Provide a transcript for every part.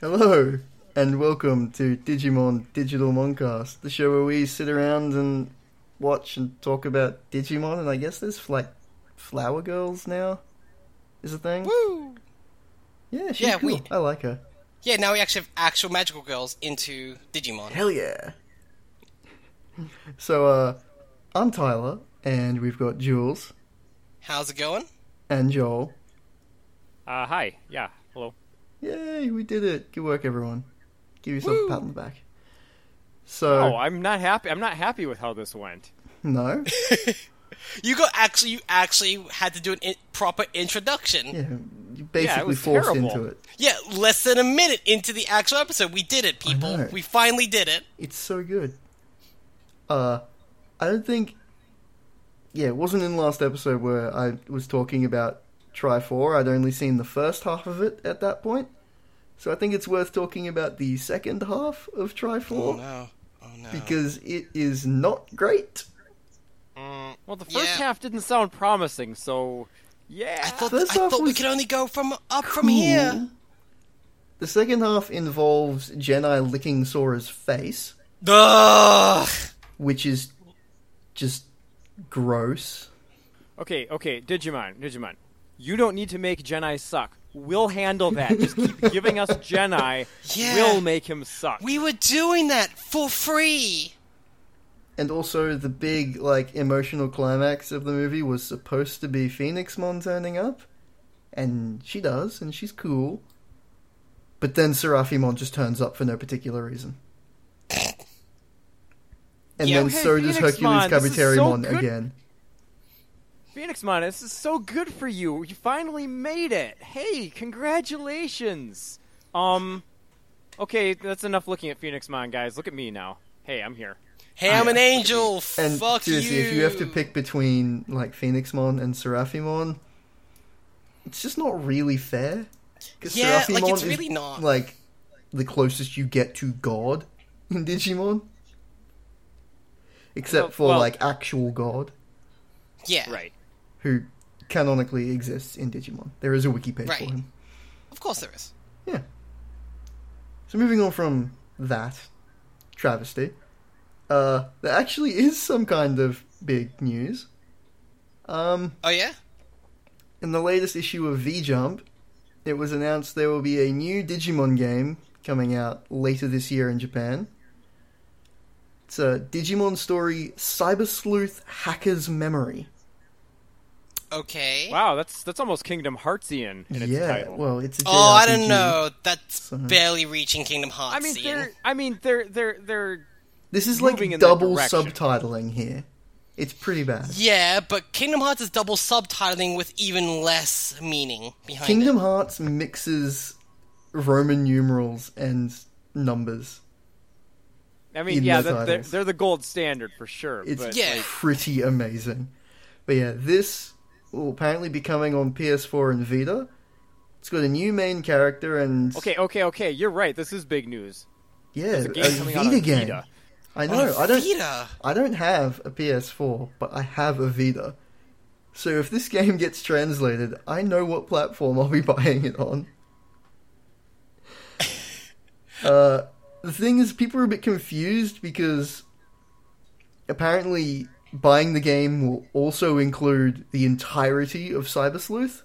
Hello, and welcome to Digimon Digital Moncast, the show where we sit around and watch and talk about Digimon, and I guess there's like Flower Girls now, is a thing. Woo! Yeah, she's Yeah, cool. we- I like her. Yeah, now we actually have actual magical girls into Digimon. Hell yeah! So, uh, I'm Tyler, and we've got Jules How's it going? and Joel. Uh, hi. Yeah. Hello. Yay, we did it! Good work, everyone. Give yourself a pat on the back. So, Oh, I'm not happy. I'm not happy with how this went. no? You got actually, you actually had to do an in- proper introduction. Yeah. Yeah, you basically was forced terrible. into it. less than a minute into the actual episode, we did it, people. know. We finally did it. It's so good. Uh, I don't think. Yeah, it wasn't in the last episode where I was talking about Try 4. I'd only seen the first half of it at that point. So I think it's worth talking about the second half of Try 4 no! Oh no! because it is not great. Well, the first Mm, Yeah. half didn't sound promising, so yeah. I thought, I First off thought we was could only go from up from here. The second half involves Jedi licking Sora's face, Ugh. which is just gross. okay, okay. Digimon, Digimon. You don't need to make Genai suck. We'll handle that. Just keep giving us Genai. Yeah. We'll make him suck. We were doing that for free. and also the big like emotional climax of the movie was supposed to be Phoenix Mon turning up, and she does, and she's cool. But then Serafimon just turns up for no particular reason. And Yeah, then okay, so does Phoenix Hercules Mon, this is so Kabuterimon good. again. Phoenixmon, this is so good for you. You finally made it. Hey, congratulations. Um. Okay, that's enough looking at Phoenixmon, guys. Look at me now. Hey, I'm here. Hey, I'm an angel. And Fuck seriously, you. if you have to pick between like Phoenixmon and Seraphimon, it's just not really fair. 'Cause Yeah, like, Seraphimon it's really not. like the closest you get to God in Digimon, except Well- for well- like actual God yeah, Right. who canonically exists in Digimon. There is a wiki page Right. for him. Of course there is. Yeah. So moving on from that travesty, uh, there actually is some kind of big news. Um, Oh yeah. in the latest issue of V Jump, it was announced there will be a new Digimon game coming out later this year in Japan. It's a Digimon story Cyber Sleuth Hacker's Memory. Okay. Wow, that's that's almost Kingdom Heartsian in its yeah, title. well, it's a Oh, I JRPG. don't know. That's So- barely reaching Kingdom Hearts. I mean, Ian. they're I mean they're they're they're This is moving like in that double direction. subtitling here. It's pretty bad. yeah, but Kingdom Hearts is double subtitling with even less meaning behind Kingdom it. Hearts mixes Roman numerals and numbers. I mean in yeah the that, they're, titles. they're the gold standard for sure. It's but, Yeah. pretty amazing. But yeah, this will apparently be coming on PS4 and Vita. It's got a new main character and Okay, okay, okay. You're right. This is big news. yeah, a, game coming out Vita on game. Vita. I On know. I don't. Vita. I don't have a PS4, but I have a Vita. So if this game gets translated, I know what platform I'll be buying it on. uh, the thing is, people are a bit confused because apparently buying the game will also include the entirety of Cyber Sleuth.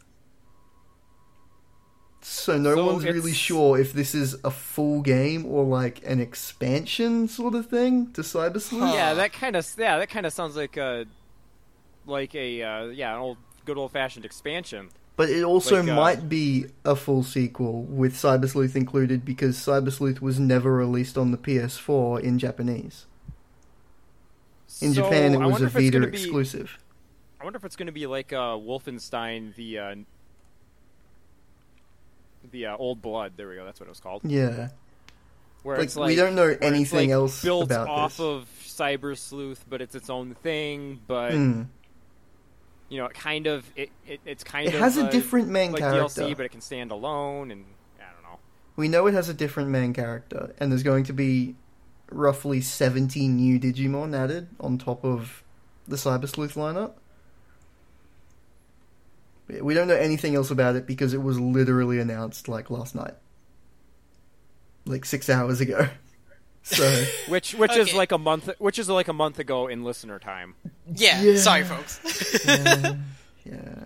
So no So one's really it's- sure if this is a full game or like an expansion sort of thing to Cyber Sleuth. Yeah, that kind of yeah that kind of sounds like a like a uh, yeah an old good old fashioned expansion. But it also Like, uh, might be a full sequel with Cyber Sleuth included because Cyber Sleuth was never released on the PS4 in Japanese. In So, Japan, it I was wonder a if it's Vita gonna be- exclusive. I wonder if it's going to be like uh, Wolfenstein, the uh, the uh, Old Blood. There we go. That's what it was called. Yeah, Where like, it's like we don't know where it's, anything like, else built about off this. of Cyber Sleuth, but it's its own thing. But Mm. you know, it kind of it, it it's kind It of has a uh, different main like character. DLC, but it can stand alone. And I don't know. We know it has a different main character, and there's going to be roughly 70 new Digimon added on top of the Cyber Sleuth lineup. We don't know anything else about it because it was literally announced like last night, like six hours ago. So Which which is Okay. like a month which is like a month ago in listener time. Yeah, Yeah. sorry, folks. yeah, yeah.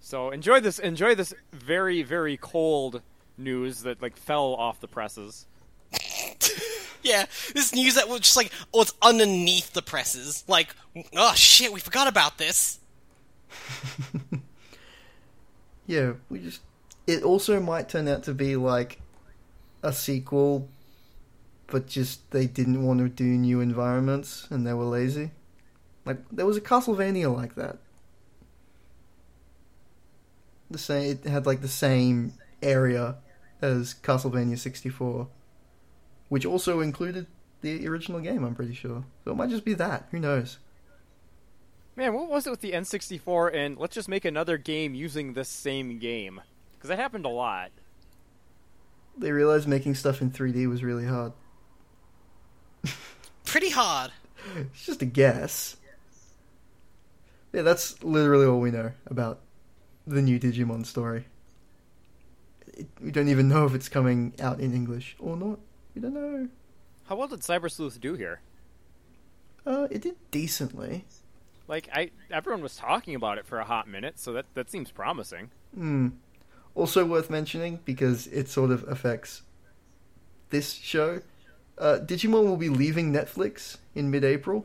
So enjoy this enjoy this very very cold news that like fell off the presses. yeah, this news that was just like, oh, it's underneath the presses. Like, oh shit, we forgot about this. Yeah, we just. It also might turn out to be like a sequel, but just they didn't want to do new environments and they were lazy. Like there was a Castlevania like that. The same. It had like the same area as Castlevania sixty four, which also included the original game. I'm pretty sure. So it might just be that. Who knows? Man, what was it with the N64 and let's just make another game using this same game? Cuz that happened a lot. They realized making stuff in three D was really hard. Pretty hard. It's just a guess. Yeah, that's literally all we know about the new Digimon story. It, we don't even know if it's coming out in English or not. We don't know. How well did Cyber Sleuth do here? Uh, it did decently. Like I everyone was talking about it for a hot minute, so that that seems promising. Hmm. Also worth mentioning because it sort of affects this show. Uh, Digimon will be leaving Netflix in mid-April.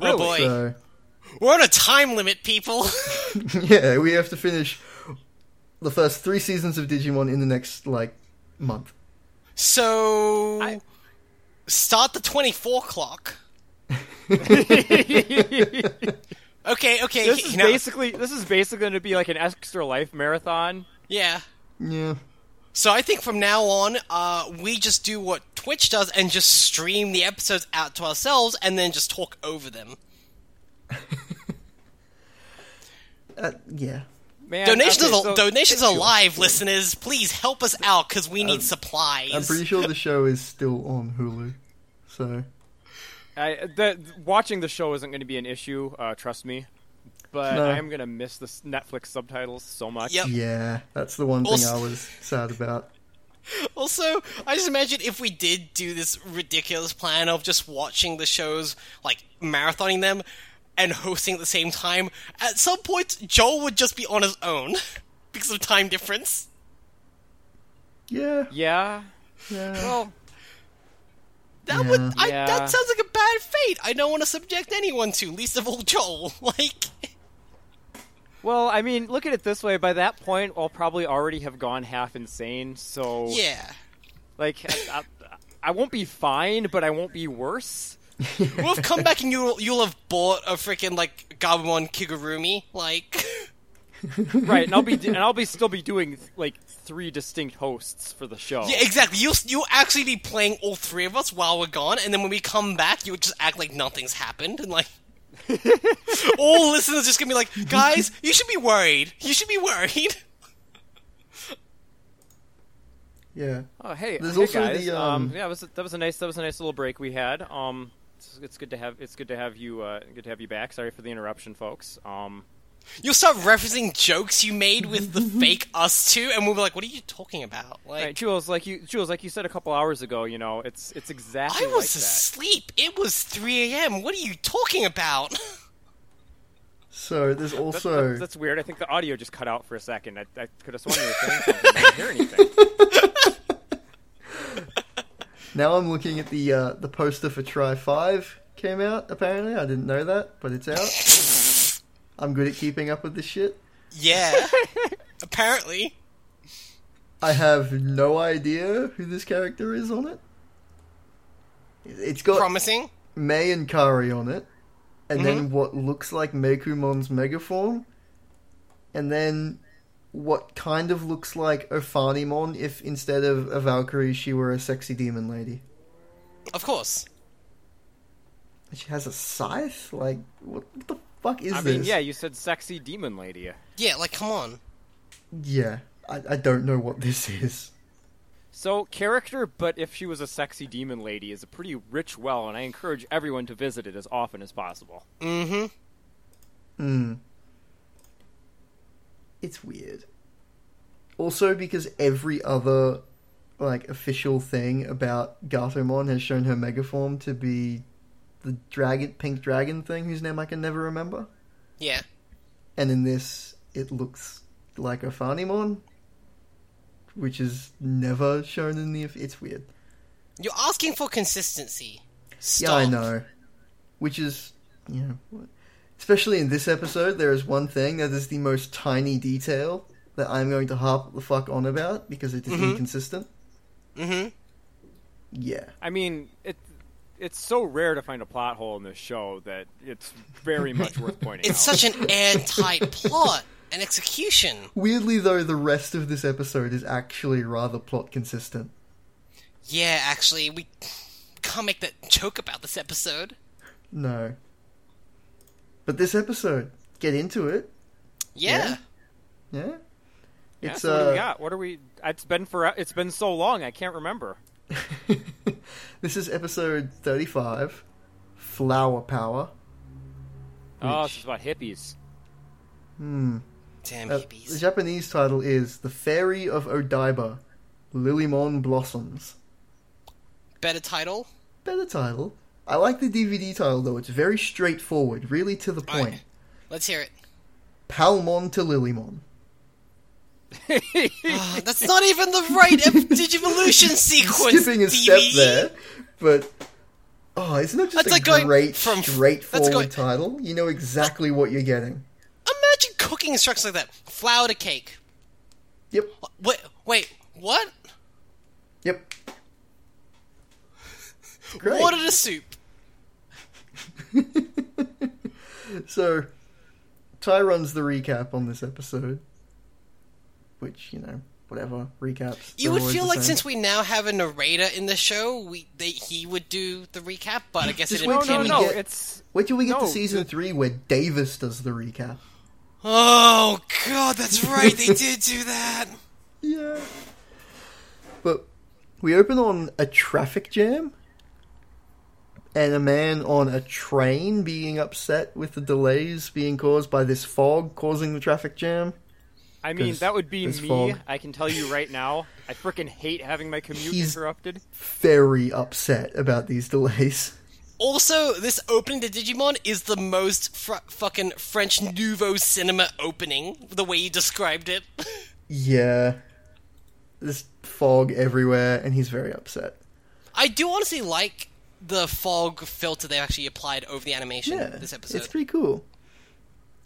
Oh boy, So we're on a time limit, people. yeah, we have to finish the first three seasons of Digimon in the next like month. so, I- start the twenty-four clock. Okay, okay, this he- is now- basically this is basically going to be like an extra life marathon. yeah. Yeah. So I think from now on, uh, we just do what Twitch does and just stream the episodes out to ourselves and then just talk over them. Uh, yeah. Man, Donations okay, are so- donations are live, listeners. Please help us out because we need supplies. I'm pretty sure the show is still on Hulu. So, I, the, watching the show isn't going to be an issue, uh, trust me. But No. I'm going to miss the s- Netflix subtitles so much. Yep. yeah, that's the one thing Also- I was sad about. Also, I just imagine if we did do this ridiculous plan of just watching the shows, like marathoning them and hosting at the same time, at some point Joel would just be on his own because of time difference. Yeah. Yeah. Yeah. Well, That would Yeah. I, Yeah. that sounds like a bad fate. I don't want to subject anyone to, least of all Joel. Like well, I mean, look at it this way. By that point, I'll probably already have gone half insane. So, Yeah. like, I, I, I won't be fine, but I won't be worse. We'll have come back and you'll you'll have bought a freaking like Gabumon Kigurumi, like Right, and I'll be and I'll be still be doing like three distinct hosts for the show. Yeah, exactly. You'll you'll actually be playing all three of us while we're gone, and then when we come back, you would just act like nothing's happened, and like all listeners just gonna be like, guys, you should be worried. You should be worried. Yeah. Oh hey, There's hey, also guys. the, um, yeah, it was, that was a nice that was a nice little break we had. Um, it's, it's good to have it's good to have you uh, good to have you back. Sorry for the interruption, folks. Um, You'll start referencing jokes you made with the fake us two, and we'll be like, what are you talking about? Like, right, Jules, like you Jules, like you said a couple hours ago, you know, it's it's exactly I was like that. asleep. It was three a.m. What are you talking about? So, there's That- also. that- that's weird. I think the audio just cut out for a second. I, I could have sworn you were saying something. but I didn't hear anything. Now I'm looking at the uh, the poster for Try 5 came out, apparently. I didn't know that, but it's out. I'm good at keeping up with this shit. yeah, apparently. I have no idea who this character is on it. It's got Promising. May and Kari on it, and Mm-hmm. then what looks like Mekumon's megaform, and then what kind of looks like Ophanimon if instead of a Valkyrie she were a sexy demon lady. Of course. She has a scythe? Like, what, what the fuck is I this? mean, yeah, you said sexy demon lady. Yeah, like, come on. Yeah, I, I don't know what this is. So, character, but if she was a sexy demon lady, is a pretty rich well, and I encourage everyone to visit it as often as possible. Mm-hmm. Hmm. It's weird. Also, because every other, like, official thing about Gatomon has shown her megaform to be the dragon, pink dragon thing, whose name I can never remember. Yeah. And in this, it looks like a Farnimon, which is never shown in the. It's weird. You're asking for consistency. Stop. Yeah, I know. Which is, you know, what- especially in this episode, there is one thing that is the most tiny detail that I'm going to harp the fuck on about because it is inconsistent. Mm-hmm. Yeah. I mean, it it's so rare to find a plot hole in this show that it's very much worth pointing It's out. such an airtight plot and execution. Weirdly, though, the rest of this episode is actually rather plot consistent. Yeah, actually, we can't make that joke about this episode. No. But this episode, get into it. Yeah. Yeah. Yeah. Yeah, It's so what do we uh, got? What are we? It's been for. It's been so long. I can't remember. this is episode thirty-five, flower power. Oh, Which- this is about hippies. Damn Uh, hippies. the Japanese title is The Fairy of Odaiba, Lilymon Blossoms. Better title. Better title. I like the DVD title though, it's very straightforward, really to the Alright. point. Let's hear it. Palmon to Lilymon. Ah, that's not even the right Ev- Digivolution sequence. Skipping a DVD. step there, but. Oh, isn't that just That's a like going great, from- straightforward that's going- title? You know exactly what you're getting. Imagine cooking instructions like that. Flour to cake. Yep, Wait, wait, what? yep. Great. Water to soup. So, Ty runs the recap on this episode, which you know, whatever recaps. You they're would always feel the like same. since we now have a narrator in the show, we they, he would do the recap, but I guess it Just didn't wait No, till no, came we no. get- It's Wait till we get to No, season three where Davis does the recap. Oh god, that's right, they did do that. Yeah. But we open on a traffic jam and a man on a train being upset with the delays being caused by this fog causing the traffic jam. I mean, There's- that would be there's me. fog. I can tell you right now. I frickin' hate having my commute He's- interrupted. Very upset about these delays. Also, this opening to Digimon is the most fr- fucking French Nouveau cinema opening, the way you described it. Yeah. There's fog everywhere and he's very upset. I do honestly like the fog filter they actually applied over the animation Yeah, this episode. It's pretty cool.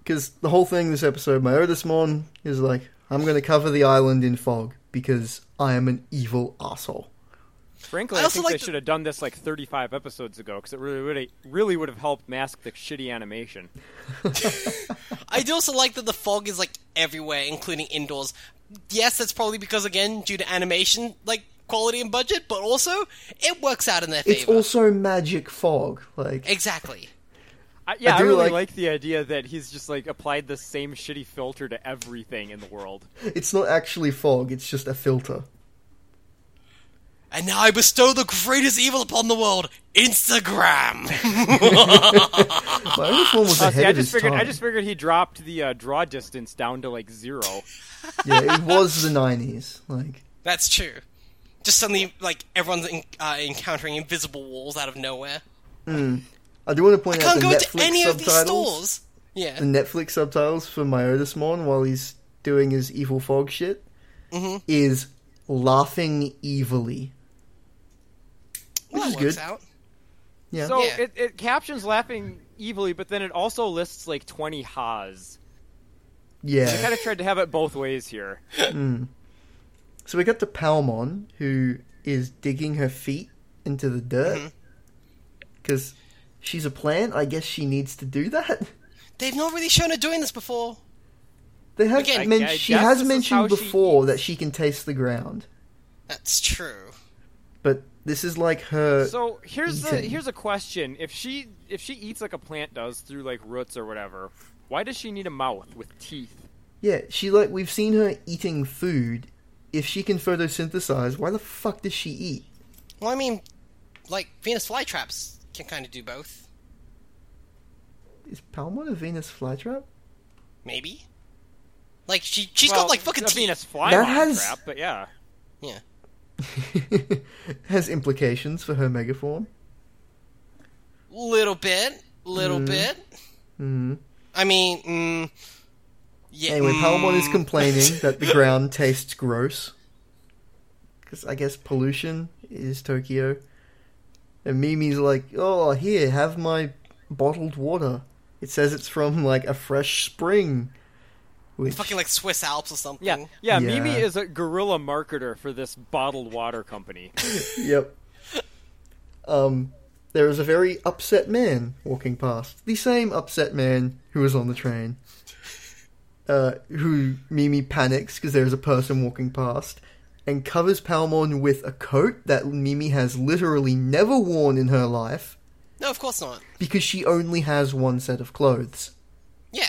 Because the whole thing this episode, my Mon is like, I'm going to cover the island in fog because I am an evil asshole. Frankly, I I, also think like they the- should have done this like 35 episodes ago because it really, really, really would have helped mask the shitty animation. I do also like that the fog is like everywhere, including indoors. Yes, that's probably because again, due to animation like quality and budget, but also it works out in their It's favor. also magic fog. Like, exactly. I, yeah, I I, do really like- like... the idea that he's just like applied the same shitty filter to everything in the world. it's not actually fog, it's just a filter. And now I bestow the greatest evil upon the world, Instagram. My Ah, Mon was Uh, ahead see, I of just his figured, I time. just figured he dropped the uh, draw distance down to like zero. Yeah, it was the 90s. Like, that's true. Just suddenly, like everyone's in, uh, encountering invisible walls out of nowhere. I do want to point Can't out the go Netflix to any of these subtitles. stores. Yeah. the Netflix subtitles for Myotismon while he's doing his evil fog shit Mm-hmm. is laughing evilly. well, which that is works good. out. Yeah. So Yeah. it, it captions laughing evilly, but then it also lists like 20 ha's. I yeah. kind of tried to have it both ways here. So we got to Palmon, who is digging her feet into the dirt Mm-hmm. because she's a plant. I guess she needs to do that. They've not really shown her doing this before. They have Again, men- I- I she guess has this is mentioned how she before eats. that she can taste the ground, That's true. but this is like her. So here's the Eating. here's a question: If she if she eats like a plant does through like roots or whatever, why does she need a mouth with teeth? yeah, she like we've seen her eating food. If she can photosynthesize, why the fuck does she eat? Well, I mean, like Venus flytraps can kind of do both. Is Palmon a Venus flytrap? Maybe. Like she, she's well, got like fucking a teeth. Oh. Venus fly That moth has- crap, but yeah, Yeah. Has implications for her megaform. Little bit. Little Mm-hmm. bit. Mm. I mean, mm, yeah. Anyway, Palmon is mm. complaining that the ground tastes gross. Because I guess pollution is Tokyo. And Mimi's like, oh, here, have my bottled water. It says it's from, like, a fresh spring. Which, fucking like Swiss Alps or something. yeah, yeah. Mimi Yeah. is a guerrilla marketer for this bottled water company. yep. Um, there is a very upset man walking past. The same upset man who was on the train. Uh, who Mimi panics because there is a person walking past and covers Palmon with a coat that Mimi has literally never worn in her life No, of course not. because she only has one set of clothes. Yeah.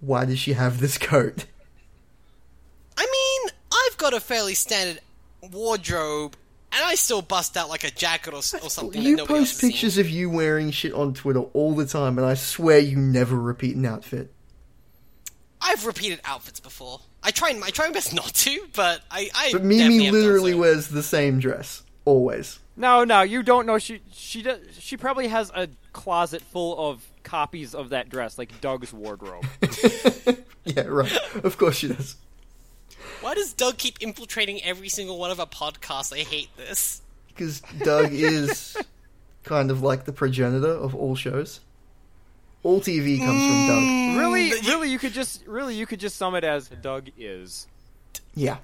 Why does she have this coat? I mean, I've got a fairly standard wardrobe, and I still bust out like a jacket or, or something. that You nobody else post has seen. pictures of you wearing shit on Twitter all the time, and I swear you never repeat an outfit. I've repeated outfits before. I try and I try my best not to, but I. I But Mimi literally wears. wears the same dress always. No, no, you don't know. She she does, she probably has a closet full of copies of that dress, like Doug's wardrobe. Yeah, right. of course she does. Why does Doug keep infiltrating every single one of our podcasts? I hate this. Because Doug is kind of like the progenitor of all shows. All TV comes Mm. from Doug. really, really, you could just really you could just sum it as Doug is. Yeah.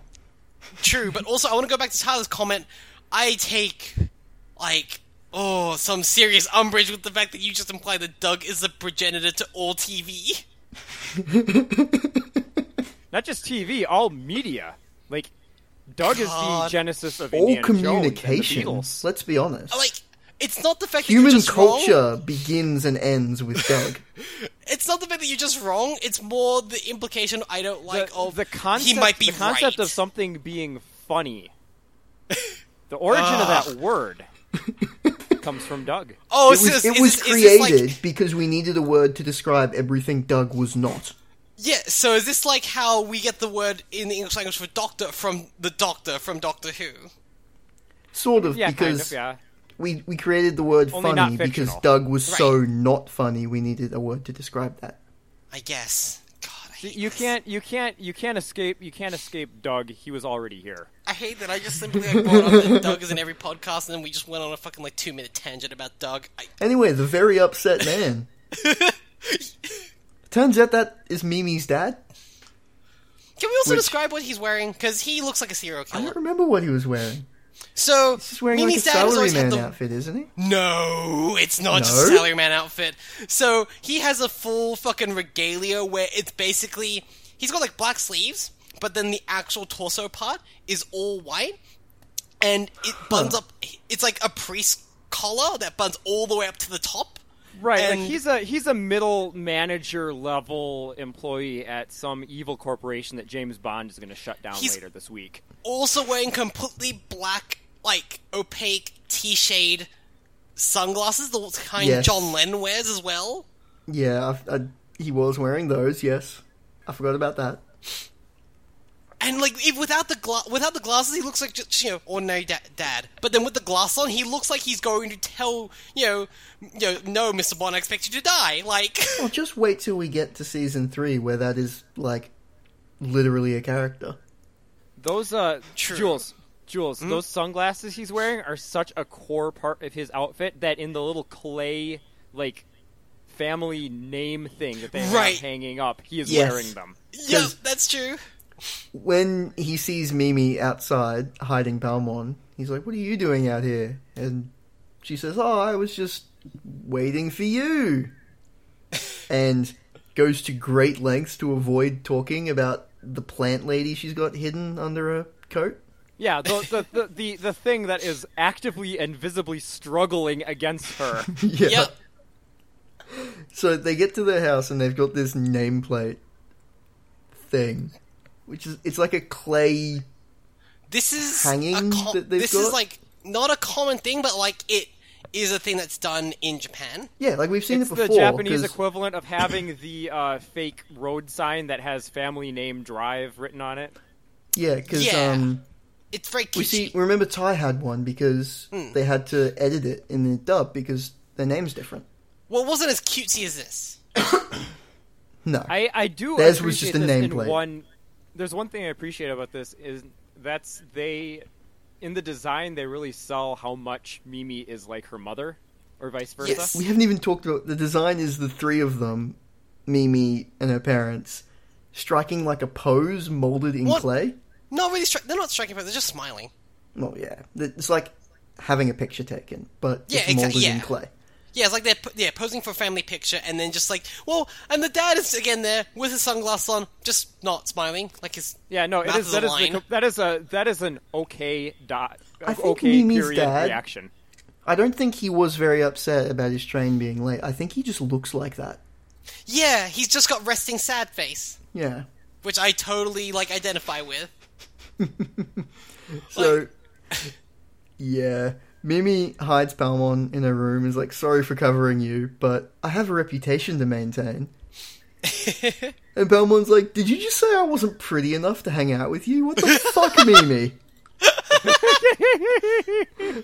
True, but also I want to go back to Tyler's comment. I take like oh some serious umbrage with the fact that you just implied that Doug is the progenitor to all TV. Not just TV, all media. Like Doug is the God. genesis of All Indiana communication. Jones and the Beatles. Let's be honest. Like it's not the fact that Human you're just culture wrong. begins and ends with Doug. It's not the fact that you're just wrong. It's more the implication I don't like the, of the concept, he might be the concept right. of something being funny. the origin of that word comes from Doug. oh, It is was, this- it is was this- is this like- created because we needed a word to describe everything Doug was not. Yeah, so is this like how we get the word in the English language for doctor from the doctor from Doctor Who? Sort of Yeah, kind because of, yeah. we we created the word Only not funny because fictional. Doug was so Right. not funny. We needed a word to describe that. I guess. God, I hate You this. can't you can't you can't escape you can't escape Doug. He was already here. I hate that I just simply like, brought up that Doug is in every podcast, and then we just went on a fucking like two minute tangent about Doug. I, Anyway, the very upset man. Turns out that is Mimi's dad. can we also Which- describe what he's wearing? Because he looks like a serial I don't killer. remember what he was wearing. So He's wearing Mimi's like a dad has always salaryman had the outfit, isn't he? No, it's not just a No? salaryman outfit. So he has a full fucking regalia where it's basically he's got like black sleeves, but then the actual torso part is all white, and it buns up. It's like a priest collar that buns all the way up to the top. Right, And- like he's a he's a middle manager level employee at some evil corporation that James Bond is going to shut down He's- later this week. Also wearing completely black, like opaque T shade sunglasses, the kind Yes. John Lennon wears as well. Yeah, I, I, he was wearing those. Yes, I forgot about that. And like if without the gla- without the glasses, he looks like just you know ordinary da- dad. But then with the glass on, he looks like he's going to tell you know you know no, Mister Bond, I expect you to die. Like Well, just wait till we get to season three, where that is like literally a character. Those uh True. Jules Jules, Mm-hmm. those sunglasses he's wearing are such a core part of his outfit that in the little clay like family name thing that they Right. have hanging up, he is Yes. wearing them. yeah, 'Cause- that's true. when he sees Mimi outside hiding Palmon, he's like, "What are you doing out here?" And she says, "Oh, I was just waiting for you," and goes to great lengths to avoid talking about the plant lady she's got hidden under her coat. Yeah, the the, the, the, the thing that is actively and visibly struggling against her. yeah. Yep. So they get to their house and they've got this nameplate thing, which is it's like a clay. This is Hanging a co- that they've this got? is like not a common thing, but like it is a thing that's done in Japan. Yeah, like we've seen It's it before. the Japanese 'cause- equivalent of having the uh, fake road sign that has family name drive written on it. yeah, because Yeah. um, It's very kitschy. we see. Remember, Ty had one because Hmm. they had to edit it in the dub because their name's different. well, it wasn't as cutesy as this. No, I, I do Theirs was appreciate just a this in nameplate. One, there's one thing I appreciate about this is that's they in the design they really sell how much Mimi is like her mother, or vice versa. Yes. we haven't even talked about the design. Is the three of them, Mimi and her parents, striking like a pose molded in What? clay? Not really. Stri- they're not striking, but they're just smiling. Well, yeah, it's like having a picture taken, but Yeah, it's exa- molded yeah. in clay. Yeah, it's like they're po- yeah posing for a family picture, and then just like well, and the dad is again there with his sunglasses on, just not smiling, like his Yeah, no, it mouth is that a is the line. co- that is a that is an okay dot I think okay Mimi's period dad- reaction. I don't think he was very upset about his train being late. I think he just looks like that. yeah, he's just got resting sad face, Yeah. which I totally like identify with. So, yeah. Mimi hides Palmon in her room, is like, sorry for covering you, but I have a reputation to maintain. and Palmon's like, did you just say I wasn't pretty enough to hang out with you? What the fuck, Mimi?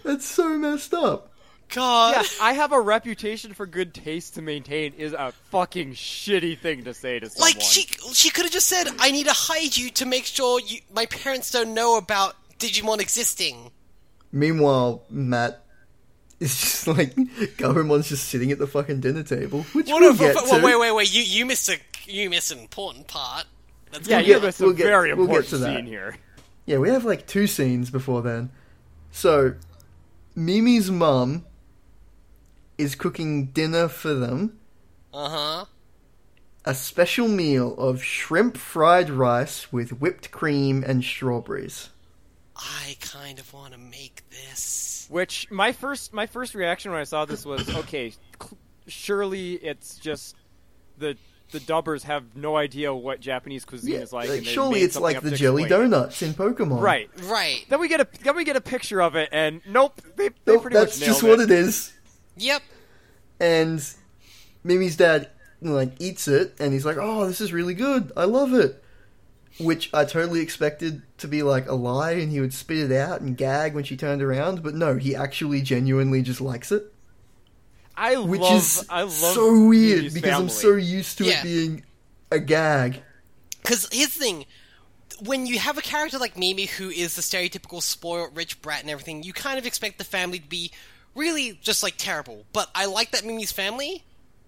That's so messed up. God, Yeah, I have a reputation for good taste to maintain is a fucking shitty thing to say to someone. like she she could have just said, "I need to hide you to make sure you, my parents don't know about Digimon existing." Meanwhile, Matt is just like, Government's just sitting at the fucking dinner table, which What we'll a- get well, to. wait, wait, wait! You you missed a you missed an important part. That's yeah, gonna you get- missed we'll a get- very we'll get important to that. scene here. Yeah, we have like two scenes before then. So, Mimi's mum is cooking dinner for them Uh huh. a special meal of shrimp fried rice with whipped cream and strawberries. I kind of want to make this. Which my first my first reaction when I saw this was okay. Cl- surely it's just the the dubbers have no idea what Japanese cuisine is like. and they surely made it's something like up the to jelly explain it. donuts in Pokemon. right? Right. Then we get a then we get a picture of it, and nope, they, they Nope, pretty that's much just nailed what it is. Yep. And Mimi's dad like eats it and he's like, "Oh, this is really good. I love it." Which I totally expected to be like a lie and he would spit it out and gag when she turned around, but no, he actually genuinely just likes it, I love which is I love so weird Mimi's because I'm family. so used to Yeah. it being a gag. Because here's the thing. When you have a character like Mimi, who is the stereotypical spoiled rich brat and everything, you kind of expect the family to be really just like terrible. But I like that Mimi's family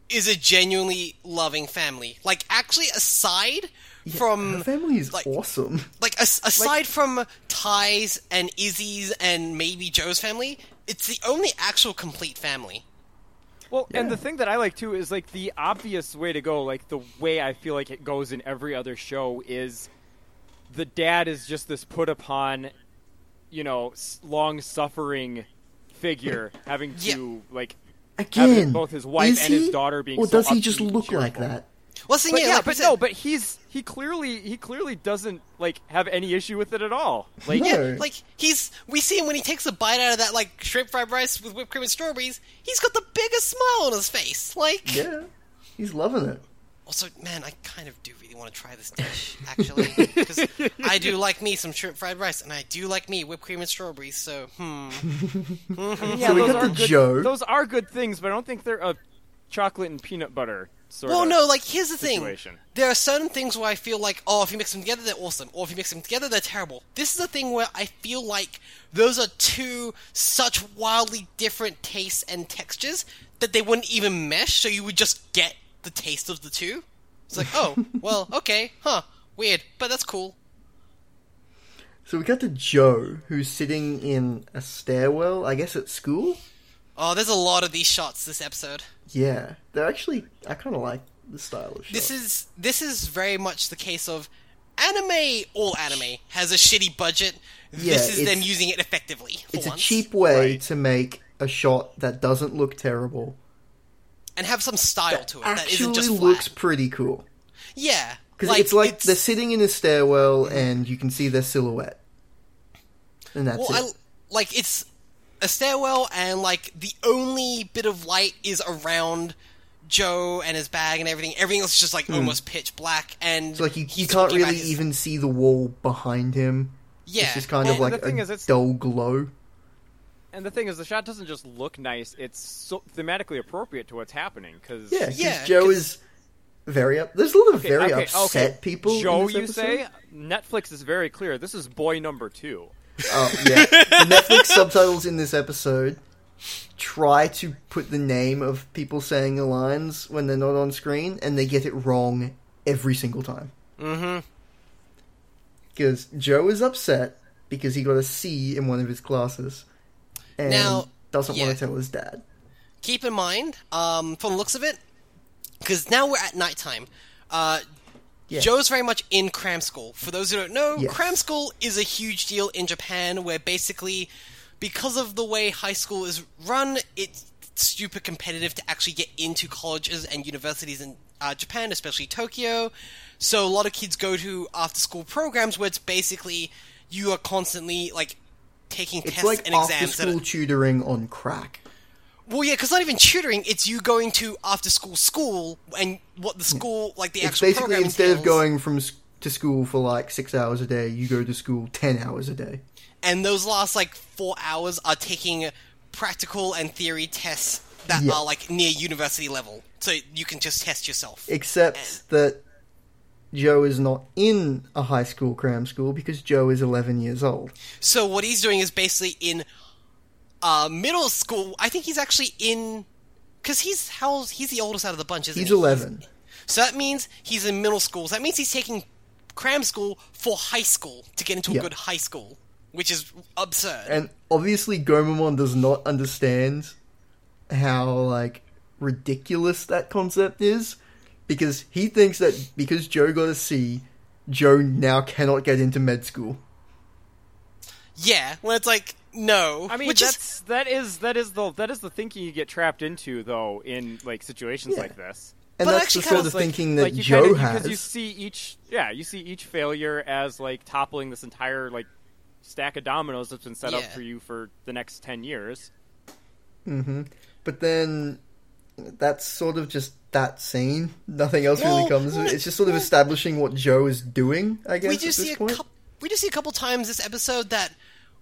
is a genuinely loving family. Like, actually, aside from. Her family is Mm. like- awesome. Like, as- aside from Ty's and Izzy's and maybe Joe's family, it's the only actual complete family. Well, and the thing that I like too is like the obvious way to go, like the way I feel like it goes in every other show is the dad is just this put upon, you know, s- long suffering figure having Yeah. to like Again, both his wife is and his he? daughter being Or so does he just upbeat and look like cheerful. that? Well, that's the thing, But yeah, like we but said- no, but he's he clearly he clearly doesn't like have any issue with it at all. Like No. Yeah, like he's we see him when he takes a bite out of that like shrimp fried rice with whipped cream and strawberries. He's got the biggest smile on his face. Like Yeah. He's loving it. also, man, I kind of do really want to try this dish actually because I do like me some shrimp fried rice and I do like me whipped cream and strawberries. So hmm, yeah, we those got are the good, Joe. Those are good things, but I don't think they're a chocolate and peanut butter sort well, of. no, like here's the situation. thing: there are certain things where I feel like, oh, if you mix them together, they're awesome, or if you mix them together, they're terrible. This is a thing where I feel like those are two such wildly different tastes and textures that they wouldn't even mesh, so you would just get the taste of the two. It's like, oh, well, okay, huh, weird, but that's cool. So we got to Joe, who's sitting in a stairwell, I guess at school. Oh, there's a lot of these shots this episode. Yeah, they're actually. I kind of like the style of shot. This is this is very much the case of anime. All anime has a shitty budget. Yeah, this is it's- them using it effectively. For it's a once. cheap way Right. to make a shot that doesn't look terrible. and have some style to it that isn't Actually, just flat. looks pretty cool yeah, because it's like this. they're sitting in a stairwell and you can see their silhouette, and that's Well, I, it. like it's a stairwell, and like the only bit of light is around Joe and his bag and everything. Everything else is just like almost pitch black, and Hmm. So like you, you he's can't talking about really his- even see the wall behind him. Yeah, It's just kind of Well, like the thing a is, it's- dull glow. And the thing is, the shot doesn't just look nice; it's so thematically appropriate to what's happening. Because Yeah, 'cause Yeah, Joe 'cause- is very up. There's a lot of very okay, upset okay. people. in Joe, this you episode. say Netflix is very clear. This is boy number two. Oh yeah, the Netflix subtitles in this episode try to put the name of people saying the lines when they're not on screen, and they get it wrong every single time. Mm-hmm. Because Joe is upset because he got a C in one of his classes, and Now- doesn't yeah. want to tell his dad. keep in mind, um, from the looks of it, because now we're at nighttime. Uh, Yeah. Joe's very much in cram school. For those who don't know, Yes. cram school is a huge deal in Japan, where basically, because of the way high school is run, it's super competitive to actually get into colleges and universities in uh, Japan, especially Tokyo. So a lot of kids go to after-school programs where it's basically you are constantly like taking It's tests like and after exams. that are- school tutoring on crack. well, yeah, because not even tutoring. It's you going to after school school and what the school like the It's actual basically program instead of entails, going from s- to school for like six hours a day, you go to school ten hours a day. and those last like four hours are taking practical and theory tests that Yeah. are like near university level, so you can just test yourself. except that Joe is not in a high school cram school because Joe is 11 years old. so what he's doing is basically in uh, middle school. I think he's actually in because he's how old, he's the oldest out of the bunch, isn't He's he? 11. So that means he's in middle school. So that means he's taking cram school for high school to get into a Yeah. good high school, which is absurd. And obviously Gomamon does not understand how like ridiculous that concept is because he thinks that because Joe got a C, Joe now cannot get into med school. yeah, when it's like no, I mean, which that's is that is that is the that is the thinking you get trapped into though in like situations Yeah. like this. And But that's actually the sort kinda of like- thinking that like you Joe kinda, has. because you see each yeah you see each failure as like toppling this entire like stack of dominoes that's been set up Yeah. for you for the next ten years. But then that's sort of just that scene. Nothing else Well, really comes of it. It's just sort of establishing what Joe is doing, I guess, we at do see this a point. couple. We do see a couple times this episode that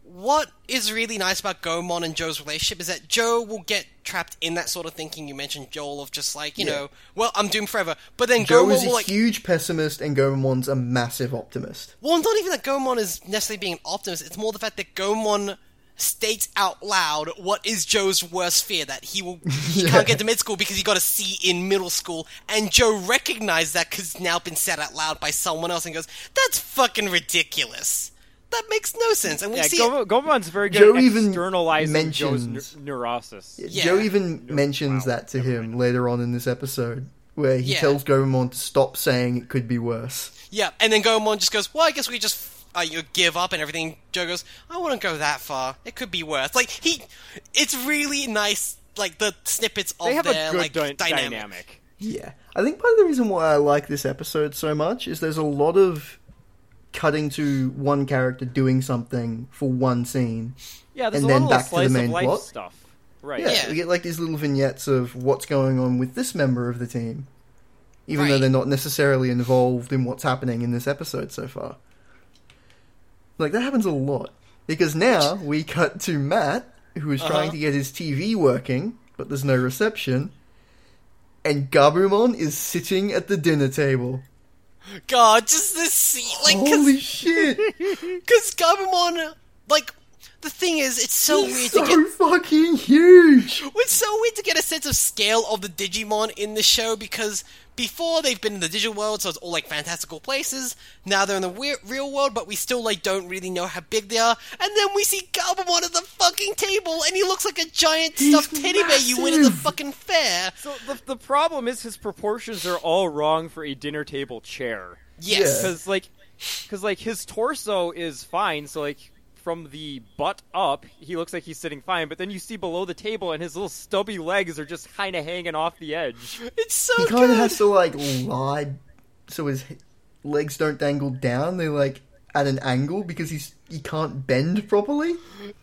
what is really nice about Gomon and Joe's relationship is that Joe will get trapped in that sort of thinking you mentioned, Joel, of just like you Yeah. know, well, I'm doomed forever. But then Joe Gomon is a will like huge pessimist and Gomamon's a massive optimist. Well, it's not even that Gomon is necessarily being an optimist. It's more the fact that Gomon states out loud what is Joe's worst fear that he will he can't get to mid school because he got a C in middle school, and Joe recognized that because it's now been said out loud by someone else and goes, "That's fucking ridiculous. That makes no sense." And we Yeah, see it- Go- Goman's very good Joe at even externalizing mentions- Joe's neu- neurosis. Yeah. Joe even mentions wow, that to him later on in this episode, where he Yeah. tells Gomamon to stop saying it could be worse. yeah, and then Gomon just goes, "Well, I guess we just." Uh, you give up and everything. Joe goes, "I wouldn't go that far. It could be worse." Like he, it's really nice. Like the snippets of They have their a good like dy- dynamic. dynamic. Yeah. I think part of the reason why I like this episode so much is there's a lot of cutting to one character doing something for one scene. Yeah, there's And a then lot of little back to the slice main of life plot. stuff. Right. Yeah, Yeah. we get like these little vignettes of what's going on with this member of the team, even though Right. they're not necessarily involved in what's happening in this episode so far. Like that happens a lot because now we cut to Matt, who is trying Uh-huh. to get his TV working, but there's no reception, and Gabumon is sitting at the dinner table. God, just this scene, like, Holy shit! because Gabumon, like, The thing is, it's so weird so to get fucking huge. it's so weird to get a sense of scale of the Digimon in this show because before they've been in the digital world, so it's all like fantastical places. Now they're in the weir real world, but we still like don't really know how big they are. And then we see Gabumon at the fucking table, and he looks like a giant He's stuffed teddy bear you win at the massive! fucking fair. So the the problem is his proportions are all wrong for a dinner table chair. Yes, Yeah. Because like, because like his torso is fine. So like from the butt up, he looks like he's sitting fine. But then you see below the table, and his little stubby legs are just kind of hanging off the edge. it's so He kind good. of has to like lie so his h- legs don't dangle down. They're like at an angle because he's he can't bend properly.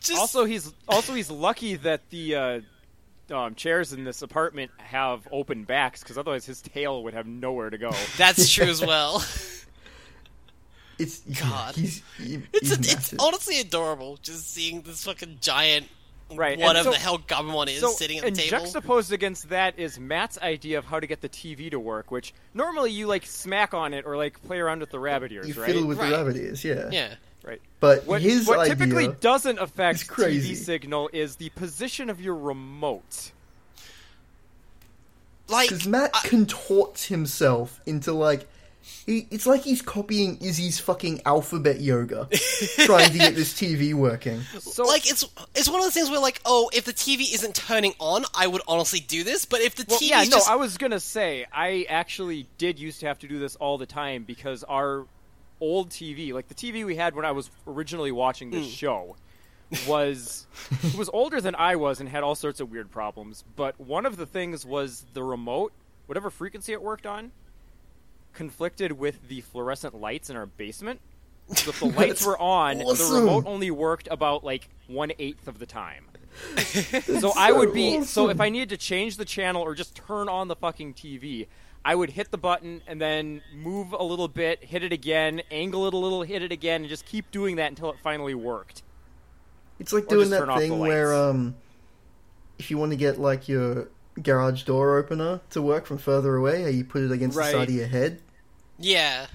Just- Also, he's also he's lucky that the. Uh, um, chairs in this apartment have open backs because otherwise his tail would have nowhere to go. that's true as well. It's God. He's, he- It's he's a, it's massive. honestly adorable just seeing this fucking giant Right, and whatever so- the hell Gabumon is sitting at the and table. juxtaposed against that is Matt's idea of how to get the TV to work, which normally you like smack on it or like play around with the rabbit ears, you right? fiddle with Right. the rabbit ears, yeah. yeah. right. But What, his what idea, typically doesn't affect is crazy. TV signal is the position of your remote. Like because Matt I- contorts himself into like, he, it's like he's copying Izzy's fucking alphabet yoga, trying to get this TV working. So like it's it's one of those things where like oh if the TV isn't turning on I would honestly do this but if the Well, TV yeah, no, just I was gonna say I actually did used to have to do this all the time because our old TV, like the TV we had when I was originally watching this show, was it was older than I was and had all sorts of weird problems. But one of the things was the remote, whatever frequency it worked on, conflicted with the fluorescent lights in our basement. So if the lights were on, awesome. the remote only worked about like one eighth of the time. So I would be so if I needed to change the channel or just turn on the fucking TV, I would hit the button and then move a little bit, hit it again, angle it a little, hit it again, and just keep doing that until it finally worked. It's like Or doing just turn that off the thing where lights. um if you want to get like your garage door opener to work from further away, how you put it against Right. the side of your head. yeah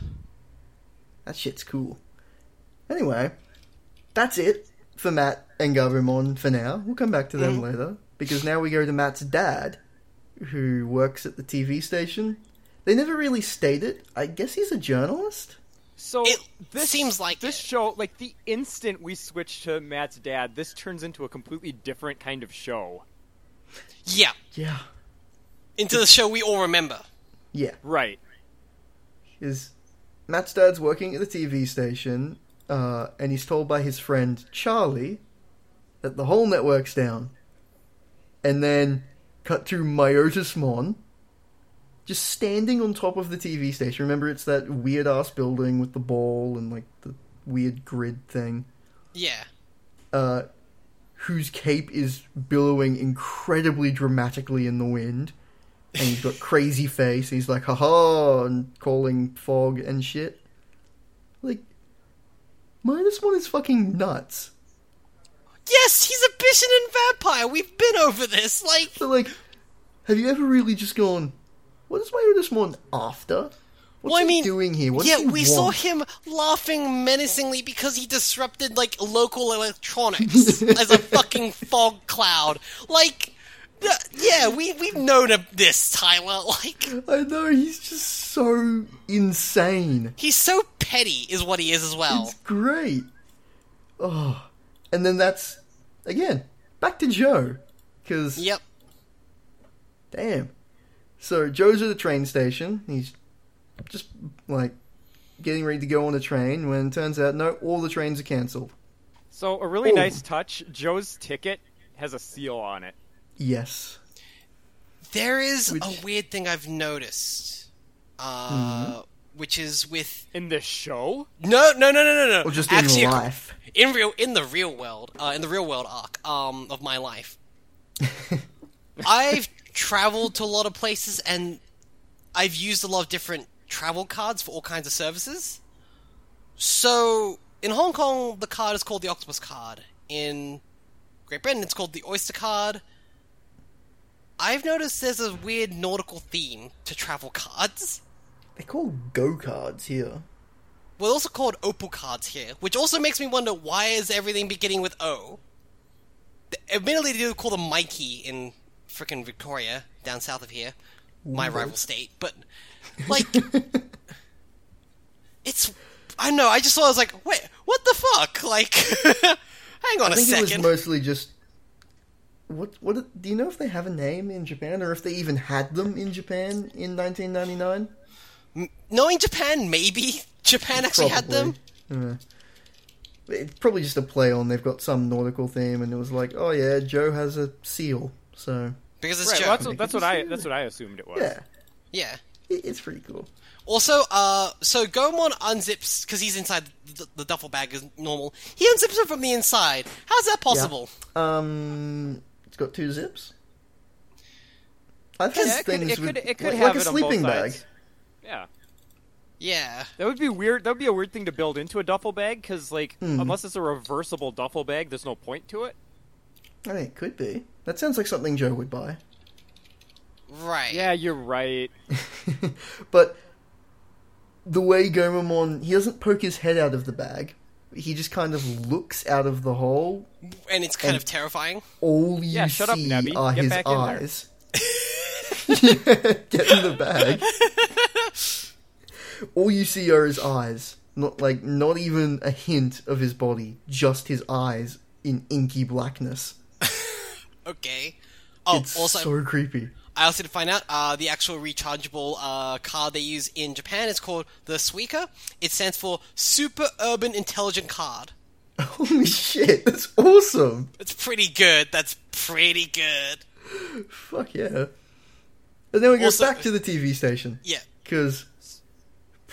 That shit's cool. Anyway, that's it for Matt and Gavrimon for now. We'll come back to Mm. them later because now we go to Matt's dad who works at the TV station. They never really state it. I guess he's a journalist. So It this seems like this it. show, like the instant we switch to Matt's dad, this turns into a completely different kind of show. yeah Yeah. into the show we all remember Yeah. Right. is Matt's dad's working at the TV station, uh, and he's told by his friend Charlie that the whole network's down. And then cut to Myotis Mon just standing on top of the TV station. Remember, it's that weird ass building with the ball and like the weird grid thing. yeah Uh, whose cape is billowing incredibly dramatically in the wind. And he's got crazy face, and he's like, haha, and calling fog and shit. Like, minus one is fucking nuts. yes he's a bishop and vampire we've been over this like So, like, have you ever really just gone, what is minus one after? well, What's I he mean, doing here? What yeah, does he we saw want? him laughing menacingly because he disrupted like local electronics as a fucking fog cloud. Like, th- yeah, we we've known of this, Tyler. Like, I know, he's just so insane. he's so petty, is what he is as well. It's great. Oh, and then that's again back to Joe because Yep. damn. So Joe's at the train station. He's just like getting ready to go on the train when it turns out no, all the trains are cancelled. So a really Ooh. nice touch. Joe's ticket has a seal on it. Yes, There is Which- Mm-hmm. a weird thing I've noticed, uh, which is with In this show, no, no, no, no, no, no. or just Actually, in life. in real in the real world uh, in the real world arc um, of my life i've traveled to a lot of places and i've used a lot of different travel cards for all kinds of services so in hong kong the card is called the octopus card in great britain it's called the oyster card i've noticed there's a weird nautical theme to travel cards They're called go cards here. were also called Opal cards here, which also makes me wonder why is everything beginning with O. Th- Admittedly, they do call them Mikey in frickin' Victoria, down south of here, my rival state. But like, it's I don't know. I just thought I was like, wait, what the fuck? Like, hang on I a think it was second. mostly just. What what do you know if they have a name in Japan or if they even had them in Japan in 1999? Knowing Japan, maybe Japan actually had them. Yeah. It's probably just a play on. They've got some nautical theme, and it was like, oh yeah, Joe has a seal, so Because it's Right, Joe. well, that's, what- that's what I that's what I assumed it was. yeah, yeah. it, it's pretty cool. Also, uh, so Gomon unzips because he's inside the, the duffel bag as normal. He unzips it from the inside. How's that possible? Um, it's got two zips. I've had Yeah, it could- things it with- could- it could like, like have a it on both sleeping bag. sides. Yeah. Yeah. That would be weird. That would be a weird thing to build into a duffel bag because, like, Hmm. unless it's a reversible duffel bag, there's no point to it. I mean, it could be. That sounds like something Joe would buy. Right. Yeah, you're right. but the way Gomamon, he doesn't poke his head out of the bag. He just kind of looks out of the hole. And it's kind And- of terrifying. All you Yeah, shut up, see Nubby. are Get his back in there. eyes. Get in the bag. All you see are his eyes. Not like not even a hint of his body, just his eyes in inky blackness. Okay. Oh, It's also, so creepy. I also did find out uh, the actual rechargeable uh, card they use in Japan is called the Suica. It stands for Super Urban Intelligent Card. Holy shit, that's awesome. It's pretty good. That's pretty good. Fuck yeah. And then we go Also- back to the TV station. Yeah. Because,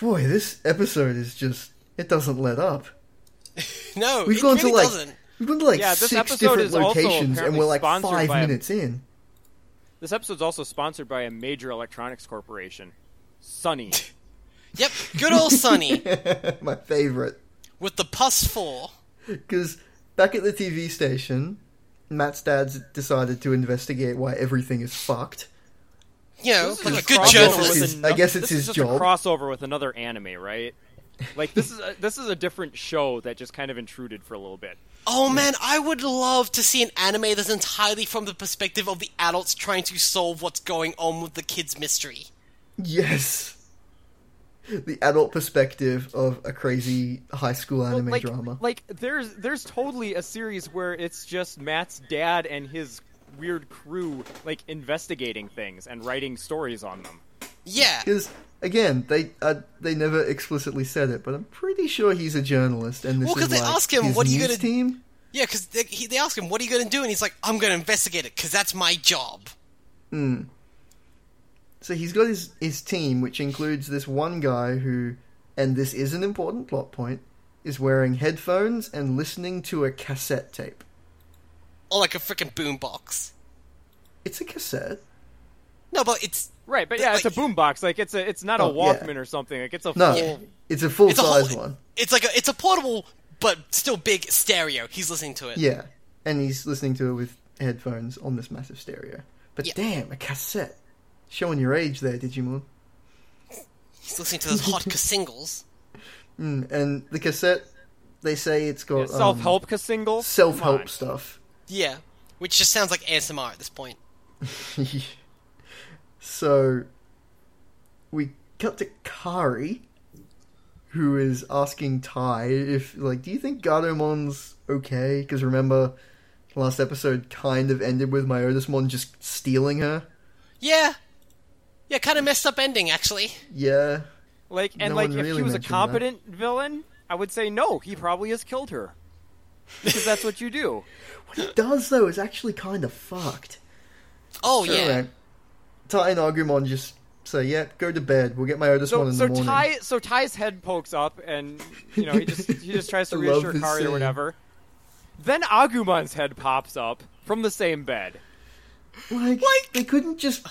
boy, this episode is just. It doesn't let up. No, We've it gone really to like. doesn't. We've gone to like Yeah, this six episode different is also locations and apparently we're like sponsored five by a- minutes in. This episode's also sponsored by a major electronics corporation, Sunny. Yep. Good old Sonny My favorite. with the Pus 4. Because back at the TV station, Matt's dad's decided to investigate why everything is fucked. You know, This is like a just good crossover journalist. with This is- ano- I guess it's this his is just job. A crossover with another anime, right? Like this is a, this is a different show that just kind of intruded for a little bit. Oh man, I would love to see an anime that's entirely from the perspective of the adults trying to solve what's going on with the kids' mystery. Yes. The adult perspective of a crazy high school anime like, drama. Like there's there's totally a series where it's just Matt's dad and his weird crew like investigating things and writing stories on them. Yeah, Because again, they uh, they never explicitly said it, but I'm pretty sure he's a journalist, and this Well, is 'cause they like ask him, his "What are you news gonna- team." yeah, because they, he- they ask him, "What are you going to do?" and he's like, "I'm going to investigate it because that's my job." So he's got his his team, which includes this one guy who, and this is an important plot point, is wearing headphones and listening to a cassette tape. Or like a freaking boombox. It's a cassette. No, but it's Right, but yeah, it's a Like- boombox. Like it's a it's not a Oh, yeah. Walkman or something. Like it's a No, full it's a full it's a size whole, one. It's like a it's a portable but still big stereo. He's listening to it. Yeah, and he's listening to it with headphones on this massive stereo. But Yeah. damn, a cassette. Showing your age there, Digimon. He's listening to those hot singles. Mm, and the cassette, they say it's got um, self help single. self Come on. help stuff. Yeah, which just sounds like ASMR at this point. so we cut to Kari, who is asking Tai if, like, do you think Gardomon's okay? Because remember, last episode kind of ended with Myotismon just stealing her. Yeah, yeah, kind of messed up ending actually. Yeah. Like and No like one if really he was a mentioned that. competent villain, I would say no, he probably has killed her. Because that's what you do. What he does, though, is actually kind of fucked. Oh yeah. Anyway, Tai and Agumon just say, yeah, go to bed. We'll get Myotismon So in so the morning. Ty so Ty's head pokes up and you know, he just he just tries to I love reassure this Kari scene. or whatever. Then Agumon's head pops up from the same bed. Like, they couldn't just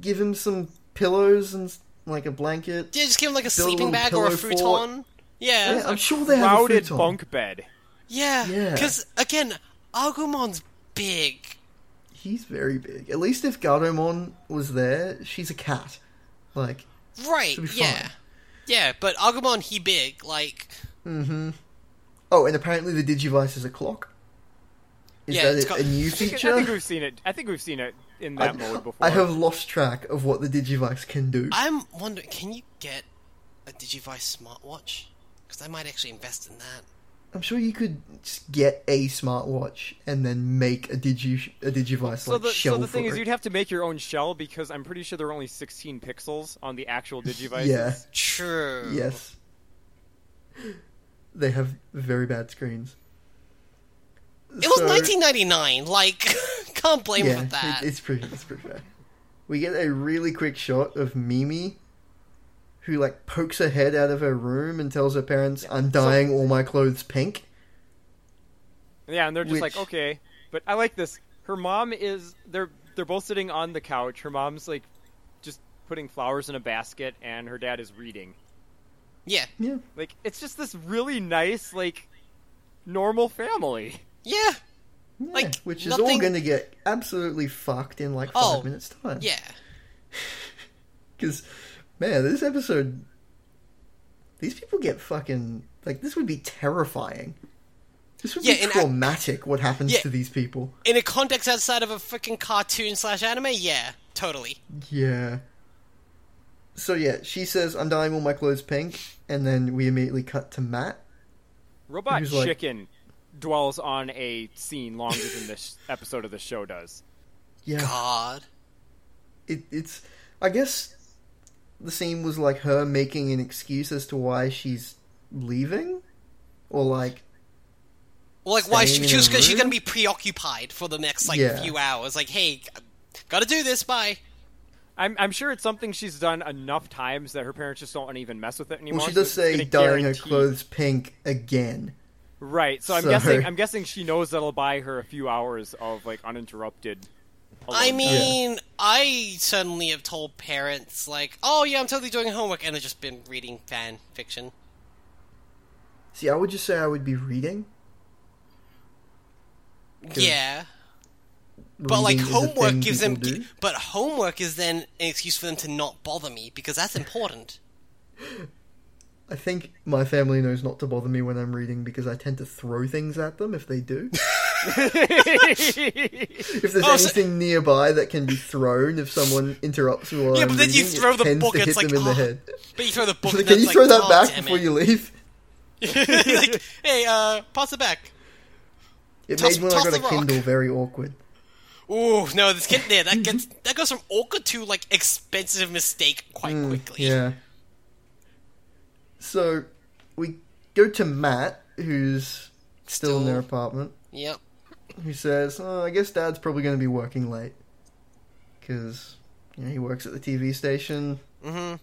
give him some pillows and like a blanket. Yeah, just give him like a Build a sleeping little bag or a pillow fort. futon. Yeah, Yeah, yeah, I'm sure they had a Crowded futon. bunk bed. Yeah. Because again, Agumon's big. He's very big. At least if Gardomon was there, she's a cat. Like, Right? Should be Yeah. fine. Yeah, but Agumon, he big. Like, Oh, and apparently the Digivice is a clock. Is Yeah, that it's a, got- a new I think, I think feature? we've seen it. I think we've seen it in that mode I, before. I have lost track of what the Digivice can do. I'm wondering, can you get a Digivice smartwatch? Because I might actually invest in that. I'm sure you could just get a smartwatch and then make a digi a digivice So like the, shell so the thing for is, it. you'd have to make your own shell because I'm pretty sure there are only 16 pixels on the actual Digivices. Yeah. True. Yes. They have very bad screens. It was 1999. Like, can't blame Yeah, him for that. it- it's pretty. It's pretty bad. We get a really quick shot of Mimi, who like pokes her head out of her room and tells her parents, "I'm dying. all my clothes pink." Yeah, and they're just like, Which- okay. But I like this. Her mom is they're they're both sitting on the couch. Her mom's like just putting flowers in a basket and her dad is reading. yeah. Yeah. Like it's just this really nice like normal family. Yeah. Yeah, Like, which is all nothing- going to get absolutely fucked in like five Oh, minutes time. Yeah. Because, man, this episode. These people get fucking. Like, this would be terrifying. This would Yeah, be and I- traumatic what happens Yeah. to these people. In a context outside of a freaking cartoon slash anime, yeah, totally. Yeah. So, yeah, she says, I'm dyeing all my clothes pink. And then we immediately cut to Matt. Robot He's like- Chicken dwells on a scene longer than this episode of the show does. Yeah. God. It, it's. I guess the scene was like her making an excuse as to why she's leaving. Or, like, Well, like, why Staying she, in she was, a she's gonna room? be preoccupied for the next like Yeah. few hours. Like, hey, gotta do this. Bye. I'm, I'm sure it's something she's done enough times that her parents just don't even mess with it anymore. well, she so does it's say gonna dyeing her guarantee- clothes pink again. Right. So I'm So- guessing I'm guessing she knows that'll buy her a few hours of like uninterrupted. alone I time. mean, I certainly have told parents like, "Oh yeah, I'm totally doing homework," and I've just been reading fan fiction. See, I would just say I would be reading. Good. Yeah, but like Reading is a homework thing gives them, people do. but homework is then an excuse for them to not bother me because that's important. I think my family knows not to bother me when I'm reading because I tend to throw things at them if they do. if there's Oh, so- anything nearby that can be thrown, if someone interrupts me while Yeah, I'm but then you reading, it throw the tends book, to it's hit like, them in "Oh." the head. But you throw the book. Like, and can you that's throw like, that "Oh, back damn before it." you leave? like, hey, uh, pass it back. It Toss- made when I toss got the a rock. Kindle very awkward. Ooh, no, this kid there that gets that goes from awkward to like expensive mistake quite quickly. Mm, Yeah. So we go to Matt, who's still in their Still. apartment. Yep. who says, oh, "I guess Dad's probably going to be working late because you know he works at the TV station, mm-hmm.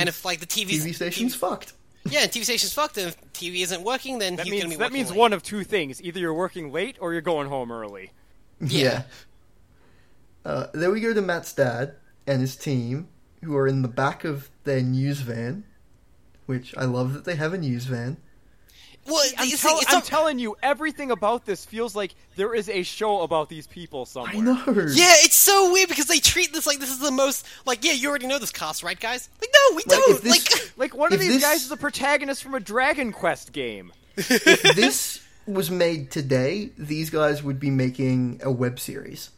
And if like the TV TV station's fucked." yeah, and TV station's fucked, and if TV isn't working, then that he's gonna be means that working means late. one of two things: either you're working late or you're going home early. Yeah. Uh, then we go to Matt's dad and his team, who are in the back of their news van, which I love that they have a news van. Well, I'm, it's, tell- it's I'm not- telling you, everything about this feels like there is a show about these people somewhere. I know. yeah, it's so weird because they treat this like this is the most like yeah, you already know this cast, right, guys? Like no, we Like, if don't. this- Like Like one If of these this- guys is a protagonist from a Dragon Quest game. If this was made today, these guys would be making a web series.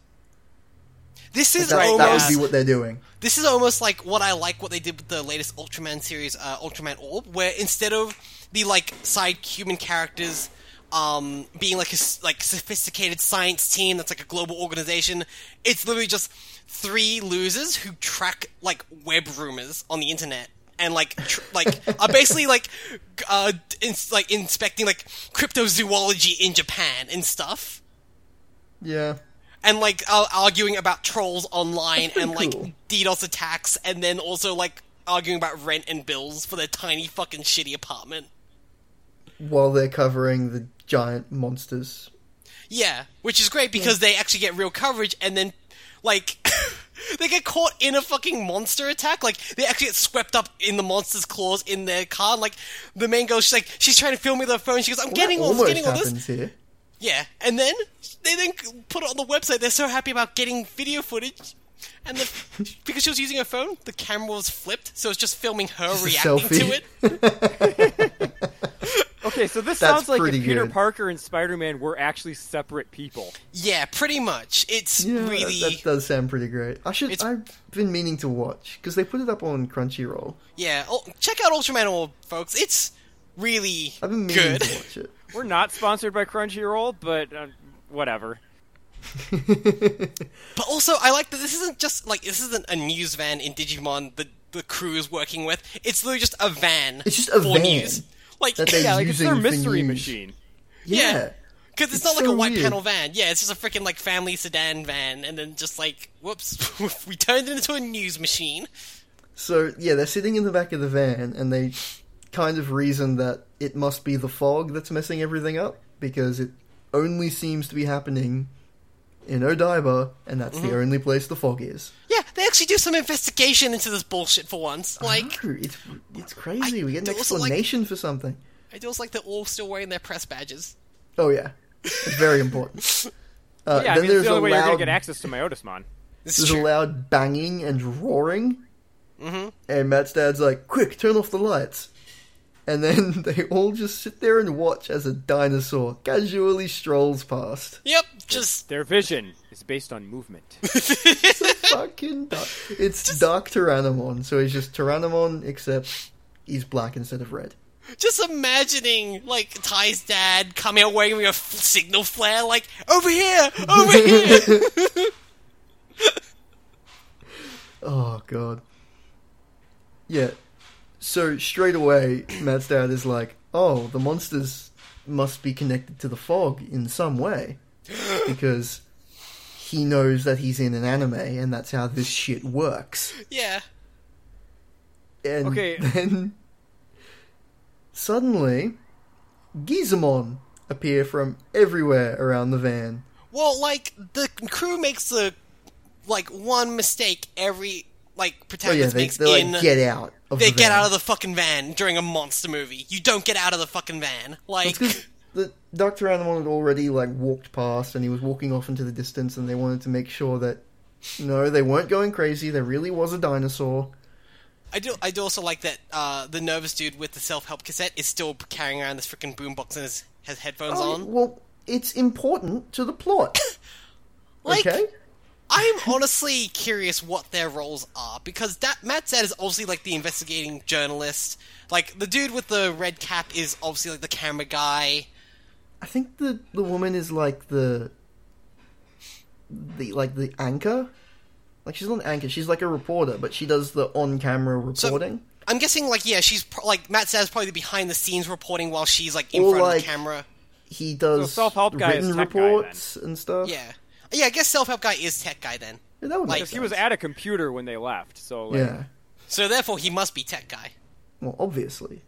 this is That, almost that would be what they're doing. this is almost like what I like what they did with the latest Ultraman series, uh, Ultraman Orb, where instead of the like side human characters um, being like a s- like sophisticated science team that's like a global organization, it's literally just three losers who track like web rumors on the internet and like tr- like are basically like g- uh, ins- like inspecting like cryptozoology in Japan and stuff Yeah. and like uh, arguing about trolls online pretty and like cool. DDoS attacks, and then also like arguing about rent and bills for their tiny fucking shitty apartment. While they're covering the giant monsters. Yeah, which is great because they actually get real coverage, and then like they get caught in a fucking monster attack. Like they actually get swept up in the monster's claws in their car. And, like the main girl, she's like she's trying to film with her phone. She goes, "I'm getting That all this, almost getting all this." happens here. Yeah, and then they then put it on the website. They're so happy about getting video footage And the, because she was using her phone, the camera was flipped, so it's just filming her Just a reacting to selfie. it. Okay, so this That's sounds like if pretty Peter good. Parker and Spider-Man were actually separate people. Yeah, pretty much. It's Yeah, that- really that, does sound pretty great. I should. It's- I've been meaning to watch because they put it up on Crunchyroll. yeah. Oh, check out Ultraman All, folks. It's really I've been meaning good. to watch it. We're not sponsored by Crunchyroll, but uh, whatever. But also, I like that this isn't just like this isn't a news van in Digimon that the crew is working with. It's literally just a van. It's just a for van news. Like that they Yeah, like it's their Using for mystery news. machine. Yeah. Yeah. Because it's, It's not like so a white weird. panel van. Yeah, it's just a freaking like family sedan van, and then just like whoops, we turned it into a news machine. So yeah, they're sitting in the back of the van and they kind of reason that it must be the fog that's messing everything up because it only seems to be happening in Odaiba and that's the only place the fog is. Yeah, they actually do some investigation into this bullshit for Uh-huh. once. Like, No, Oh, it's it's crazy. we get an I also like- explanation for something. I do also like they're all still wearing their press badges. Oh yeah, it's very important. Uh, Yeah, then I mean, it's there's the a only way you're gonna loud get access to my Otismon. This is there's a true. loud banging and roaring. Mm-hmm. And Matt's dad's like, "Quick, turn off the lights." And then they all just sit there and watch as a dinosaur casually strolls past. Yep, just Their vision is based on movement. Fucking, di- it's Dark Tyrannomon. So he's just Tyrannomon, except he's black instead of red. just imagining like Ty's dad coming out wearing a f- signal flare, like over here, over here. Oh god. Yeah. So straight away, Matt's dad is like, "Oh, the monsters must be connected to the fog in some way, because he knows that he's in an anime, and that's how this shit works." yeah, And Okay. then suddenly, Gizamon appear from everywhere around the van. well, like the crew makes the like one mistake every like Oh yeah, protagonist they, makes they like in get out. Of they the get van. out of the fucking van during a monster movie. You don't get out of the fucking van. Like, It's 'cause the Doctor Animal had already like walked past, and he was walking off into the distance, and they wanted to make sure that no, they weren't going crazy. There really was a dinosaur. I do. I do also like that uh, the nervous dude with the self help cassette is still carrying around this freaking boombox and his, has headphones Oh, on. well, it's important to the plot. Like, okay, I'm honestly curious what their roles are because that Matt said is obviously like the investigating journalist. Like the dude with the red cap is obviously like the camera guy. I think the the woman is like the the like the anchor. Like she's not an anchor. She's like a reporter, but she does the on camera So reporting. I'm guessing like yeah, she's pro- like Matt said is probably the behind the scenes reporting while she's like in Or, front of like- the camera. he does self-help guy is written tech guy, then. reports and stuff. Yeah, yeah. I guess self help guy is tech guy then. Yeah, that would Like, make he was sense. at a computer when they left, so like, yeah. So therefore he must be tech guy. Well, obviously.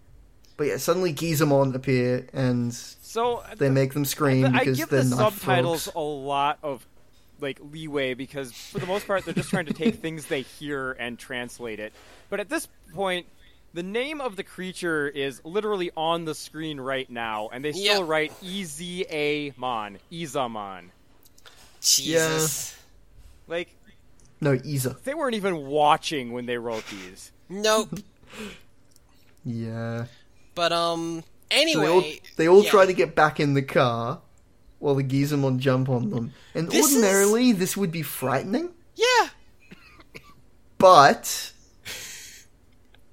But yeah, suddenly Gizamon appear and So uh, they make them scream I because give they're the not subtitles frogs. a lot of like leeway because for the most part they're just trying to take things they hear and translate it. But at this point, the name of the creature is literally on the screen right now, and they still Yep. write E Z A Mon, Izamon. Jesus. Like No, Iza. they weren't even watching when they wrote these. Nope. Yeah. But um. So Anyway, they all, they all yeah. try to get back in the car while the Gizamon jump on them. And This is- ordinarily, this would be frightening, Yeah. but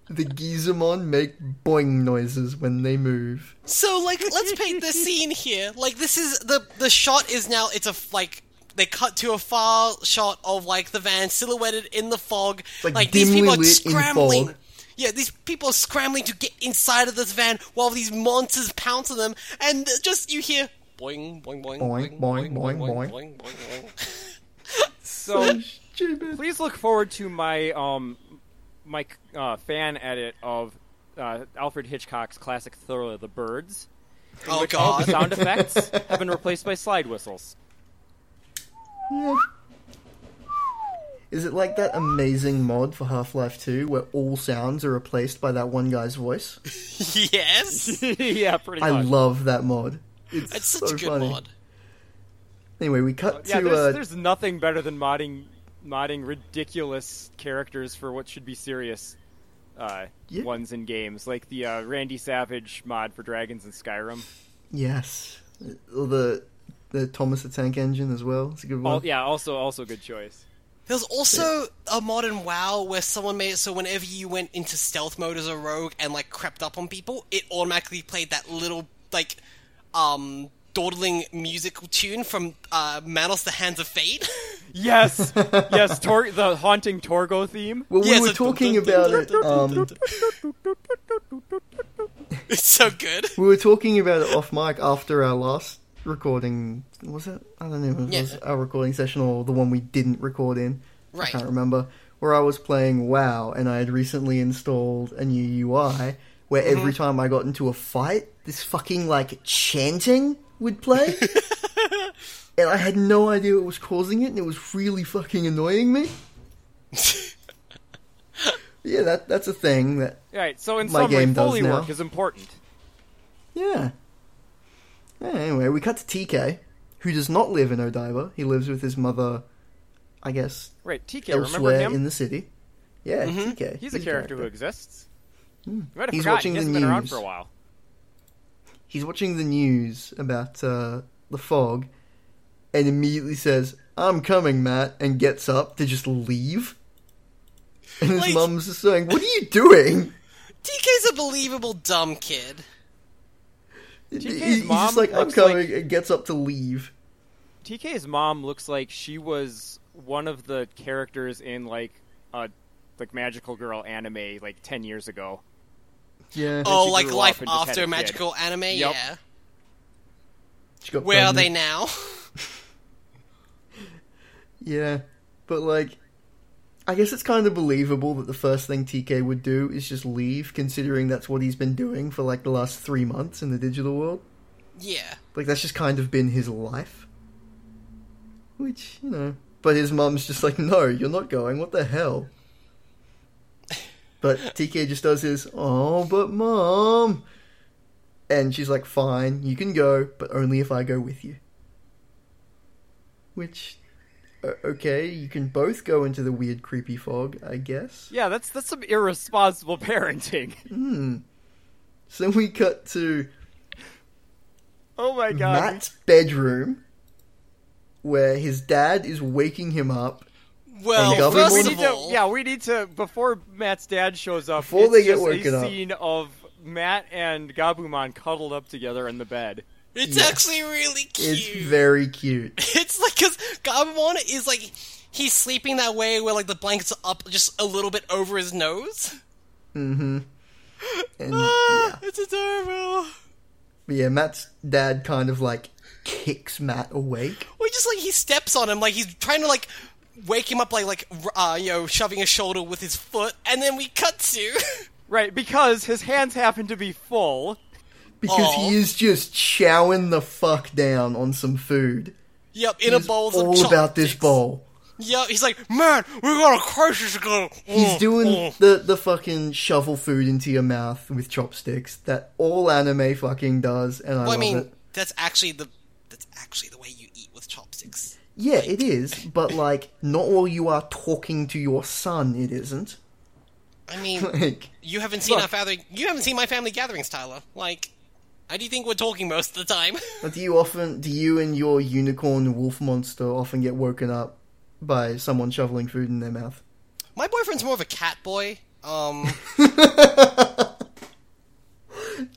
the Gizamon make boing noises when they move. So like, let's paint the scene here. Like, this is the the shot is now. It's a f- like they cut to a far shot of like the van silhouetted in the fog. like, these dimly people are lit in scrambling. fog. Yeah, these people are scrambling to get inside of this van while these monsters pounce on them, and th- just you hear boing boing boing Boing, boing, boing, boing boing boing. So Stupid. Oh, please look forward to my um my uh, fan edit of uh, Alfred Hitchcock's classic thriller The Birds. Oh All the god. sound effects have been replaced by slide whistles. Is it like that amazing mod for Half Life 2 where all sounds are replaced by that one guy's voice? yes. yeah, pretty I much. love that mod. It's, It's so such a good funny. mod. Anyway, we cut yeah, to there's, uh, there's nothing better than modding modding ridiculous characters for what should be serious uh, Yeah. ones in games, like the uh, Randy Savage mod for Dragons and Skyrim. Yes. Or the the Thomas the Tank Engine as well. It's a good one. Al- Oh, yeah, also also good choice. There's also a mod in WoW where someone made it so whenever you went into stealth mode as a rogue and like crept up on people, it automatically played that little like um dawdling musical tune from uh Manos the Hands of Fate. Yes, yes, Tor- the haunting Torgo theme. Well, we Yes, were it's dun- talking dun- about dun- it. dun- dun- Um, it's so good. we were talking about it off mic after our last recording. Was it? I don't know. if It Yeah. was our recording session or the one we didn't record in. I Right. can't remember. Where I was playing WoW and I had recently installed a new UI where Mm-hmm. every time I got into a fight, this fucking like chanting would play. and I had no idea what was causing it and it was really fucking annoying me. yeah, that that's a thing that All right, so in My summary, game does Foley work now. is important. Yeah. Yeah, Anyway, we cut to TK, who does not live in Odaiba. He lives with his mother, I guess, Right, TK, remember elsewhere him? Mm-hmm. in the city. Yeah, TK. He's a character who exists. You might have Hmm. He's forgotten. watching the he hasn't been around news. for a while. He's watching the news about uh, the fog and immediately says, I'm coming, Matt, and gets up to just leave. And his Like- mum's just saying, What are you doing? TK's a believable dumb kid. He- TK's He's mom just like, I'm looks like- coming, and gets up to leave. TK's mom looks like she was one of the characters in like a like magical girl anime like 10 years ago. Yeah. Oh, she like grew up life and just had a after kid. magical anime, Yup. yeah. She got Where are they pregnant. now? Yeah, but like, I guess it's kind of believable that the first thing TK would do is just leave, considering that's what he's been doing for like the last three months in the digital world. yeah. Like, that's just kind of been his life. Which, you know. But his mum's just like, no, you're not going, what the hell? But TK just does his, oh, but mom. And she's like, fine, you can go, but only if I go with you. Which, o- okay, you can both go into the weird, creepy fog, I guess. Yeah, that's that's some irresponsible parenting. So then we cut to Oh my god. Matt's bedroom, where his dad is waking him up Well, Double we, we first Moon? of need to, all, yeah, we need to before Matt's dad shows up. Before it's they get just woken a up. scene of Matt and Gabumon cuddled up together in the bed. it's Yeah. actually really cute. It's very cute. It's like because Gabumon is like he's sleeping that way where like the blankets are up just a little bit over his nose. Mm-hmm. And Ah, it's adorable. but yeah, Matt's dad kind of like kicks Matt awake. Or just like he steps on him, like he's trying to like wake him up, like like r- uh, you know, shoving his shoulder with his foot, and then we cut to. Right, because his hands happen to be full. Because Aw. he is just chowing the fuck down on some food. yep, in a He's bowl. all about this bowl. Yep, he's like, man, we're gonna crush this girl. He's Mm, doing mm." the, the fucking shovel food into your mouth with chopsticks that all anime fucking does, and I Well, I love mean, it. that's actually the that's actually the way you eat with chopsticks. Yeah, it is, but like not while you are talking to your son, it isn't. I mean, Like, You haven't seen Look. our family. You haven't seen my family gatherings, Tyler. Like, I do you think we're talking most of the time? do you often do you and your unicorn wolf monster often get woken up by someone shoveling food in their mouth? my boyfriend's more of a cat boy. Um,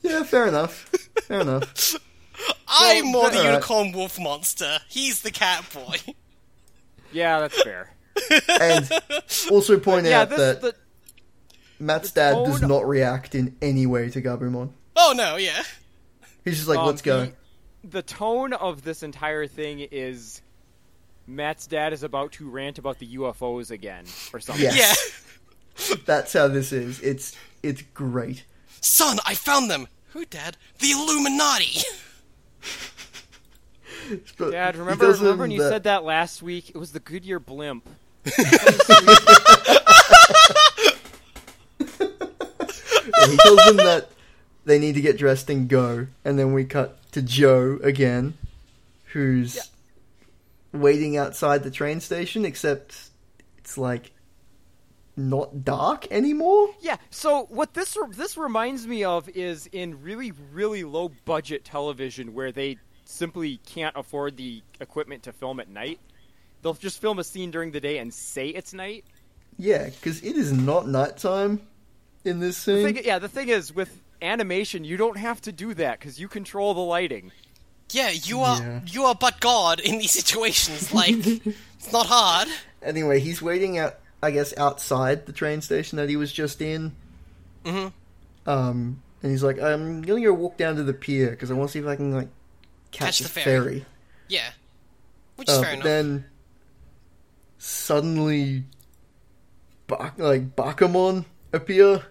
Yeah, fair enough. Fair enough. I'm more the alright. unicorn wolf monster. He's the cat boy. Yeah, that's fair. And also point yeah, out this that the Matt's dad does tone- not react in any way to Gabumon. oh no, yeah. He's just like, Um, "Let's go." the- the tone of this entire thing is Matt's dad is about to rant about the UFOs again or something. Yes. Yeah. That's how this is. It's it's great. Son, I found them. Who, Dad? The Illuminati. But Dad, he remember does remember him when you the- said that last week? It was the Goodyear blimp. yeah, he tells them that they need to get dressed and go, and then we cut to Joe again, who's waiting outside the train station. Except it's like not dark anymore. Yeah. So what this re- this reminds me of is in really really low budget television where they simply can't afford the equipment to film at night. They'll just film a scene during the day and say it's night. Yeah, because it is not nighttime in this scene. Thing- yeah. The thing is with animation, you don't have to do that because you control the lighting. Yeah, you are Yeah. you are but God in these situations. Like it's not hard. Anyway, he's waiting out, I guess, outside the train station that he was just in. Mm-hmm. Um, and he's like, I'm gonna go walk down to the pier because I want to see if I can like catch, Catch the the ferry. ferry. Yeah, which is Uh, fair but enough. then suddenly, Bak- like Bakamon appear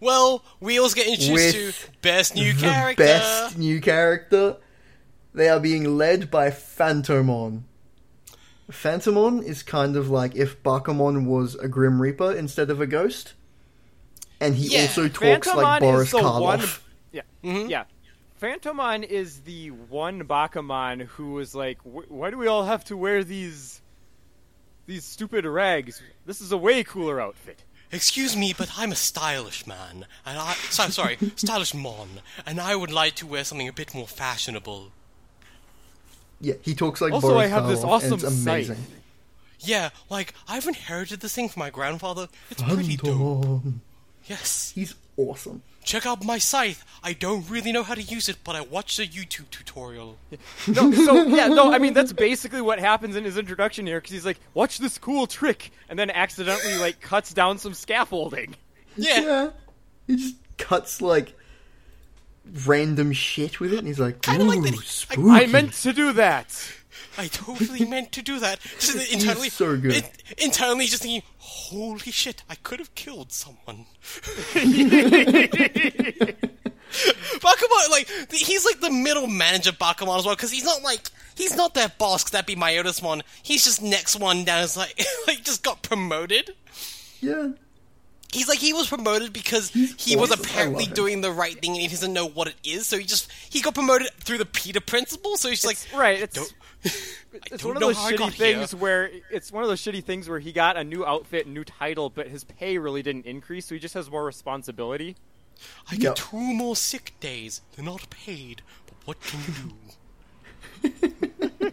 well, Wheels get introduced to With best new the character. best new character. They are being led by Phantomon. Phantomon is kind of like if Bakamon was a Grim Reaper instead of a ghost. And he Yeah, also talks like Boris Karloff. Mm-hmm. Yeah, yeah. Phantomon is the one Bakamon who was like, "Wh- "Why do we all have to wear these these stupid rags? This is a way cooler outfit." Excuse me, but I'm a stylish man, and I so, sorry, stylish mon, and I would like to wear something a bit more fashionable. Yeah, he talks like Also, Boris I have this Karloff, and awesome it's sight. amazing. Yeah, like I've inherited this thing from my grandfather. It's pretty dope. Phantomon. Yes. He's awesome. Check out my scythe. I don't really know how to use it, but I watched a YouTube tutorial. No, so yeah, no. I mean, that's basically what happens in his introduction here, because he's like, "Watch this cool trick," and then accidentally like cuts down some scaffolding. Yeah. He just cuts like random shit with it and he's like, Kinda like "Ooh, that he- I- spooky. I meant to do that. I totally meant to do that. Just internally, so good. in- internally, just thinking, "Holy shit! I could have killed someone." Bakuman, like th- he's like the middle manager Bakuman as well, because he's not like he's not their boss. Cause that'd be Myotis one. He's just next one down. Is like like just got promoted. Yeah. He's like he was promoted because he was awesome. I apparently love him. doing the right thing and he doesn't know what it is, so he just he got promoted through the Peter principle. So he's It's- like, right, it's- I It's don't one of know those how I got shitty here. things where it's one of those shitty things where he got a new outfit, new title, but his pay really didn't increase, so he just has more responsibility. I get Yep. two more sick days. They're not paid, but what can you do?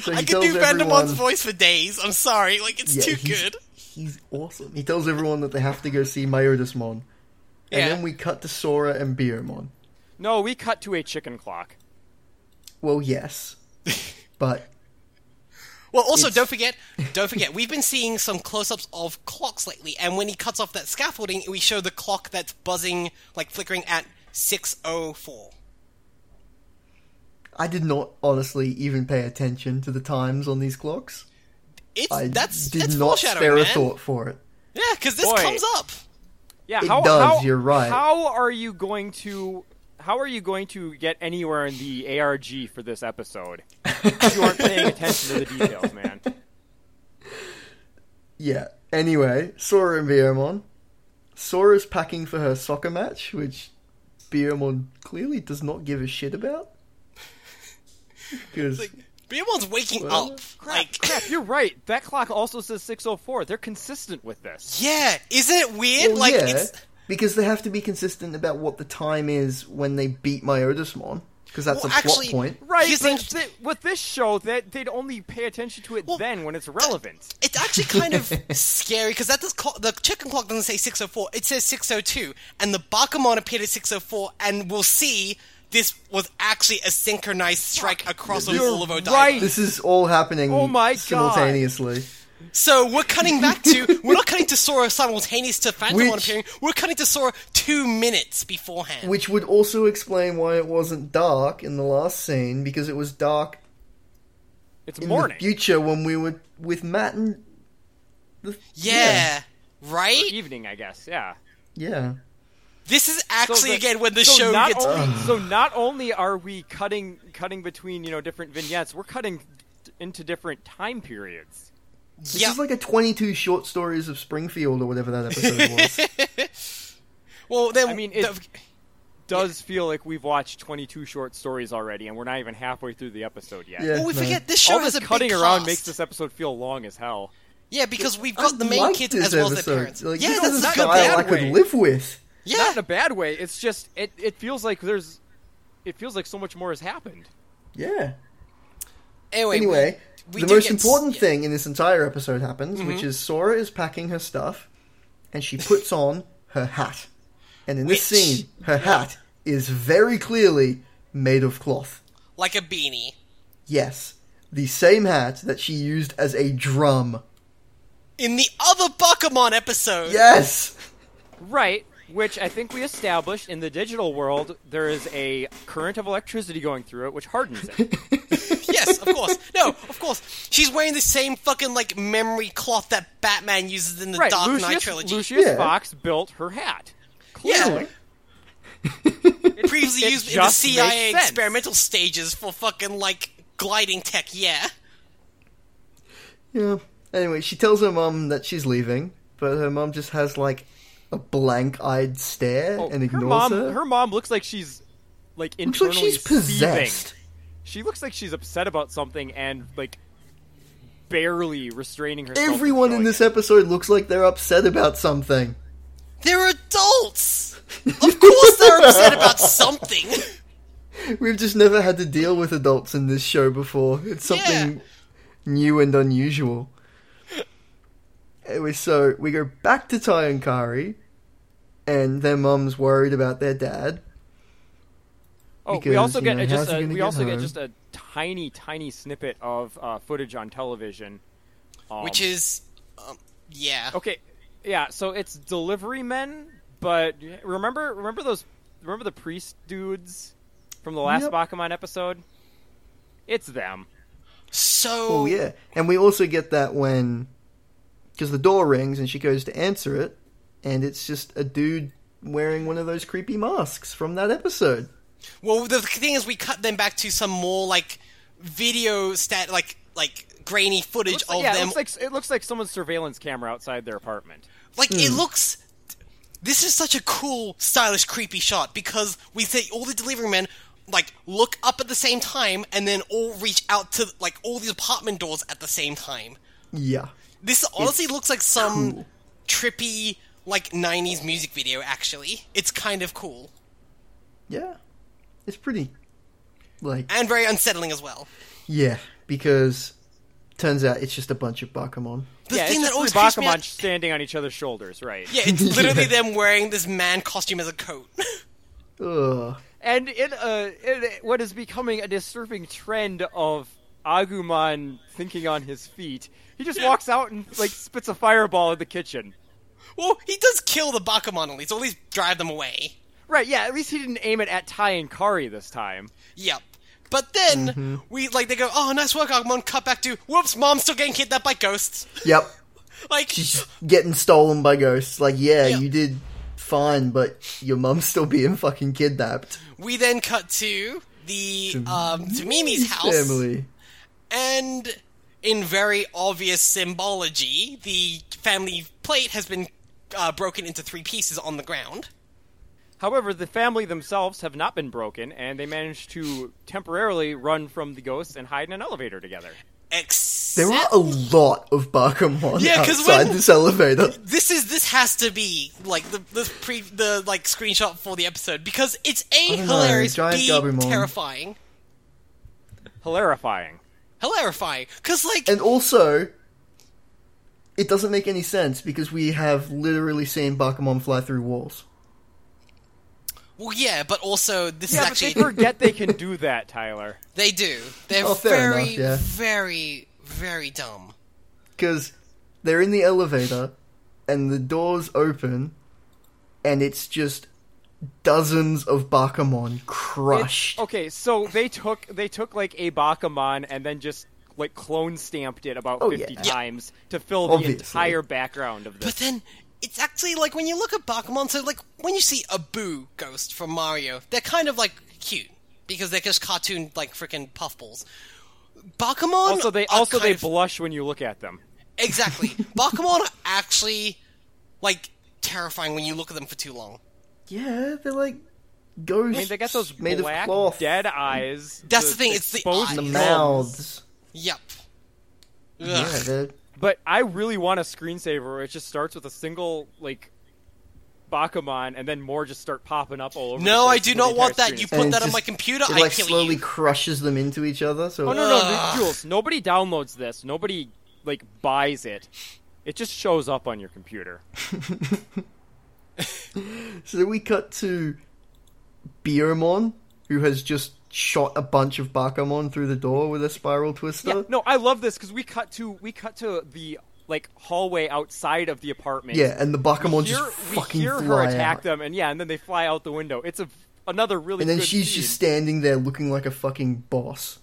So he I could tells do Vandermon's everyone- voice for days. I'm sorry, like it's Yeah, too he's- good. He's awesome. He tells everyone that they have to go see Myotismon. And Yeah. then we cut to Sora and Beermon. No, we cut to a chicken clock. Well, yes. but Well, also don't forget, don't forget, we've been seeing some close-ups of clocks lately, and when he cuts off that scaffolding, we show the clock that's buzzing, like flickering at six oh four. I did not honestly even pay attention to the times on these clocks. It's I that's did that's not foreshadowing, spare a man. thought for it. Yeah, because this Boy. comes up. Yeah, It how, does, how- you're right. How are you going to how are you going to get anywhere in the ARG for this episode? if you aren't paying attention to the details, man. Yeah. Anyway, Sora and Beermon. Sora's packing for her soccer match, which Beermon clearly does not give a shit about. Because Like, everyone's waking Well, up. Crap, like, crap, you're right. That clock also says 604. They're consistent with this. yeah, isn't it weird? Well, like, yeah, it's because they have to be consistent about what the time is when they beat Myotismon, because that's Well, a plot actually- point. Right, He's but in- th- with this show, that they'd only pay attention to it Well, then when it's relevant. it's actually kind of scary because that does clock, the chicken clock doesn't say 604 it says 602 and the bakamon appeared at 604 and we'll see this was actually a synchronized strike across a You're wall of Odaiba. right. This is all happening Oh my God. simultaneously. So we're cutting back to we're not cutting to Sora simultaneous to Phantomon Which- appearing. We're cutting to Sora two minutes beforehand. Which would also explain why it wasn't dark in the last scene, because it was dark It's in morning. the future when we were with Matt and. The, yeah, right. evening, I guess. Yeah. Yeah. This is actually the- again when the so show not gets only, so not only are we cutting cutting between you know different vignettes, we're cutting d- into different time periods. This yeah. is like a 22 short stories of Springfield or whatever that episode was. well, then I mean, it the- does feel like we've watched 22 short stories already, and we're not even halfway through the episode yet. Yeah. well, Oh, we no. forget this show All has this a cutting big around cast. makes this episode feel long as hell. Yeah, because we've got I the main like kids this as well as episode. their parents. Like, yeah, this that's is not a good guy that I could way. live with. Yeah, Not in a bad way. It's just it, it feels like there's it feels like so much more has happened. Yeah. anyway. we- Anyway, we the do most get s- important yeah. Mm-hmm. thing in this entire episode happens, which is Sora is packing her stuff, and she puts on her hat. And in this Which- scene, her hat is very clearly made of cloth. like a beanie. Yes, the same hat that she used as a drum. In the other Pokemon episode, Yes. Right, which I think we established in the digital world, there is a current of electricity going through it which hardens it. yes, of course. No, of course. She's wearing the same fucking like memory cloth that Batman uses in the right, Dark Knight Lucius, trilogy. Lucius Yeah. Fox built her hat. yeah, Clearly. previously it used in the just makes CIA sense. experimental stages for fucking like gliding tech. Yeah, Yeah. Anyway, she tells her mum that she's leaving, but her mum just has like a blank-eyed stare Oh, and ignores her her. mom, her mom looks like she's like Looks like internally she's possessed. seething. She looks like she's upset about something and like barely restraining herself. from Everyone in showing this it. episode looks like they're upset about something. they're adults. Of course, they're upset about something. We've just never had to deal with adults in this show before. It's something new and unusual. Anyway, so we go back to Ty and Kari, and their mum's worried about their dad. Oh, we because, also you get know, a how's just he a, gonna we get also home? get just a tiny tiny snippet of uh, footage on television, um, Which is, um, yeah. okay. Yeah, so it's delivery men, but remember remember those remember the priest dudes from the last Yep. Bakuman episode? It's them. So Oh yeah, and we also get that when because the door rings and she goes to answer it, and it's just a dude wearing one of those creepy masks from that episode. Well, the thing is, we cut them back to some more like video stat, like like grainy footage Looks- of yeah, it them. looks like it looks like someone's surveillance camera outside their apartment. like it looks. This is such a cool, stylish, creepy shot because we see all the delivery men like look up at the same time and then all reach out to like all the apartment doors at the same time. Yeah, This honestly looks like some cool. trippy like '90s music video. Actually, it's kind of cool yeah, it's pretty like and very unsettling as well. Yeah, because turns out it's just a bunch of Pokemon. The yeah, thing it's that always just three creeps me Bakuman out- standing on each other's shoulders, right? Yeah, it's literally Yeah. them wearing this man costume as a coat. Ugh. And in, uh, in what is becoming a disturbing trend of Agumon thinking on his feet, he just walks out and like spits a fireball in the kitchen. well, he does kill the Bakuman at least, or at least drive them away. Right? Yeah. At least he didn't aim it at Tai and Kari this time. Yep. But then we like they go, oh, nice work, Agumon. Cut back to, whoops, mom's still getting kidnapped by ghosts. Yep. Like, She's getting stolen by ghosts. Like, yeah, Yeah. you did fine, but your mum's still being fucking kidnapped. we then cut to the um, to Mimi's house, Family. and in very obvious symbology, the family plate has been uh, broken into three pieces on the ground. However, the family themselves have not been broken, and they managed to temporarily run from the ghosts and hide in an elevator together. Except There are a lot of Pokemon Yeah, 'cause outside when- this elevator. this is this has to be like the the pre the like screenshot for the episode because it's a don't know, hilarious, giant b Gabumon. terrifying, Hilarifying. hilarifying. Because like And also, it doesn't make any sense because we have literally seen Pokemon fly through walls. well yeah, but also this Yeah, is but they actually forget they can do that, Tyler. they do they're Oh, fair very enough, yeah. very very dumb. because they're in the elevator and the doors open and it's just dozens of Bakamon oh. crushed. Okay, so they took they took like a Bakuman and then just like clone stamped it about Oh, fifty yeah. Yeah. times to fill Obviously. the entire background of But this. then it's actually like when you look at Pokemon, so like when you see a Boo ghost from Mario, they're kind of like cute because they're just cartoon like freaking puffballs. Pokemon also, they are also kind they of- blush when you look at them. Exactly. Bakuman are actually like terrifying when you look at them for too long. Yeah, they're like ghosts I mean, they got those made of black cloth, dead eyes. That's the thing, it's the exposed eyes. the eyes. jaws. mouths. Yep. Ugh. Yeah, they're But I really want a screensaver where it just starts with a single like Bakuman, and then more just start popping up all over. No, the I place do until not the entire want that. screen You is put full. And that it on my just- computer, It I like kill slowly you. crushes them into each other. So Oh no, no, Ugh. Jules. Nobody downloads this. Nobody like buys it. It just shows up on your computer. So we cut to Beermon, who has just shot a bunch of Bakamon through the door with a spiral twister. Yeah, no, I love this because we cut to we cut to the like hallway outside of the apartment. Yeah, and the Bakamon Here- just we fucking hear her fly attack out. them, and yeah, and then they fly out the window. It's a another really. And then good she's scene. just standing there looking like a fucking boss.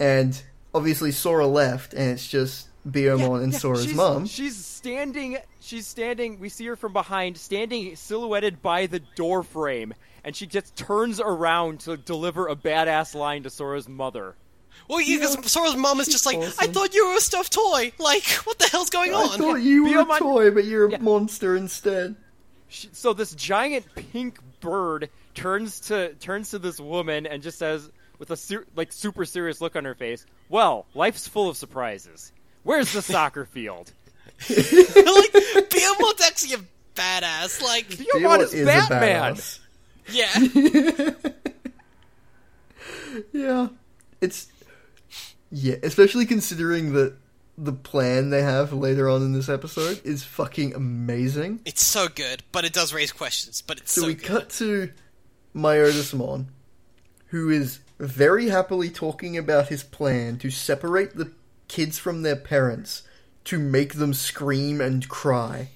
And obviously Sora left, and it's just Beermon and Yeah, Sora's she's- mom. She's standing. She's standing. We see her from behind, standing silhouetted by the door frame, and she just turns around to deliver a badass line to Sora's mother. Well, you because Sora's mom is just like, I awesome. thought you were a stuffed toy. Like, what the hell's going I on? thought you were a Beermon- toy, but you're a Yeah. monster instead. She, so this giant pink bird turns to turns to this woman and just says, with a ser- like super serious look on her face, "Well, life's full of surprises. Where's the soccer field?" like, Beermot's actually a badass. Like, Beomon Beermon is Batman. badass. yeah. Yeah. It's yeah, especially considering that the plan they have later on in this episode is fucking amazing. It's so good, but it does raise questions. But it's So, so, we good. cut to Myotismon, who is very happily talking about his plan to separate the kids from their parents to make them scream and cry.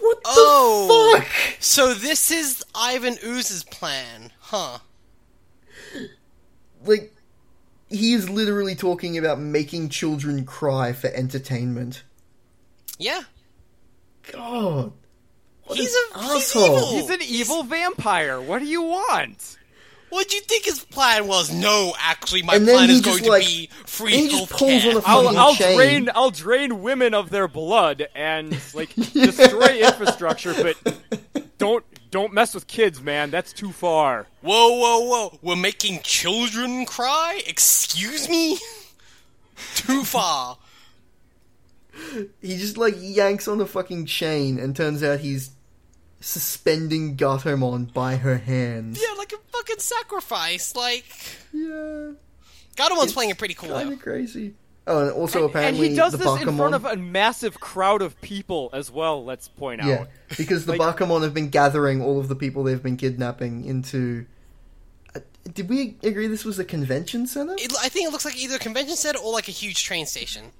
What the Oh. fuck? So this is Ivan Ooze's plan, huh? Like, he is literally talking about making children cry for entertainment. Yeah. God. What He's an a- he's asshole. evil. He's an evil vampire. What do you want? What do you think his plan was? No, actually, my And then plan he is just, going to like- be free and he just pulls healthcare. on a I'll, fucking I'll chain. drain I'll drain women of their blood and like destroy infrastructure, but don't don't mess with kids, man. That's too far. Whoa, whoa, whoa! We're making children cry. Excuse me. Too far. He just like yanks on the fucking chain and turns out he's suspending Gatomon by her hands. yeah, like a fucking sacrifice. Like Yeah. Gatomon's playing it pretty cool. Kind Though. of crazy. Oh, and also and apparently he does the this Bakamon. in front of a massive crowd of people as well. Let's point yeah, out. because the Like- Bakamon have been gathering all of the people they've been kidnapping into. Uh, Did we agree this was a convention center? It, I think it looks like either a convention center or like a huge train station.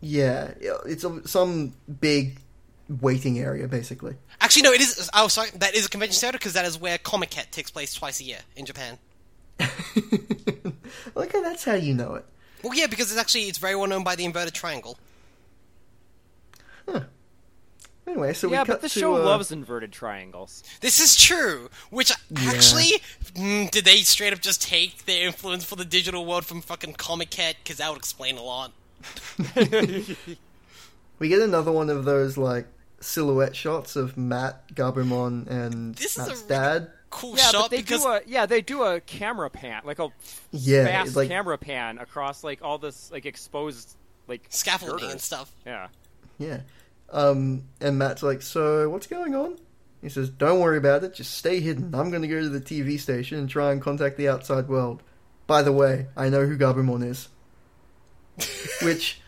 Yeah, it's a, some big waiting area, basically. Actually, no, it is. Oh, sorry, that is a convention center because that is where Comiket takes place twice a year in Japan. okay, that's how you know it. Well, yeah, because it's actually it's very well known by the inverted triangle. Anyway, so we Yeah, cut but the to, show uh, loves inverted triangles. This is true. Which actually, mm, did they straight up just take their influence for the digital world from fucking Comic Cat? Because that would explain a lot. We get another one of those like silhouette shots of Matt Gabumon and This is Matt's a really- dad. Cool Yeah, shot but they because do a yeah they do a camera pan like a Yeah, fast like camera pan across like all this like exposed like scaffolding girders. and stuff. Yeah. yeah. Um, and Matt's like, "So what's going on?" He says, "Don't worry about it. Just stay hidden. I'm going to go to the TV station and try and contact the outside world. By the way, I know who Gabumon is." Which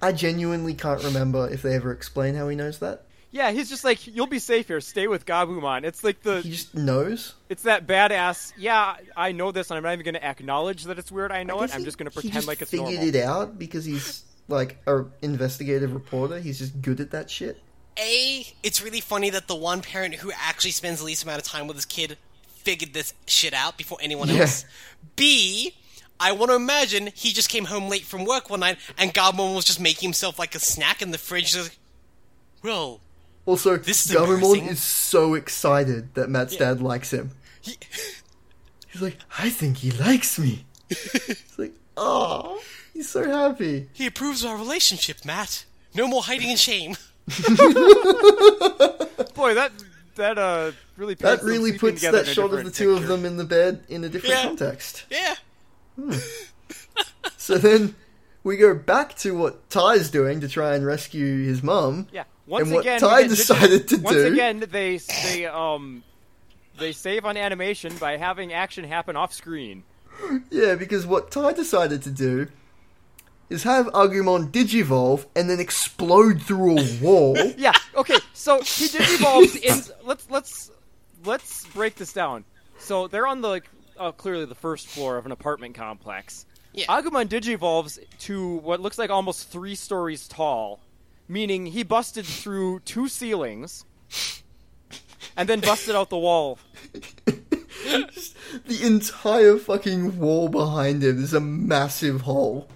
I genuinely can't remember if they ever explain how he knows that. Yeah, he's just like you'll be safe here. Stay with Gabumon. It's like the He just knows. It's that badass. Yeah, I know this, and I'm not even going to acknowledge that it's weird. I know I it. guess I'm he- just going to he pretend just like it's figured normal. it out because he's like a investigative reporter. He's just good at that shit. A, it's really funny that the one parent who actually spends the least amount of time with his kid figured this shit out before anyone Yeah. else. B, I want to imagine he just came home late from work one night and Godmon was just making himself like a snack in the fridge. Just like, well, Also, This this is embarrassing. is so excited that Matt's dad likes him. he- He's like, I think he likes me. it's like, oh, he's so happy. he approves of our relationship, Matt. No more hiding in shame. Boy, that that uh really That puts them really sleeping puts together that in a shot of the different two of picture. them in the bed in a different Yeah. context. Yeah. So then we go back to what Ty's doing to try and rescue his mum. Yeah. Once what again, Ty we get- decided to once do- again, they they um they save on animation by having action happen off screen. Yeah, because what Ty decided to do is have Agumon digivolve and then explode through a wall. Yeah. Okay. So he did evolve. in. Let's let's let's break this down. So they're on the like, uh, clearly the first floor of an apartment complex. Yeah. Agumon digivolves to what looks like almost three stories tall, meaning he busted through two ceilings, and then busted out the wall. the entire fucking wall behind him is a massive hole.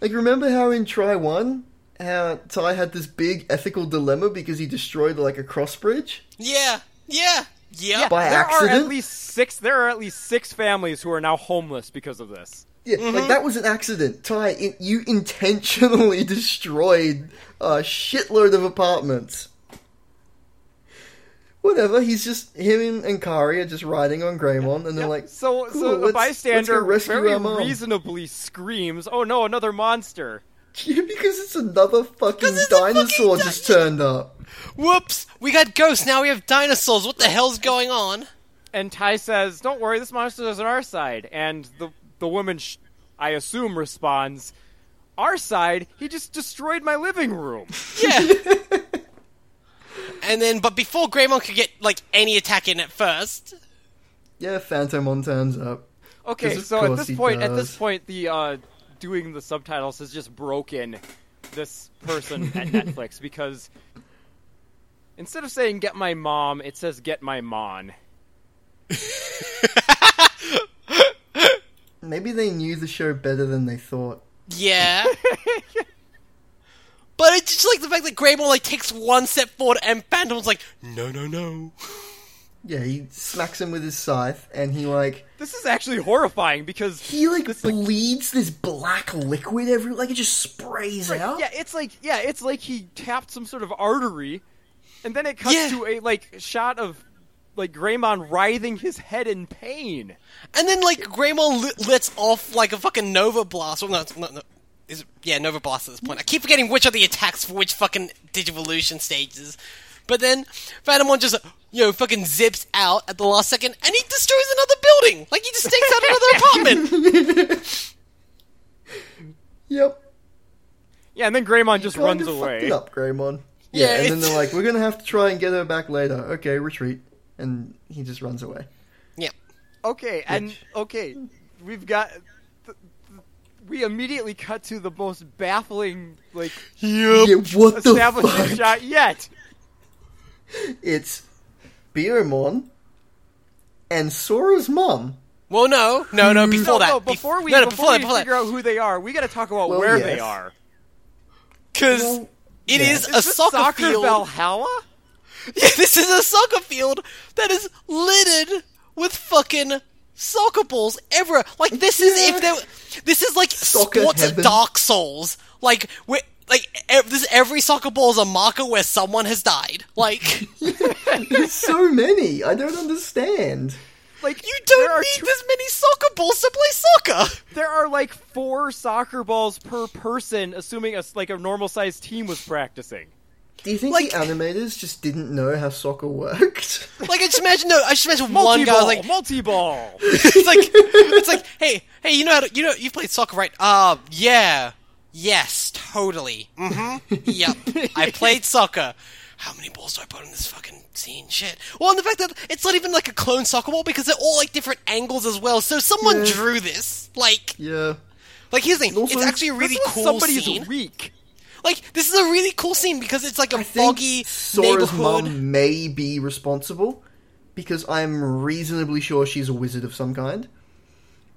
Like, remember how in Try 1, how Ty had this big ethical dilemma because he destroyed, like, a cross bridge? Yeah, yeah, yeah. By there are accident? at least six. There are at least six families who are now homeless because of this. Yeah, like, that was an accident. Ty, in- you intentionally destroyed a shitload of apartments. Whatever, he's just, him and Kari are just riding on Greymon, and they're like, so, "Cool, so let's- a let's go bystander rescue very our mom." reasonably screams, "Oh no, another monster!" Yeah, because it's another fucking it's a fucking dinosaur di- just turned up. Whoops, we got ghosts. Now we have dinosaurs. What the hell's going on? And Ty says, "Don't worry, this monster is on our side." And the the woman, sh- I assume, responds, "Our side? He just destroyed my living room." Yeah. and then, but before Greymon could get like any attack in at first, Yeah, Phantomon turns up. Okay, 'Cause of so at course this he point, at this does. point, the uh, doing the subtitles has just broken this person at Netflix because instead of saying "get my mom," it says "get my mon." Maybe they knew the show better than they thought. yeah. but it's just like the fact that Greymon like takes one step forward and Phantom's like, no, no, no. Yeah, he smacks him with his scythe, and he like This is actually horrifying because he like bleeds this black liquid every like it just sprays out. yeah, it's like yeah, it's like he tapped some sort of artery, and then it cuts Yeah. to a like shot of like Greymon writhing his head in pain. And then like Greymon li- lets off like a fucking Nova Blast. Well, no, it's- no, no. Is it- yeah, Nova Blast at this point. I keep forgetting which are the attacks for which fucking Digivolution stages. But then Phantomon just you know fucking zips out at the last second, and he destroys another building. Like he just takes out another apartment. Yep. Yeah, and then Greymon just Kinda runs fucked away. it up, Greymon. Yeah, Yeah, and then it's- they're like, "We're gonna have to try and get her back later." Okay, retreat, and he just runs away. Yep. Okay, and Which- okay, we've got. Th- th- we immediately cut to the most baffling like Yeah, what the fuck? establishing shot yet. It's Beermon and Sora's mom. Well, no, no, no. Before Mm. No, that, no, Bef- before we, no, no, before before we that, before figure that, out who they are, we got to talk about Well, where yes. they are. because Well, it yeah. is Is a Is this soccer, field. Valhalla? this is a soccer field that is littered with fucking soccer balls everywhere. Like this is if there, this is like Soccer sports heaven. Dark Souls. Like where, like ev- this every soccer ball is a marker where someone has died. Like you There's so many. I don't understand. Like you there don't are need two, this many soccer balls to play soccer. there are like four soccer balls per person, assuming a s like a normal sized team was practicing. Do you think Like- the animators just didn't know how soccer worked? Like I just imagine no, I just imagine one Multi guy ball, like multi ball. it's like it's like hey hey you know how to, you know you played soccer right uh yeah yes totally mm-hmm yep i played soccer how many balls do i put in this fucking scene shit well and the fact that it's not even like a clone soccer ball because they're all like different angles as well so someone Yeah. drew this like yeah. like here's the thing Also, it's actually a really this was cool somebody's scene week. like this is a really cool scene because it's like a I think foggy Sora's neighborhood mom may be responsible because I'm reasonably sure she's a wizard of some kind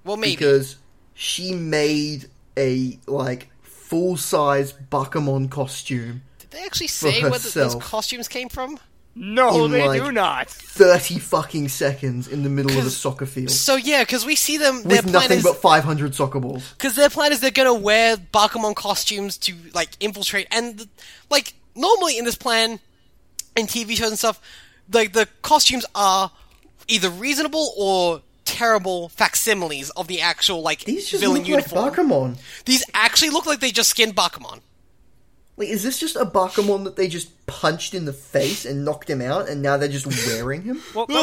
well maybe because she made a like full-size Bakamon costume did they actually say where th- those herself. costumes came from No, Oh, In, they like- do not. 30 fucking seconds in the middle of a 'Cause- soccer field so yeah because we see them their with plan nothing is but 500 soccer balls. because their plan is they're gonna wear Bakumon costumes to like infiltrate, and like normally in this plan, in TV shows and stuff, like the costumes are either reasonable or terrible facsimiles of the actual like These just villain look uniform. like Bakamon. These actually look like they just skinned Bakamon. Like, is this just a Bakamon that they just punched in the face and knocked him out, and now they're just wearing him? Well, Ugh.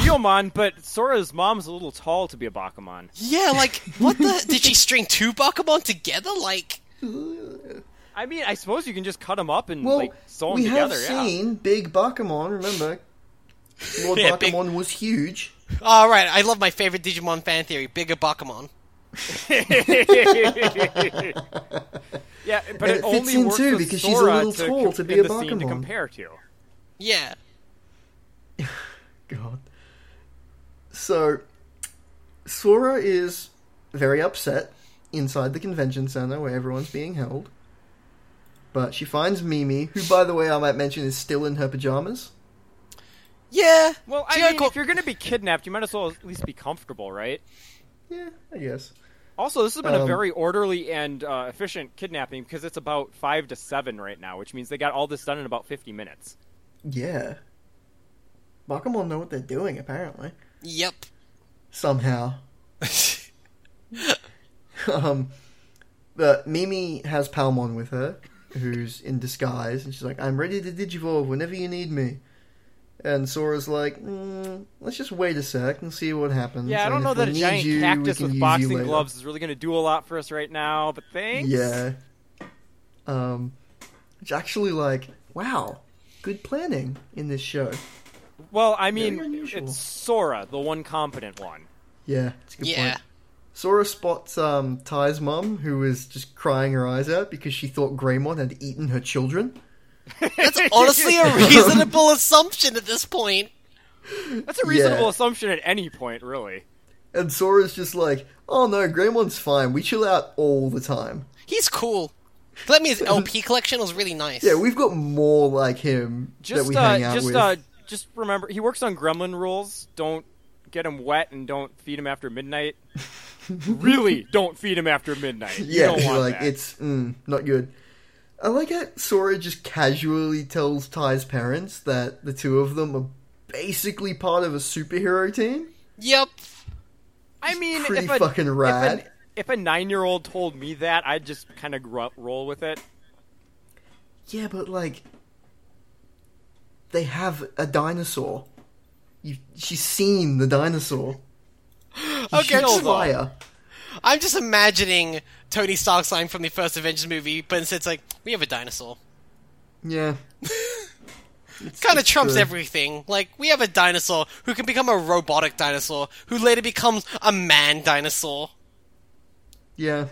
that's a Ryomon, but Sora's mom's a little tall to be a Bakamon. Yeah, like what the? Did she string two Bakamon together? Like I mean, I suppose you can just cut them up and Well, like sew them we together. have yeah. seen Big Bakamon. Remember, Lord Yeah, big- Bakamon was huge. All right, I love my favorite Digimon fan theory, bigger Bakamon. yeah, And but it, it fits only in works too, with because she's a Sora little to tall com- to be in a the scene to Bakamon. compare to. Yeah. God. So, Sora is very upset inside the convention center where everyone's being held. But she finds Mimi, who, by the way, I might mention is still in her pajamas. Yeah. Well, She I got mean, called- if you're going to be kidnapped, you might as well at least be comfortable, right? Yeah, I guess. Also, this has been a Um, very orderly and uh, efficient kidnapping because it's about five to seven right now, which means they got all this done in about fifty minutes. Yeah. Bakamon know what they're doing, apparently. Yep. Somehow. um, but Mimi has Palmon with her, who's in disguise, and she's like, "I'm ready to digivolve whenever you need me." And Sora's like, mm, "Let's just wait a sec and see what happens." Yeah, I and don't if know we that a need giant you, we cactus can use with you boxing later." gloves is really going to do a lot for us right now, but thanks. Yeah. Um, it's actually like, wow, good planning in this show. Well, I Very mean, unusual. it's Sora, the one competent one. Yeah, it's a good Yeah. point. Sora spots um, Ty's mum, who is just crying her eyes out because she thought Greymon had eaten her children. That's honestly a reasonable assumption at this point. That's a reasonable Yeah. assumption at any point, really. And Sora's just like, oh no, Greymon's fine. We chill out all the time. He's cool. Let me his LP collection was really nice. Yeah, we've got more like him Just, that we uh, hang out just, with. uh, just remember, he works on Gremlin rules. Don't get him wet and don't feed him after midnight. really, don't feed him after midnight. You yeah, don't you're want like that. it's mm, not good. I like how Sora just casually tells Ty's parents that the two of them are basically part of a superhero team. Yep. I mean, pretty if a, fucking rad. If, an, if a nine-year-old told me that, I'd just kind of gr- roll with it. Yeah, but like, they have a dinosaur. You, she's seen the dinosaur. Okay, She's hold on. fire. I'm just imagining Tony Stark's line from the first Avengers movie, but instead it's like, we have a dinosaur. Yeah, Kind of it's trumps good. everything. Like, we have a dinosaur who can become a robotic dinosaur, who later becomes a man dinosaur. Yeah.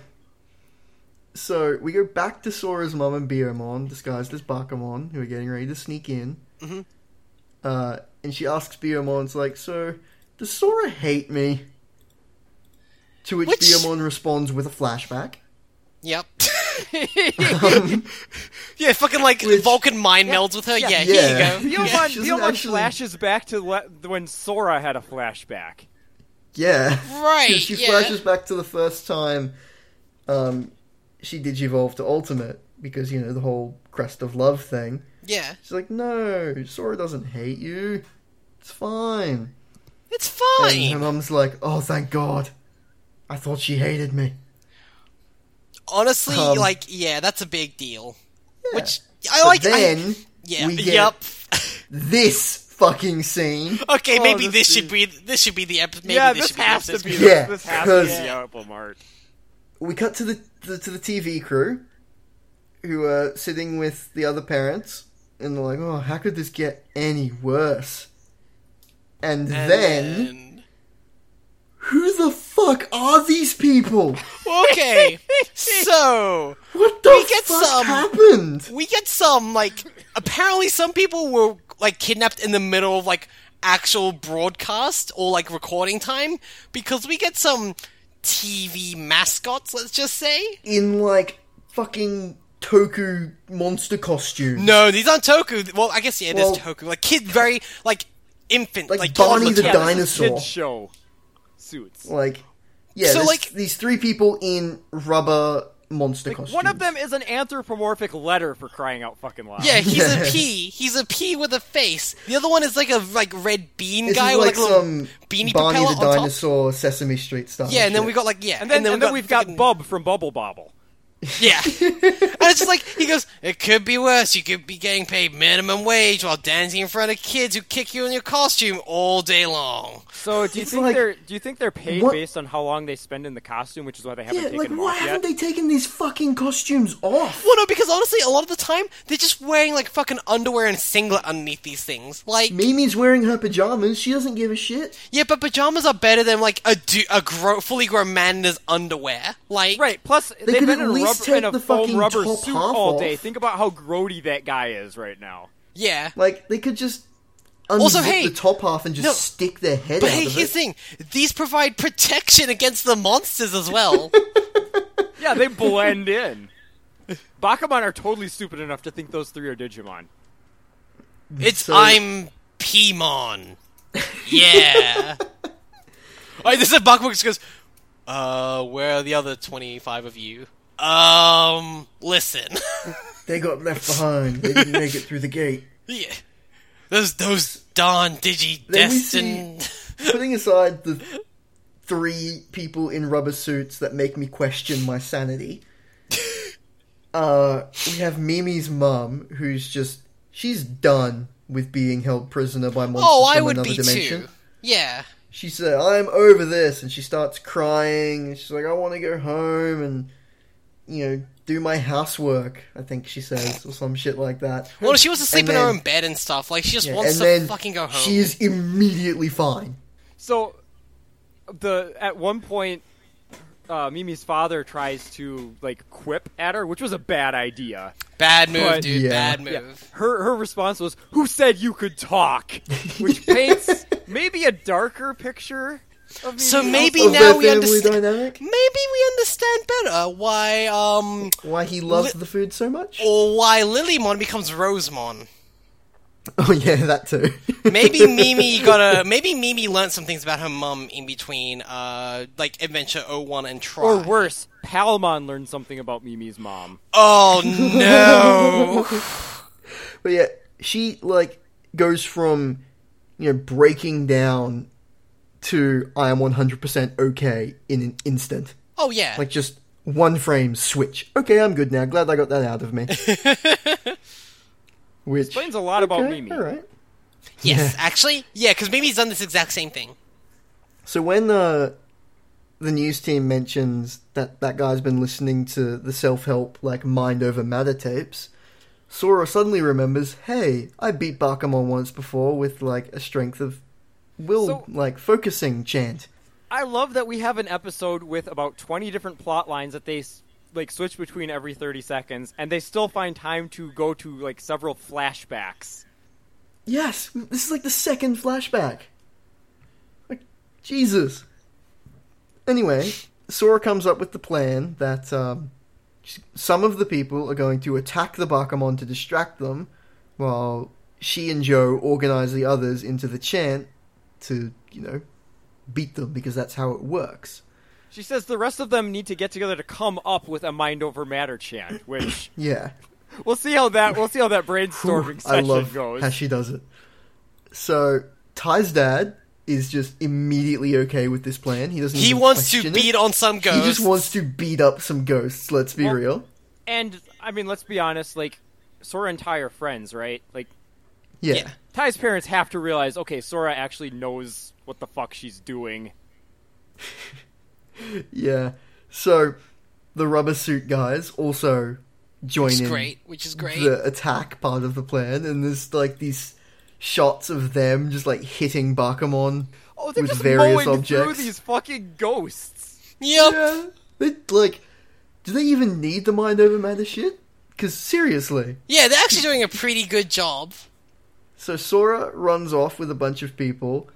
So we go back to Sora's mum and Beomon, disguised as Bakamon, who are getting ready to sneak in. Mm-hmm. Uh, and she asks Beomon, it's like, so, does Sora hate me? To which, Which- Beomon responds with a flashback. Um, Yep. yeah, fucking like Which- Vulcan mind melds with her. Yeah, Yeah. here you go. Yeah, Beomon, she doesn't Beomon actually- flashes back to le- when Sora had a flashback. Yeah. 'Cause She yeah. flashes back to the first time um, she digivolved to Ultimate, because, you know, the whole Crest of Love thing. Yeah. She's like, no, Sora doesn't hate you. It's fine. It's And her fine. mum's like, "Oh, thank God! I thought she hated me." Honestly, Um, like, yeah, that's a big deal. Which, I But like. I- then yeah, we get yep. this fucking scene. Okay, Oh, maybe this this should be this should be the episode. Maybe yeah, this, this should has be to the be episode. the- Yeah, this, this has to be because- the album art. We cut to the, the to the TV crew, who are sitting with the other parents, and they're like, "Oh, how could this get any worse?" And, And then, who the fuck are these people? okay, so What the We get fuck some- happened? we get some like apparently some people were like kidnapped in the middle of like actual broadcast or like recording time because we get some TV mascots. Let's just say In like fucking toku monster costumes. no, these aren't Toku. Well, I guess yeah, it is Well- Toku. Like kid, very like infant, Like like Barney the toddler- Dino- This is kid Dinosaur. show suits. Like, yeah, So, there's like- these three people in rubber monster Like, costumes. one of them is an anthropomorphic letter for crying out fucking loud. Yeah, he's Yeah. a pea. He's a pea with a face. The other one is like a like red bean This guy is with like like a little some beanie Barney propeller on the top. dinosaur, Sesame Street stuff. Yeah, and then we got like yeah, And then, and then, we've got fucking- Bub from Bubble Bobble. Yeah, and it's just like he goes, it could be worse. You could be getting paid minimum wage while dancing in front of kids who kick you in your costume all day long. So do you It's think like- they're do you think they're paid What- based on how long they spend in the costume, which is why they haven't yeah, taken like them why off yet? haven't they taken these fucking costumes off? Well, no, because honestly, a lot of the time they're just wearing like fucking underwear and singlet underneath these things. Like, Mimi's wearing her pajamas. She doesn't give a shit. yeah, but pajamas are better than like a du- a gro- fully grown man in his underwear. Like, Right. Plus, they have could been at in, least rubber, take in a the foam fucking rubber top suit half all day. off. Think about how grody that guy is right now. Yeah. Like they could just unzip Also, hey, the top half and just no, stick their head But out hey, of here's the it. thing: these provide protection against the monsters as well. Yeah, they blend in. Bakuman are totally stupid enough to think those three are Digimon. it's So- I'm Pimon. Yeah. I this is Bakuman just goes. Uh, where are the other twenty-five of you? Um, listen. They got left behind. They didn't make it through the gate. yeah. Those those darn digi Then we see- destined. Putting aside the three people in rubber suits that make me question my sanity, uh, we have Mimi's mum, who's just she's done with being held prisoner by monsters Oh, I from would another be dimension. too. Yeah. She said, "I'm over this," and she starts crying. And she's like, "I want to go home and you know do my housework." I think she says, or some shit like that. Well, she wants to sleep And in her then- own bed and stuff. Like she just Yeah, wants and to then fucking go home. She is immediately fine. So, the at one point, uh, Mimi's father tries to like quip at her, which was a bad idea. Bad move, But- dude. Yeah. Bad Yeah. move. Her her response was, "Who said you could talk?" Which paints maybe a darker picture. Of Mimi's So house. maybe Of now their we family understand. dynamic. Maybe we understand better why um Why he loves the food so much? or why Lilymon becomes Rosemon. Oh yeah, that too. Maybe Mimi got a maybe Mimi learned some things about her mum in between uh like Adventure 01 and Try. or worse, Palmon learned something about Mimi's mom. Oh no. But yeah, she like goes from you know breaking down to I am one hundred percent okay in an instant. oh yeah. Like just one frame switch. Okay, I'm good now. Glad I got that out of me. Which Explains a lot about okay, Mimi. All right. yes, actually. Yeah, cuz Mimi's done this exact same thing. So when the the news team mentions that that guy's been listening to the self help like mind over matter tapes, Sora suddenly remembers, "Hey, I beat Bakamon once before with like a strength of will So- like focusing chant." I love that we have an episode with about 20 different plot lines that they s- like switch between every 30 seconds and they still find time to go to like several flashbacks. Yes, this is like the second flashback. Like, Jesus. Anyway, Sora comes up with the plan that um, some of the people are going to attack the Bakamon to distract them, while she and Joe organize the others into the chant to, you know, beat them because that's how it works. She says the rest of them need to get together to come up with a mind over matter chant, which Yeah. we'll see how that we'll see how that brainstorming I session love goes. how she does it. So Ty's dad is just immediately okay with this plan. He doesn't. He even wants to question beat it. on some He ghosts. just wants to beat up some ghosts. Let's be Well- real. And I mean, let's be honest, like Sora and Ty are friends, right? Like Yeah. yeah. Ty's parents have to realize, okay, Sora actually knows what the fuck she's doing. yeah. So the rubber suit guys also join Which in is great, which is great. the attack part of the plan, and there's like these shots of them just like hitting Bakamon Oh, they're with just various mowing through objects. these fucking ghosts. Yep. Yeah. They like. Do they even need the mind over matter shit? Because seriously. Yeah, they're actually doing a pretty good job. So Sora runs off with a bunch of people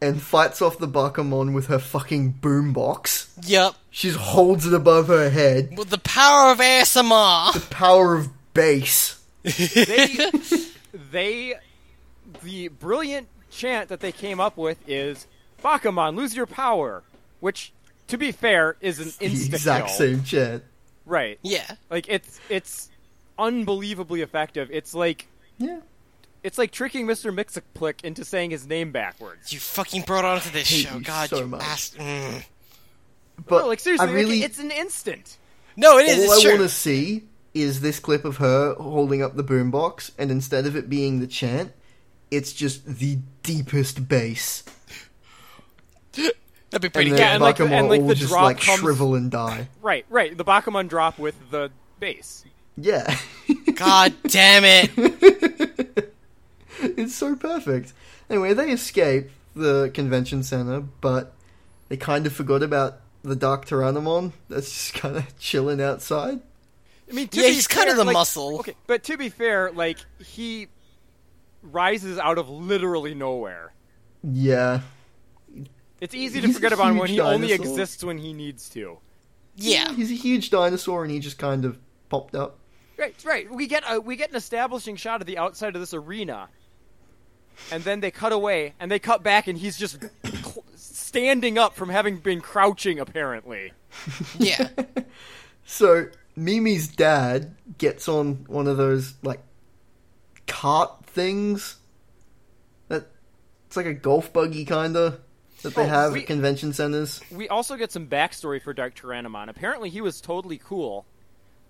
and fights off the Bakamon with her fucking boombox. Yep. She holds it above her head. With the power of ASMR. Power of bass. they they the brilliant chant that they came up with is Bakamon lose your power, which to be fair is an The instant exact same chant. Right. Yeah. Like it's it's unbelievably effective. It's like Yeah. it's like tricking Mr. Mixaplick into saying his name backwards. You fucking brought onto this hate show. you God, so you much. ass- mm. But no, like seriously, I like, really it's an instant. No, it is. all It's I true. want to see is this clip of her holding up the boombox, and instead of it being the chant, it's just the deepest bass, That'd be and pretty good. then Yeah, and like the- Bakamon and like will the just drop like comes- shrivel and die. Right, right. The Bakuman drop with the bass. Yeah, God damn it. it's so perfect. Anyway, they escape the convention center, but they kind of forgot about the Dark Tyrannomon that's just kind of chilling outside. I mean, to Yeah, be he's kinda fair, the like- muscle. Okay, but to be fair, like he rises out of literally nowhere. Yeah, It's easy to He's a forget about him when he huge only dinosaur. exists when he needs to. Yeah. he's a huge dinosaur, and he just kind of popped up. Right, right. We get a, we get an establishing shot of the outside of this arena, and then they cut away, and they cut back, and he's just cl- standing up from having been crouching. Apparently, Yeah. So Mimi's dad gets on one of those like cart things. That it's like a golf buggy kinda that they Oh, have we- at convention centers. we also get some backstory for Dark Tyrannomon. Apparently, he was totally cool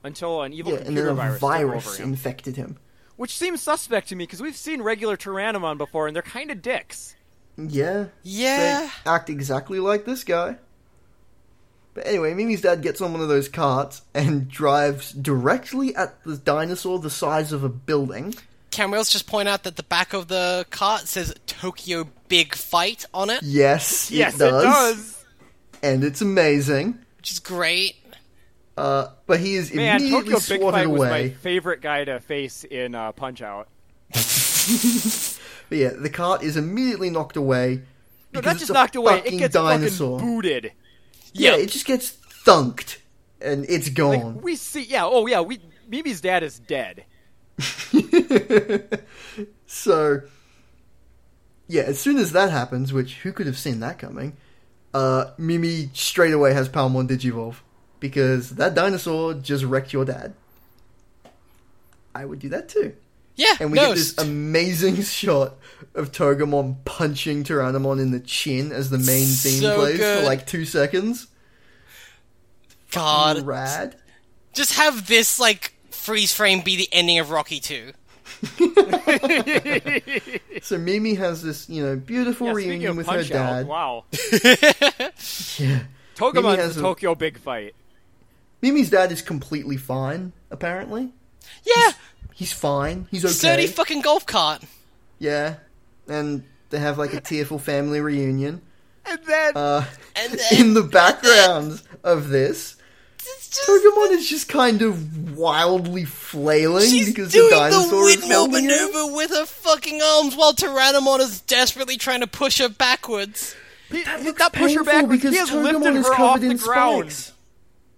until an evil Yeah, and then Oh, computer a virus, virus, took over him, infected him. which seems suspect to me because we've seen regular Tyrannomon before, and they're kind of dicks. Yeah. Yeah. They act exactly like this guy. But anyway, Mimi's dad gets on one of those carts and drives directly at the dinosaur the size of a building. Can we also just point out that the back of the cart says Tokyo Big Fight on it, Yes, yes, it, does, it does. And it's amazing. which is great. Uh, but he is Man, immediately Tokyo Big swatted Fight was my away. favorite guy to face in uh, Punch Out. But yeah, the cart is immediately knocked away. No, because not it's just a knocked away. It fucking gets dinosaur. fucking booted. Yeah, Yep. it just gets thunked, and it's Like, gone. we see, yeah, oh yeah, we Mimi's dad is dead. so, yeah, as soon as that happens, which who could have seen that coming? Uh, Mimi straight away has Palmon Digivolve because that dinosaur just wrecked your dad. I would do that too. yeah. And we no, get this it's- amazing shot of Togemon punching Tyrannomon in the chin as the main theme So plays good. for like two seconds. God. Rad. Just have this like freeze frame be the ending of Rocky Two. So Mimi has this, you know, beautiful Yeah, speaking reunion of with her Punch Out, dad. wow, Yeah. Mimi Togemon's has the a- Tokyo Big Fight. Mimi's dad is completely fine, apparently. Yeah. He's fine. He's okay. Sturdy fucking golf cart. yeah. And they have like a tearful family reunion. And then Uh, And in then the background of this, it's just Togemon is just kind of wildly flailing she's because doing the dinosaur is windmill holding her. maneuver with her fucking arms while Tyrannomon is desperately trying to push her backwards. he, that, looks push painful her back because he has Togemon lifted is her covered off in the ground. spikes.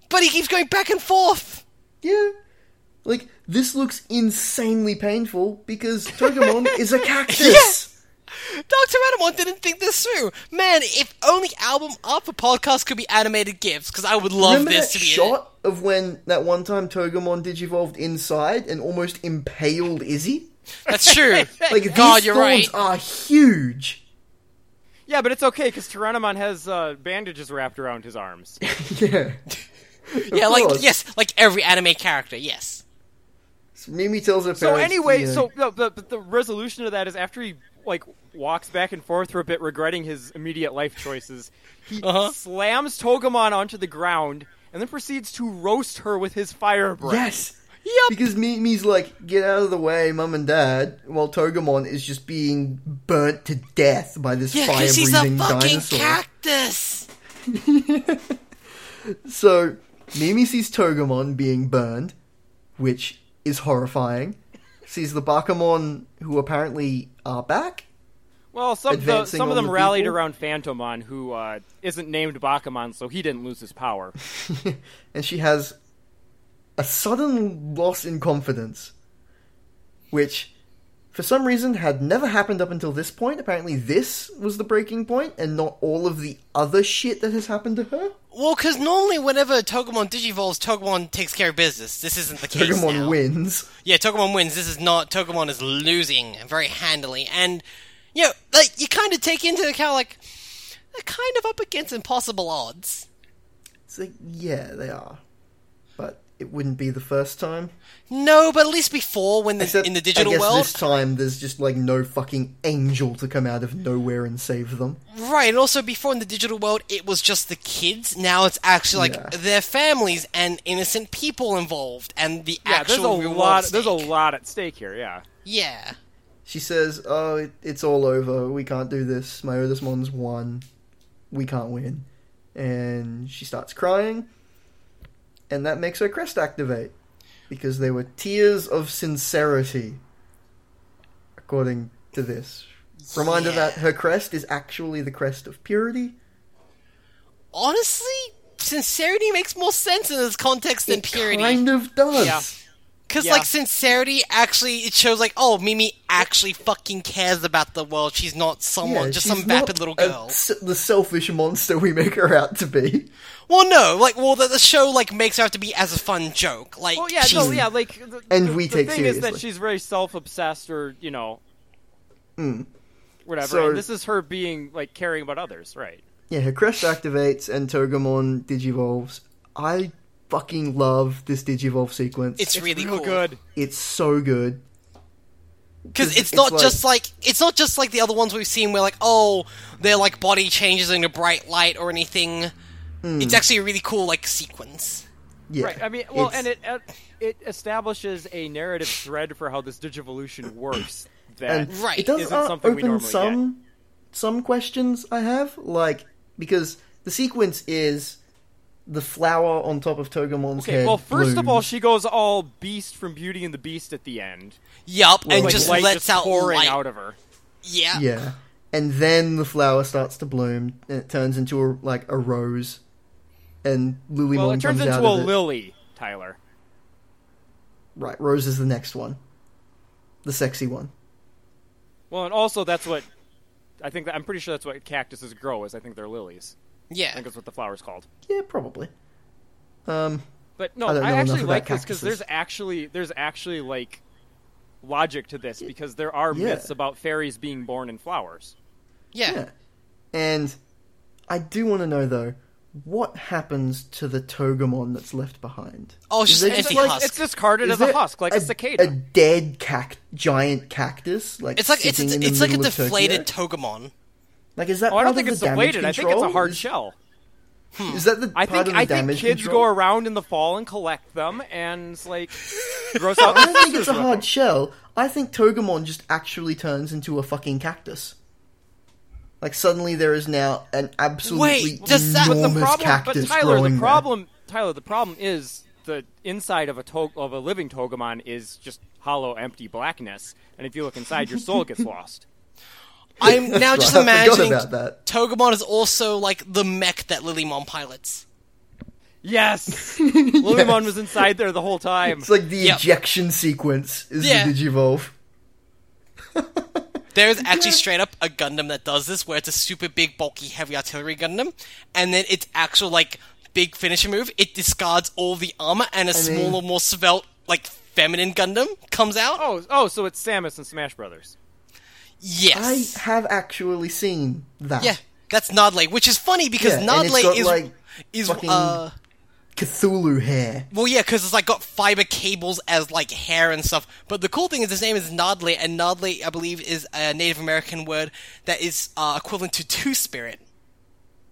But he keeps going back and forth. Yeah. Like, this looks insanely painful because Togemon is a cactus. Dr. Adamon didn't think this through. Man, if only album art for podcast could be animated gifs, because I would love Remember this that to be in it. shot of when that one time Togemon digivolved inside and almost impaled Izzy? That's true. Like, God, these you're thorns right. are huge. Yeah, but it's okay because Tyrannomon has uh, bandages wrapped around his arms. Yeah. yeah, like course. yes, like every anime character. Yes. So Mimi tells her parents. So anyway, you know, so no, the, the the resolution of that is after he like walks back and forth for a bit, regretting his immediate life choices, he Uh-huh. slams Togemon onto the ground and then proceeds to roast her with his fire breath. Yes. Yup. Because Mimi's like, get out of the way, mum and dad, while Togemon is just being burnt to death by this Yeah, fire because he's a breathing fucking dinosaur. cactus. So Mimi sees Togemon being burned, which is horrifying. Sees the Bakamon, who apparently are back. Well, some of the, Advancing some of on them the rallied people? around Phantomon, who uh, isn't named Bakamon, so he didn't lose his power. and she has a sudden loss in confidence, which, for some reason, had never happened up until this point. Apparently, this was the breaking point, and not all of the other shit that has happened to her. Well, because normally whenever Togemon digivolves, Togemon takes care of business. This isn't the case. Togemon now. wins. Yeah, Togemon wins. This is not Togemon is losing very handily, and you know, like you kind of take into account like they're kind of up against impossible odds. It's like, yeah, they are. But it wouldn't be the first time. No, but at least before when the, Except, in the digital I guess world, this time there's just like no fucking angel to come out of nowhere and save them. right? And also before in the digital world, it was just the kids. Now it's actually like Yeah. their families and innocent people involved, and the Yeah, there's a actual real world lot. There's a stake. lot at stake here. Yeah. Yeah. She says, "Oh, it, it's all over. We can't do this. My oldest one's won. We can't win." And she starts crying, and that makes her crest activate because they were tears of sincerity, according to this. Reminder Yeah. that her crest is actually the crest of purity. honestly, sincerity makes more sense in this context than purity. Kind of does. Yeah. Because, Yeah. like, sincerity actually, it shows, like, oh, Mimi actually fucking cares about the world. She's not someone, Yeah, just she's some not vapid little a girl. s- the selfish monster we make her out to be. Well, no, like, well, the, the show, like, makes her out to be as a fun joke. Like, Well, yeah, she's, no, yeah, like. The, And the, we the take thing is that seriously. she's very self-obsessed, or you know, whatever. Hmm. So- and this is her being like caring about others, right? Yeah, her crest activates and Togemon digivolves. I fucking love this digivolve sequence. It's really real cool. good. It's so good. Because it's, It's not like- just like it's not just like the other ones we've seen where like oh their like body changes in a bright light or anything. Hmm. It's actually a really cool like sequence. Yeah. Right. I mean, well, it's- and it uh, it establishes a narrative thread for how this digivolution works. That and Right. It does Isn't uh, something we open normally some some questions I have, like because the sequence is the flower on top of Togemon's Okay, head. well, first of all, blooms. she goes all beast from Beauty and the Beast at the end, Yup, and like, just light lets just out pouring light. out of her. yeah. yeah, and then the flower starts to bloom and it turns into a, like a rose, and Lilymon Well, it comes turns into out a of it. lily, Tyler. Right, Rose is the next one, the sexy one. Well, and also that's what I think. That, I'm pretty sure that's what cactuses grow is. I think they're lilies. I Yeah. think that's what the flower's called. Yeah, probably. Um, But no, I don't I, know actually enough like about this because cactuses. there's actually there's actually like logic to this because there are Yeah. myths about fairies being born in flowers. Yeah. yeah. And I do want to know though, what happens to the Togemon that's left behind? Oh, she's Is it an just empty like- husk. It's discarded Is as a there husk, like a, cicada. A Oh, dead cac- giant cactus, like It's like it's sitting in the it's like a middle of Tokyo? deflated Togemon. Like is that? oh, part I don't of think the it's damage deflated. I think it's a control? hard Is- shell. Is that the I part think of the I think damage kids control? go around in the fall and collect them and like gross out. I don't think sisters it's a with hard them. shell. I think Togemon just actually turns into a fucking cactus. Like suddenly there is now an absolutely Wait, does that- but the enormous the problem, cactus but Tyler, growing the there. problem, Tyler, the problem is the inside of a to- of a living Togemon is just hollow, empty blackness, and if you look inside, your soul gets lost. I'm now just I forgot imagining about that. Togemon is also like the mech that Lilymon pilots. Yes, Lilymon was inside there the whole time. It's like the Yep. ejection sequence is Yeah. the Digivolve. There is actually straight up a Gundam that does this, where it's a super big, bulky, heavy artillery Gundam, and then its actual like big finisher move, it discards all the armor, and a mean- smaller, more svelte, like feminine Gundam comes out. Oh, oh, so it's Samus and Smash Brothers. I yes, have actually seen that. yeah, that's Nodley, which is funny because Yeah, and it's Nodley got, is like, is fucking- uh. Cthulhu hair. Well, yeah, because it's like got fiber cables as like hair and stuff. But the cool thing is his name is Nodley, and Nodley, I believe, is a Native American word that is uh, equivalent to Two Spirit.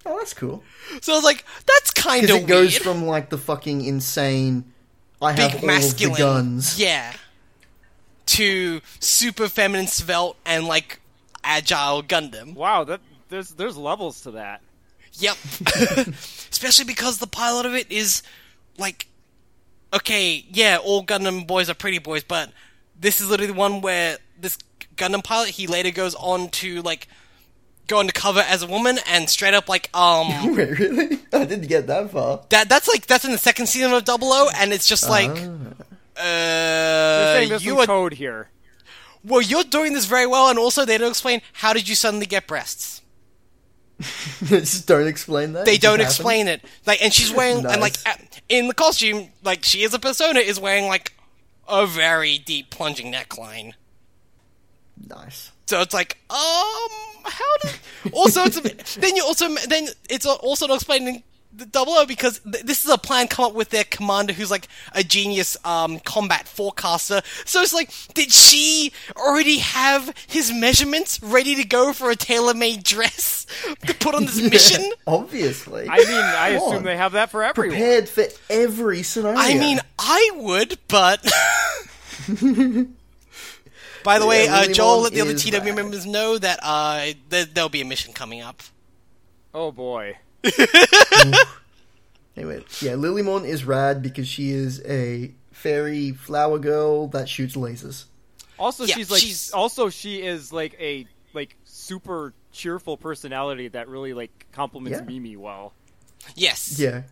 Oh, that's cool. So I was like, that's kind Because of it goes weird. from like the fucking insane. I have Big all masculine, of the guns. yeah, to super feminine, svelte, and like agile Gundam. Wow, that there's there's levels to that. Yep. Especially because the pilot of it is like okay, yeah, all Gundam boys are pretty boys, but this is literally the one where this Gundam pilot he later goes on to like go undercover as a woman and straight up like um Wait, really? I didn't get that far. that that's like that's in the second season of Double O and it's just like They're uh Ah. saying there's you some are code here. well you're doing this very well and also they don't explain how did you suddenly get breasts. Just don't explain that. They It just don't happened. explain it. Like, and she's wearing and like Nice. a- in the costume, like she is a persona is wearing like a very deep plunging neckline. Nice. So it's like, um, how did? Also, it's a, then you also then it's also not explaining the double O because th- this is a plan come up with their commander who's like a genius um combat forecaster. So it's like, did she already have his measurements ready to go for a tailor-made dress to put on this mission? Obviously. I mean, I Come assume on. they have that for everyone. prepared for every scenario. I mean, I would, but. By the way, Yeah, uh, Willy Joel, Wonka let the other is TW bad. members know that uh, there, there'll be a mission coming up. Oh boy. anyway, yeah, Lily Morton is rad because she is a fairy flower girl that shoots lasers. Also, Yeah, she's like. she's- Also, she is like a like super cheerful personality that really like complements Yeah. Mimi well. Yes. Yeah,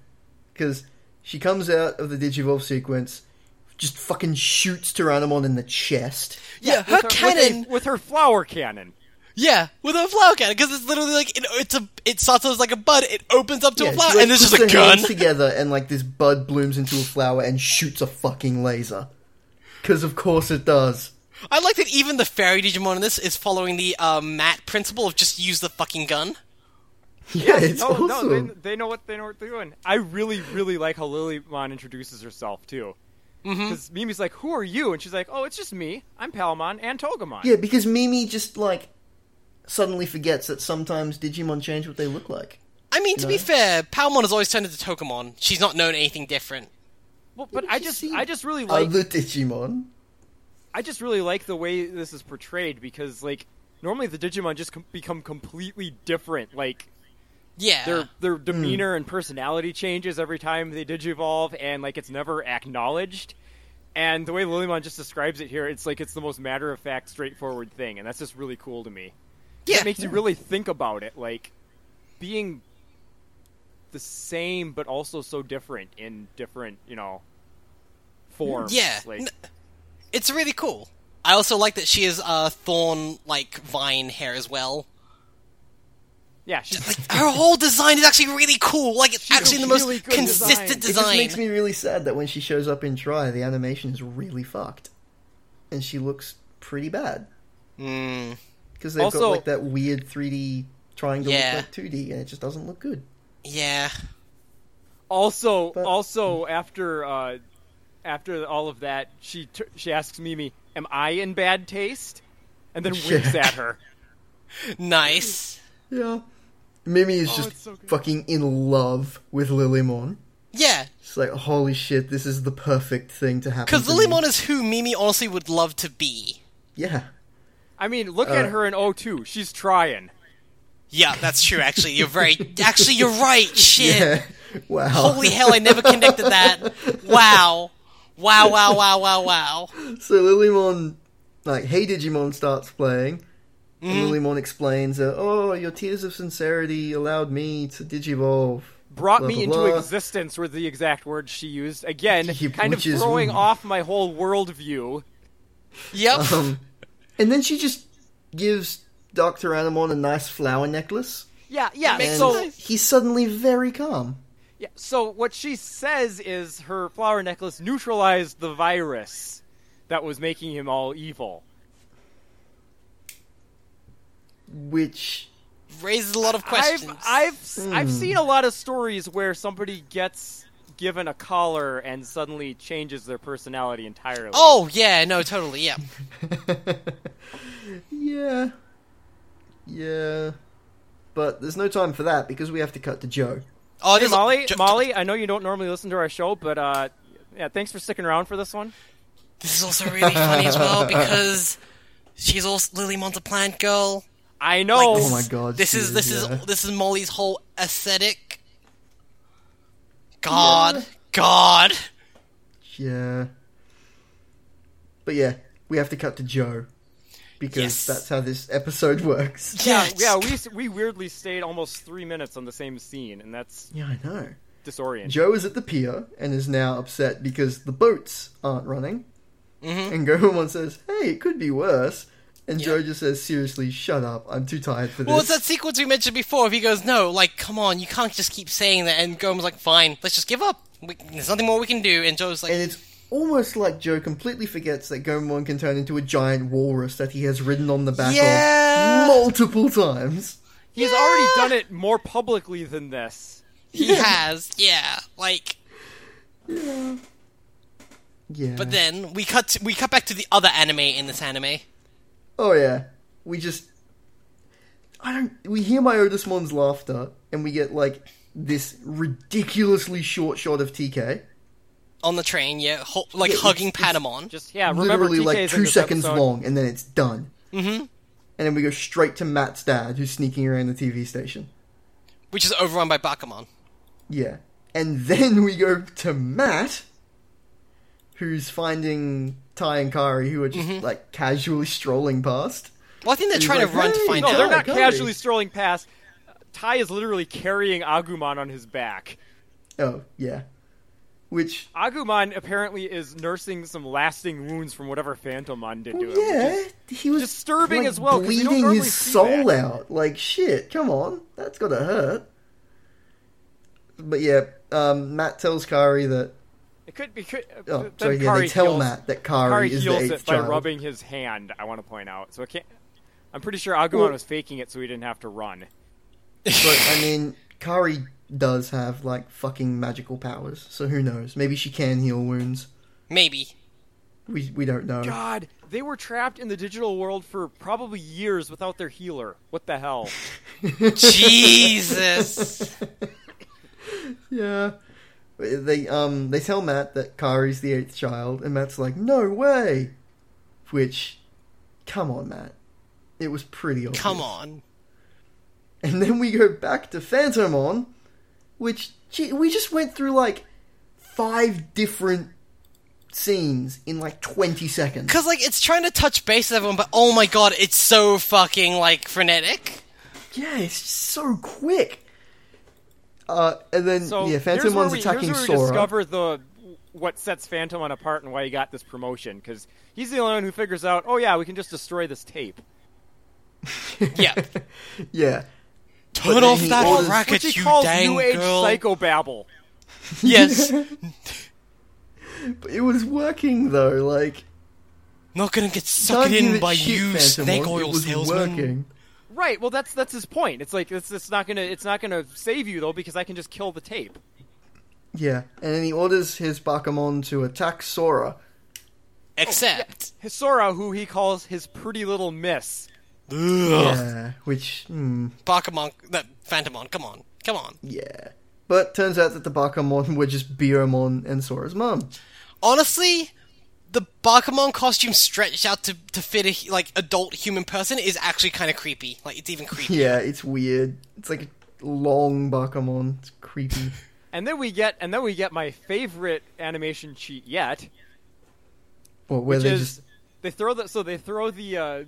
because she comes out of the Digivolve sequence, just fucking shoots Tyrannomon in the chest. Yeah, her with with a- cannon. with, her flower cannon. yeah, with a flower cannon because it's literally like it, it's a it starts out as like a bud, it opens up to Yeah, a she, flower, like, and there's just puts a her hands gun. together, and like this bud blooms into a flower and shoots a fucking laser. Because of course it does. I like that even the fairy Digimon in this is following the uh, Matt principle of just use the fucking gun. Yeah, it's Oh, No, awesome. no, they, they know what they know what they're doing. I really, really like how Lilymon introduces herself too. Mm-hmm. Because Mimi's like, "Who are you?" and she's like, "Oh, it's just me. I'm Palmon and Togemon." Yeah, because Mimi just like suddenly forgets that sometimes Digimon change what they look like. I mean, to be No. fair, Palmon has always turned into Tokemon. She's not known anything different. Well, but I just, I just really like, Other Digimon. I just really like the way this is portrayed because, like, normally the Digimon just com- become completely different. Like Yeah. their their Hmm. demeanor and personality changes every time they digivolve, and like it's never acknowledged. And the way Lilymon just describes it here, it's like it's the most matter of fact, straightforward thing, and that's just really cool to me. yeah. It makes you really think about it, like being the same but also so different in different, you know, forms. Yeah, like, n- it's really cool. I also like that she has uh, thorn like vine hair as well. yeah, she's Like her whole design is actually really cool. Like it's actually the most really good consistent It just design. makes me really sad that when she shows up in Try, the animation is really fucked, and she looks pretty bad. Hmm. Because they've Also- got like that weird 3D triangle Yeah. look like 2D, and it just doesn't look good. Yeah. Also, But- also after uh, after all of that, she t- she asks Mimi, "Am I in bad taste?" And then winks at her. Nice. Yeah, Mimi is just Oh, it's so good. fucking in love with Lilymon. Yeah. It's like holy shit, this is the perfect thing to happen. Because to Lilymon me. is who Mimi honestly would love to be. yeah, I mean, look Uh, at her in O2. She's trying. Yeah, that's true, actually. You're very. Actually, you're right. Shit. yeah, Oh. wow, Holy hell, I never connected that. Wow. Wow, wow, wow, wow, wow. So Lilymon, like, Hey Digimon starts playing. And Lilymon explains, uh, Oh, your tears of sincerity allowed me to Digivolve. Brought Blah, me blah, into blah. existence were the exact words she used. Again, Yeah, kind of which is- throwing off my whole worldview. Yep. Um, and then she just gives Dr. Animon a nice flower necklace. Yeah, yeah. makes So, And he's suddenly very calm. yeah, so what she says is her flower necklace neutralized the virus that was making him all evil. Which, Raises a lot of questions. I've I've Hmm. I've seen a lot of stories where somebody gets given a collar and suddenly changes their personality entirely. Oh, yeah, no, totally, yeah. yeah. Yeah. But there's no time for that because we have to cut to Joe. Oh, hey there's a- Molly, Jo- Molly, I know you don't normally listen to our show, but uh, yeah, thanks for sticking around for this one. This is also really funny as well because she's also Lilymon's a plant girl. I know. Like, Oh my god, This she is is, this yeah. is this is Molly's whole aesthetic. God, God. Yeah. But yeah, we have to cut to Joe because Yes. that's how this episode works. yeah, Yes. yeah, we s- we weirdly stayed almost three minutes on the same scene, and that's Yeah, I know. disorienting. Joe is at the pier and is now upset Mm-hmm. because the boats aren't running. And Goemon says, "Hey, it could be worse." And Joe just says, seriously, shut up. I'm too tired for this. Well, it's that sequence we mentioned before. If he goes, no, like, come on, you can't just keep saying that. And Gome's like, fine, let's just give up. We, there's nothing more we can do. And Joe's like, and it's almost like Joe completely forgets that Gomon can turn into a giant walrus that he has ridden on the back Yeah. of multiple times. He's already done it more publicly than this. he has, yeah, like. Yeah. But then we cut to, we cut back to the other anime in this anime. Oh yeah. We just I don't we hear my Otis Mon's laughter and we get like this ridiculously short shot of TK. on the train, yeah, ho- like Yeah, it's- hugging it's Patamon. Just yeah, remember Literally TK's like in two this seconds episode. long and then it's done. Mm-hmm. And then we go straight to Matt's dad who's sneaking around the TV station. which is overrun by Bakamon. Yeah. And then we go to Matt, who's finding Ty and Kari, who are just Mm-hmm. like casually strolling past. Well, I think they're He's trying like, to run "Hey, to find No, out. they're not Golly. casually strolling past. Tai is literally carrying Agumon on his back. Oh, yeah. Which, Agumon apparently is nursing some lasting wounds from whatever Phantomon did to him. Oh, yeah, he was disturbing like, as well, 'cause you don't bleeding normally his see soul that. out. Like shit, come on, that's gotta hurt. But yeah, um, Matt tells Kari that. It could be. Could, Oh, then sorry, yeah, Kari they tell heals- Matt that Kari, Kari is the heals eighth it by child. rubbing his hand. I want to point out. So I can't. I'm pretty sure Agumon Well- was faking it so he didn't have to run. But I mean, Kari does have like fucking magical powers, so who knows? Maybe she can heal wounds. Maybe. We we don't know. God, they were trapped in the digital world for probably years without their healer. What the hell? Jesus. Yeah. They um they tell Matt that Kari's the eighth child, and Matt's like, "No way," which, come on, Matt, it was pretty obvious. Come on. And then we go back to Phantomon, which gee, we just went through like five different scenes in like twenty seconds. Because, like, it's trying to touch base with everyone, but oh my god, it's so fucking, like, frenetic. Yeah, it's just so quick. Uh, and then So yeah, here's where Phantomon's we, attacking here's where we Sora. discover the what sets Phantom on apart and why he got this promotion because he's the only one who figures out. Oh yeah, we can just destroy this tape. Yeah. yeah, Turn then off he that orders- Which racket, he you calls dang New Age girl. psychobabble. Yes. but it was working though. Like not gonna get Don't sucked give in it by shit, you, Phantom snake Lord. oil it was salesman. Working. Right. Well, that's that's his point. It's like it's, it's not gonna it's not gonna save you though because I can just kill the tape. Yeah, and then he orders his Bakamon to attack Sora. Except. Hisora, who he calls his pretty little miss. Ugh. Yeah, Uh, which, hmm, Bakamon. That Phantomon, come on. Come on. yeah. But turns out that the Bakamon were just Beomon and Sora's mum. honestly, the Bakamon costume stretched out to, to fit a hu- like adult human person is actually kind of creepy. Like it's even creepy. Yeah, it's weird. It's like a long Bakamon. It's creepy. And then we get and then we get my favorite animation cheat yet, Well, where which they is just they throw the so they throw the uh,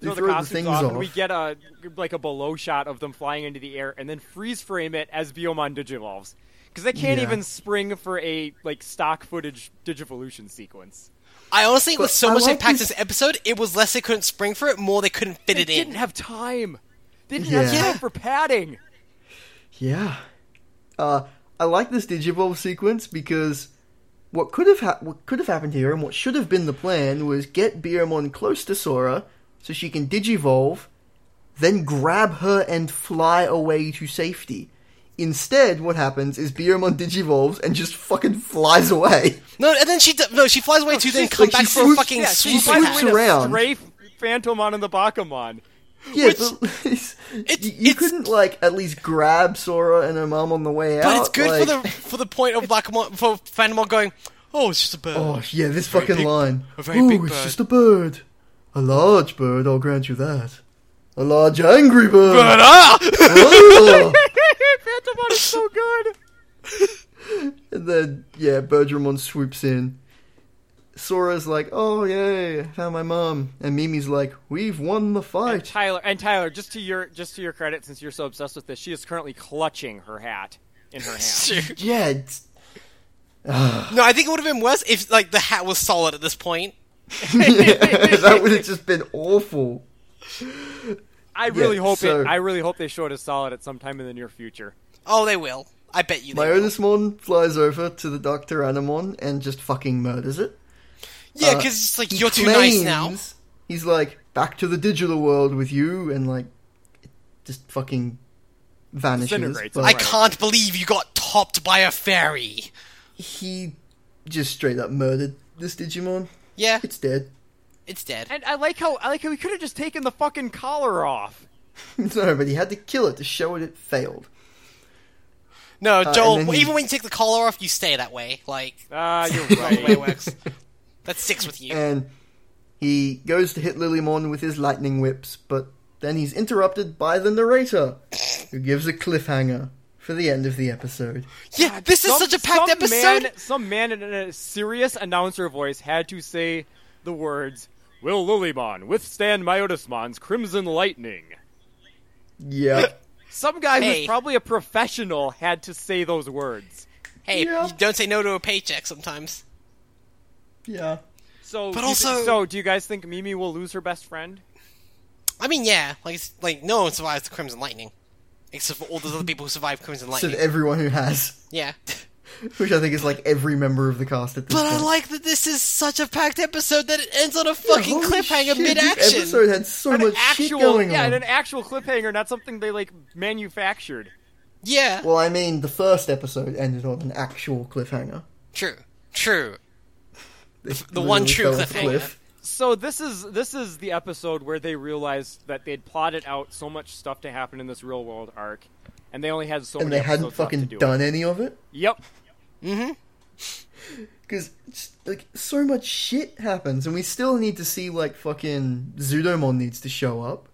They throw the throw the costumes things off, off. and we get a like a below shot of them flying into the air and then freeze frame it as Biomon digivolves because they can't Yeah. even spring for a like stock footage digivolution sequence. I honestly, with so I much like impact this- this episode, it was less they couldn't spring for it, more they couldn't fit They it in. didn't have time. They didn't have Yeah. time for padding. Yeah. Uh, I like this Digivolve sequence because what could have ha- what could have happened here and what should have been the plan was get Beermon close to Sora so she can Digivolve, then grab her and fly away to safety. Instead, what happens is Beermon digivolves and just fucking flies away. no, and then she d- no, she flies away too, then she's- come like, back she for a swoops- fucking yeah, she swoop swoops attack. around. around. Strafe Phantomon and the Bakamon. Yeah, Which- but it's- it's- you you it's- couldn't like at least grab Sora and her mom on the way out. But it's good for like- the for the point of Bakamon for Phantomon going. Oh, it's just a bird. Oh yeah, this very fucking big- line. a very Ooh, big it's bird." just a bird. A large bird, I'll grant you that. A large angry But, bird. ah! Oh! Phantomon is so good. and then yeah, Bergramon swoops in. Sora's like, "Oh yay, I found my mom," and Mimi's like, "We've won the And fight." Tyler and Tyler, just to your just to your credit, since you're so obsessed with this, she is currently clutching her hat in her hand. Oh. Shoot. Yeah, it's, no, I think it would have been worse if like the hat was solid at this point. Yeah, that would have just been awful. I really hope so- it. I really hope they show it as solid at some time in the near future. Oh, they will. I bet you. They will. Myotismon flies over to the Doctor Animon and just fucking murders it. Yeah, uh, because it's like He you're too nice now. claims- He's like back to the digital world with you, and like it just fucking vanishes. Disintegrates, But I right. can't believe you got topped by a fairy. he just straight up murdered this Digimon. Yeah, It's dead. it's dead. And I like how I like how we could have just taken the fucking collar off. no, but he had to kill it to show it it failed. No, Uh, and Joel. then he- Even when you take the collar off, you stay that way. Like Ah, you're that's the way it right. works. That sticks with you. and he goes to hit Lilymon with his lightning whips, but then he's interrupted by the narrator, who gives a cliffhanger for the end of the episode. Yeah, this is Some- such a packed some episode. Man, some man in a serious announcer voice had to say the words, "Will Lilymon withstand Myotismon's crimson lightning?" Yeah. Some guy Hey. who's probably a professional had to say those words. Hey, Yeah. you don't say no to a paycheck sometimes. yeah. So, But do you thi- also- so do you guys think Mimi will lose her best friend? I mean, yeah, like it's- like no one survives the Crimson Lightning, except for all those other people who survived Crimson So Lightning. everyone who has, yeah. which I think is like every member of the cast at this But point. I like that this is such a packed episode that it ends on a fucking Holy cliffhanger shit, mid This episode action. had so An much shit actual, going yeah, on. an actual cliffhanger, not something they like manufactured. Yeah, well, I mean, the first episode ended on an actual cliffhanger. true, true. The one true cliffhanger. So this is this is the episode where they realized that they'd plotted out so much stuff to happen in this real world arc, and they only had so and many they hadn't episodes left to fucking do it. done any of it. Yep. Because like so much shit happens, and we still need to see like fucking Zudomon needs to show up.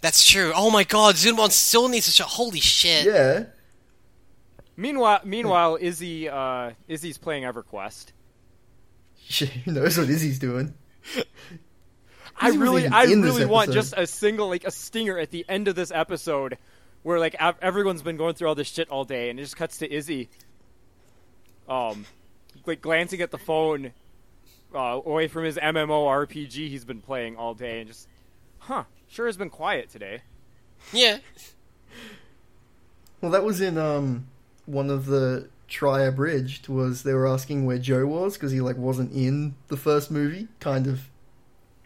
That's true. Oh my god, Zunmon still needs to show. Holy shit. Yeah, Meanwhile, meanwhile, Izzy uh, Izzy's playing EverQuest. shit, who knows what Izzy's doing? I Izzy was really, even I in this really want episode. just a single, like a stinger at the end of this episode, where like ev- everyone's been going through all this shit all day, and it just cuts to Izzy, um, like glancing at the phone, uh, away from his MMORPG he's been playing all day, and just, huh, sure has been quiet today. Yeah. Well, that was in um one of the Tri Abridged was they were asking where Joe was because he like wasn't in the first movie, kind of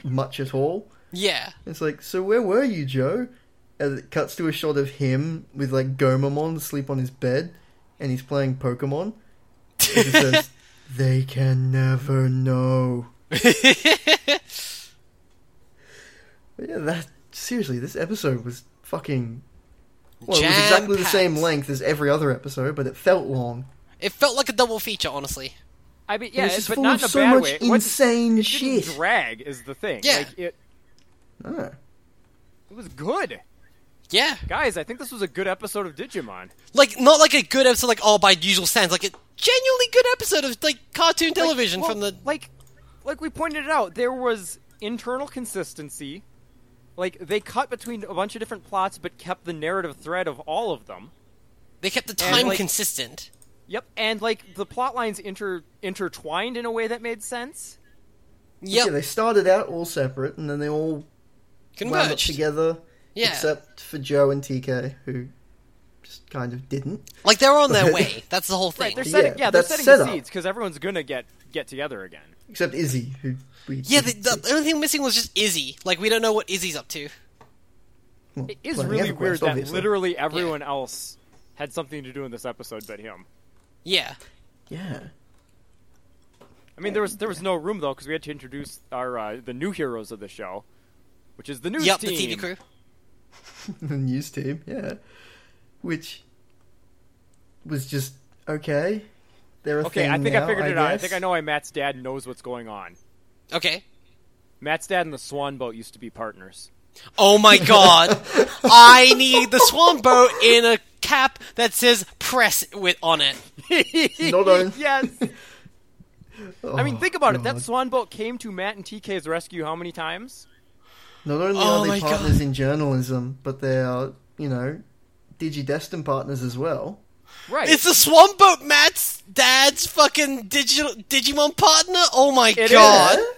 much at all. Yeah. It's like, so where were you, Joe? And it cuts to a shot of him with like Gomamon asleep on his bed, and he's playing Pokemon. And it says, "They can never know." But yeah, that seriously, this episode was fucking. Well, it was exactly the Jam-packed. same length as every other episode, but it felt long. It felt like a double feature, honestly. I mean, It yeah, was just but full not of in a so bad much way. It wasn't- insane it didn't shit. drag is the thing. Yeah. Like, it, Ah. it was good, Yeah. guys. I think this was a good episode of Digimon. Like, not like a good episode, like, all by usual stands. Like, a genuinely good episode of, like, cartoon television Well, from the. like like we pointed it out there was internal consistency like they cut between a bunch of different plots but kept the narrative thread of all of them They kept the time like- consistent. yep and like the plot lines inter intertwined in a way that made sense Yeah, Yep. they started out all separate, and then they all wound up Converged. together. Yeah. Except for Joe and TK, who just kind of didn't. Like, they're on their way. That's the whole thing. right they're setting Yeah, yeah, they're that's setting setup. the seeds because everyone's gonna get get together again Except Izzy, who we yeah, the, didn't the see. the only thing missing was just Izzy. Like, we don't know what Izzy's up to. Well, it is playing really EverQuest, weird that obviously. literally everyone else had something to do in this episode but him Yeah. Yeah. i mean there was there was no room though because we had to introduce our uh, the new heroes of the show which is the news Yep, the team TV crew. The news team, yeah. Which was just okay. They're a Okay, thing I think now, I figured it out. I guess. think I know why Matt's dad knows what's going on. Okay. Matt's dad and the Swan Boat used to be partners. Oh my god. I need the swan boat in a cap that says press with on it. Not on. yes. I mean, Oh, think about it. That God. Swan Boat came to Matt and TK's rescue how many times? Not only Oh are my they partners in journalism, but they are, you know, DigiDestin partners as well. Right. It's the swan boat Matt's dad's fucking digital Digimon partner? Oh my It god. is.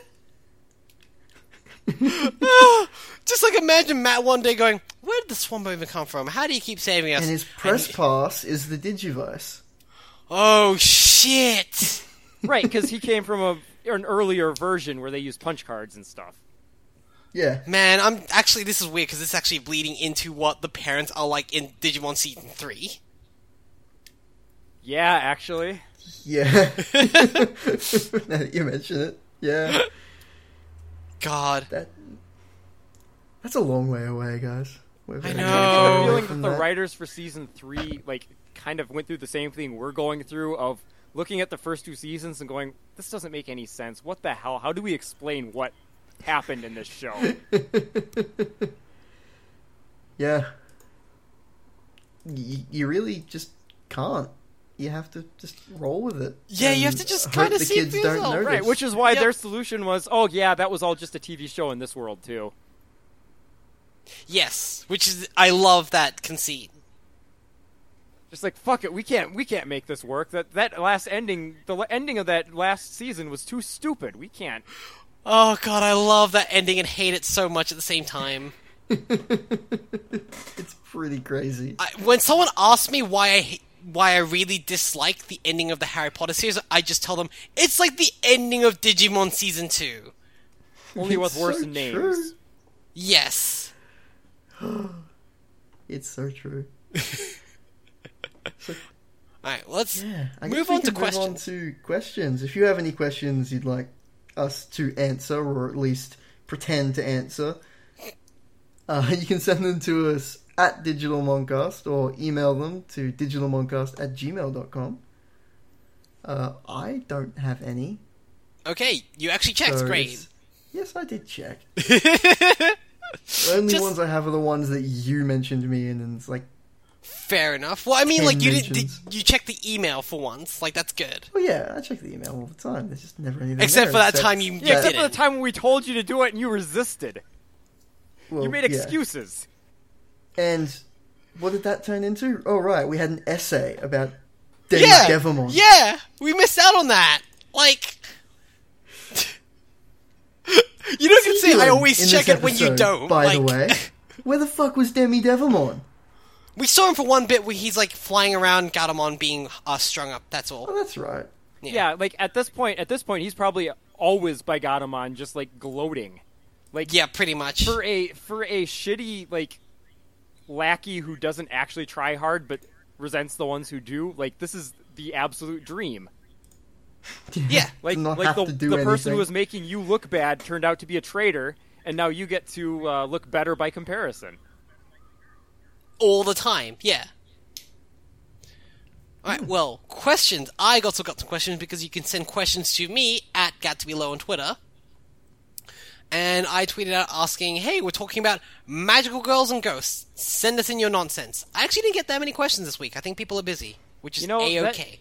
Just like imagine Matt one day going, "Where did the Swambo even come from? How do you keep saving us?" And his press And- pass is the Digivice. oh shit! right, because he came from a, an earlier version where they used punch cards and stuff. Yeah. Man, I'm actually this is weird because this is actually bleeding into what the parents are like in Digimon season three. Yeah, actually. Yeah. now that you mention it. Yeah. God, That That's a long way away, guys. We're very- know. we're I very get away the Oh. feeling from that the that. writers for season three, like, kind of went through the same thing we're going through of looking at the first two seasons and going, "This doesn't make any sense. What the hell? How do we explain what happened in this show?" Yeah. Y- you really just can't. You have to just roll with it. Yeah, you have and to just hope kinda the see kids things don't out, notice. right, right, which is why Yep. their solution was, "Oh yeah, that was all just a TV show in this world too." yes, which is I love that conceit. Just like fuck it, we can't we can't make this work. That that last ending, the la- ending of that last season was too stupid. We can't. Oh god, I love that ending and hate it so much at the same time. it's pretty crazy. I, when someone asks me why I ha- why I really dislike the ending of the Harry Potter series, I just tell them it's like the ending of Digimon season two. Only with It's worse so names. true. Yes. It's so true. All right, let's Yeah, I guess move we on to can move questions. on to questions. If you have any questions you'd like us to answer, or at least pretend to answer, uh, you can send them to us at digitalmoncast or email them to digitalmoncast at gmail.com. Uh, I don't have any. Okay, you actually checked. so Great. it's- Yes, I did check. The only Just- ones I have are the ones that you mentioned to me, in, and it's like, Fair enough. Well, I mean, Ten like you didn't did, mentions. you checked the email for once. Like that's good. oh yeah, I check the email all the time. There's just never anything. Except there, for that time you- Yeah, Yeah. except Did for the it. time when we told you to do it and you resisted. well, you made yeah. excuses. And what did that turn into? Oh, right, we had an essay about Dave yeah. Devamon. Yeah, we missed out on that. Like. You know, you can What are say you I doing always in check this it when you episode, don't. By the like- way, where the fuck was Demi Devamon? We saw him for one bit where he's like flying around Gatamon being uh, strung up. That's Oh, all. that's right. Yeah. Yeah. like at this point, at this point, he's probably always by Godamon just like gloating, like Yeah, pretty much. for a for a shitty like lackey who doesn't actually try hard but resents the ones who do. Like this is the absolute dream. Yeah. Like to not like have the, to do the person anything. who was making you look bad turned out to be a traitor, and now you get to uh, look better by comparison. all the time. Yeah. Alright, Hmm. well, questions. I also got some questions because you can send questions to me at GotToBelow on Twitter. And I tweeted out asking, hey, we're talking about magical girls and ghosts. Send us in your nonsense. I actually didn't get that many questions this week. I think people are busy, which is You know, that- A-OK.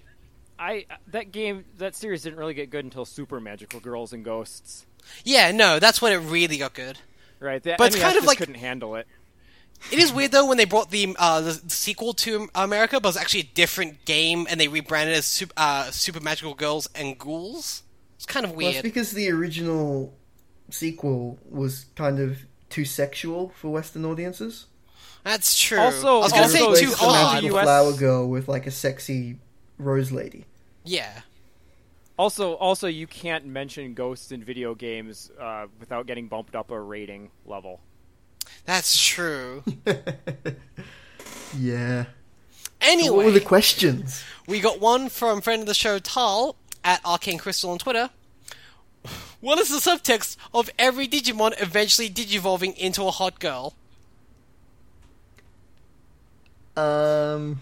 I that game that series didn't really get good until Super Magical Girls and Ghosts. Yeah, no, that's when it really got good. Right, that, But it's NES kind of just like- couldn't handle it. It is weird though when they brought the uh, the sequel to America, but it was actually a different game, and they rebranded it as Super, uh, Super Magical Girls and Ghouls. It's kind of Well, it's weird. because the original sequel was kind of too sexual for Western audiences. That's true. Also- I was gonna They say replaced too the hard. magical US flower girl with like a sexy rose lady. Yeah, Also, also you can't mention ghosts in video games uh, without getting bumped up a rating level. that's true. Yeah. Anyway, What were the questions? we got one from friend of the show Tal at Arcane Crystal on Twitter. What is the subtext of every Digimon eventually digivolving into a hot girl? Um,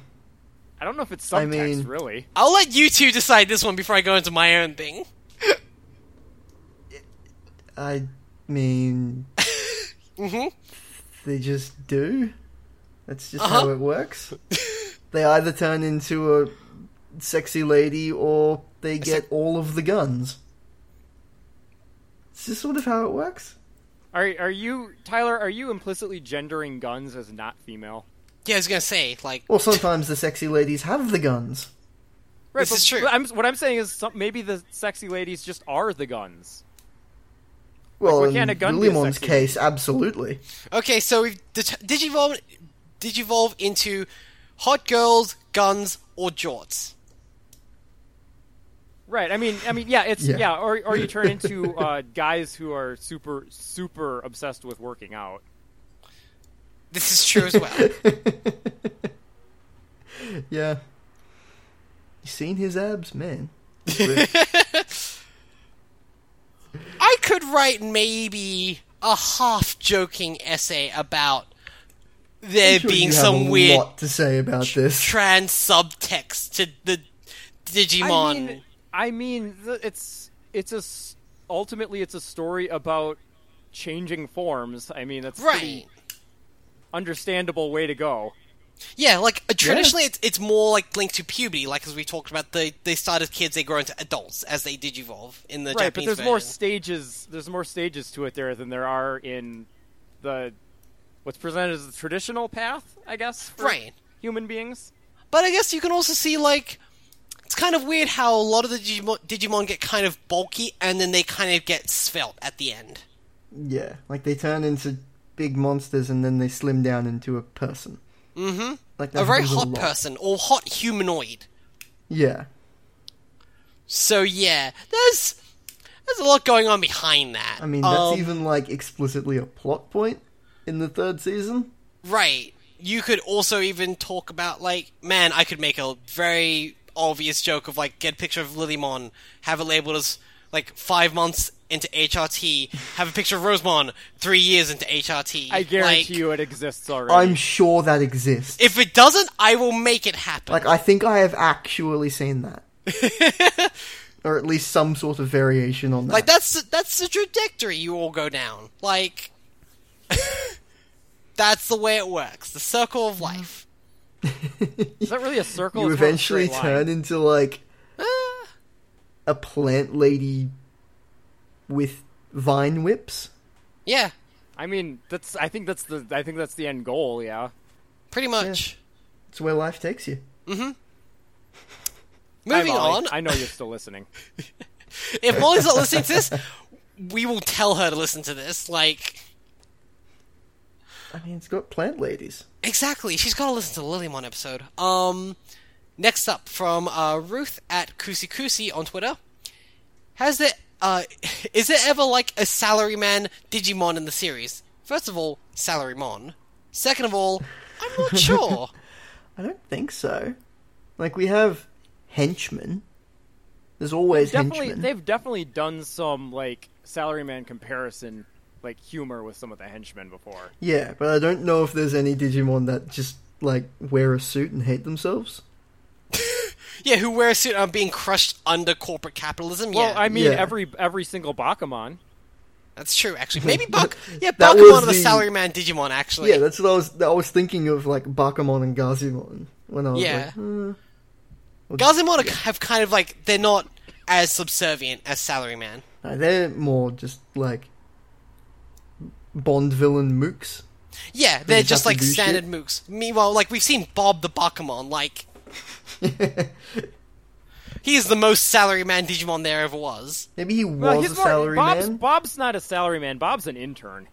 I don't know if it's subtext I mean- really. I'll let you two decide this one before I go into my own thing. I mean, Mm-hmm. hmm they just do. That's just Uh-huh. how it works. they either turn into a sexy lady or they get all of the guns. It's just sort of how it works. Are are you Tyler? Are you implicitly gendering guns as not female? Yeah, I was gonna say like Well, sometimes the sexy ladies have the guns. Right, This but, is true. but I'm, what I'm saying is some, maybe the sexy ladies just are the guns. Well, why in can't a gun be a Limon's sexy- case, absolutely. Okay, so we've det- digivolved, digivolved into hot girls, guns, or jorts. Right. I mean, I mean, yeah. It's Yeah. yeah. or or you turn into uh, guys who are super super obsessed with working out. This is true as well. Yeah. You seen his abs, man? I could write maybe a half joking essay about there I'm sure being you have some a weird lot to say about this. trans subtext to the Digimon. I mean, I mean, th- it's it's a s- ultimately it's a story about changing forms. I mean, that's a right. pretty understandable way to go. Yeah, like uh, traditionally, it's it's more like linked to puberty. Like as we talked about, they they start as kids, they grow into adults as they digivolve in the right, Japanese but there's version. more stages. There's more stages to it there than there are in the what's presented as the traditional path, I guess. For Right. Human beings. But I guess you can also see like it's kind of weird how a lot of the Digimon, Digimon get kind of bulky and then they kind of get svelte at the end. Yeah, like they turn into big monsters and then they slim down into a person. Mm-hmm. Like that A very happens hot lot. person or hot humanoid. Yeah. So yeah, there's there's a lot going on behind that. I mean, that's Um, even like explicitly a plot point in the third season. Right. You could also even talk about like, man, I could make a very obvious joke of like, get a picture of Lilymon, have it labeled as like five months into HRT, have a picture of Rosemon three years into HRT. I guarantee Like, you, it exists already. I'm sure that exists. If it doesn't, I will make it happen. Like, I think I have actually seen that. or at least some sort of variation on that. Like that's that's the trajectory you all go down. Like that's the way it works. The circle of life. Is that really a circle? you It's more of a eventually straight line. turn into like Ah. a plant lady with vine whips. Yeah, I mean, that's. I think that's the. I think that's the end goal. Yeah. pretty much. It's where life takes you. Hi, Moving Molly. on. I know you're still listening. if Molly's not listening to this, we will tell her to listen to this. Like, I mean, it's got plant ladies. exactly. She's got to listen to the Lilymon episode. Um, next up from uh, Ruth at Kusikusi on Twitter. Has there, uh, is there ever like a salaryman Digimon in the series? First of all, Salarymon. Second of all, I'm not sure. I don't think so. Like we have henchmen. There's always Definitely, henchmen. they've definitely done some like salaryman comparison, like humor with some of the henchmen before. Yeah, but I don't know if there's any Digimon that just like wear a suit and hate themselves. yeah, who wear a suit and are being crushed under corporate capitalism? Well, yeah, I mean, Yeah. every every single Bakuman. that's true. Actually, maybe Buck. Yeah, That Bakumon was are the the- salaryman Digimon. Actually, Yeah, that's what I was. I was thinking of like Bakamon and Gazimon when I was Yeah. like, hmm. Gazimon are have kind of like they're not as subservient as Salaryman. No, they're more just like Bond villain mooks. Yeah, they're just just have to like do shit. standard mooks. Meanwhile, like we've seen Bob the Bakamon, like he is the most Salaryman Digimon there ever was. Maybe he Well, was he's a more- salary Bob's, man. Bob's not a salaryman. Bob's an intern.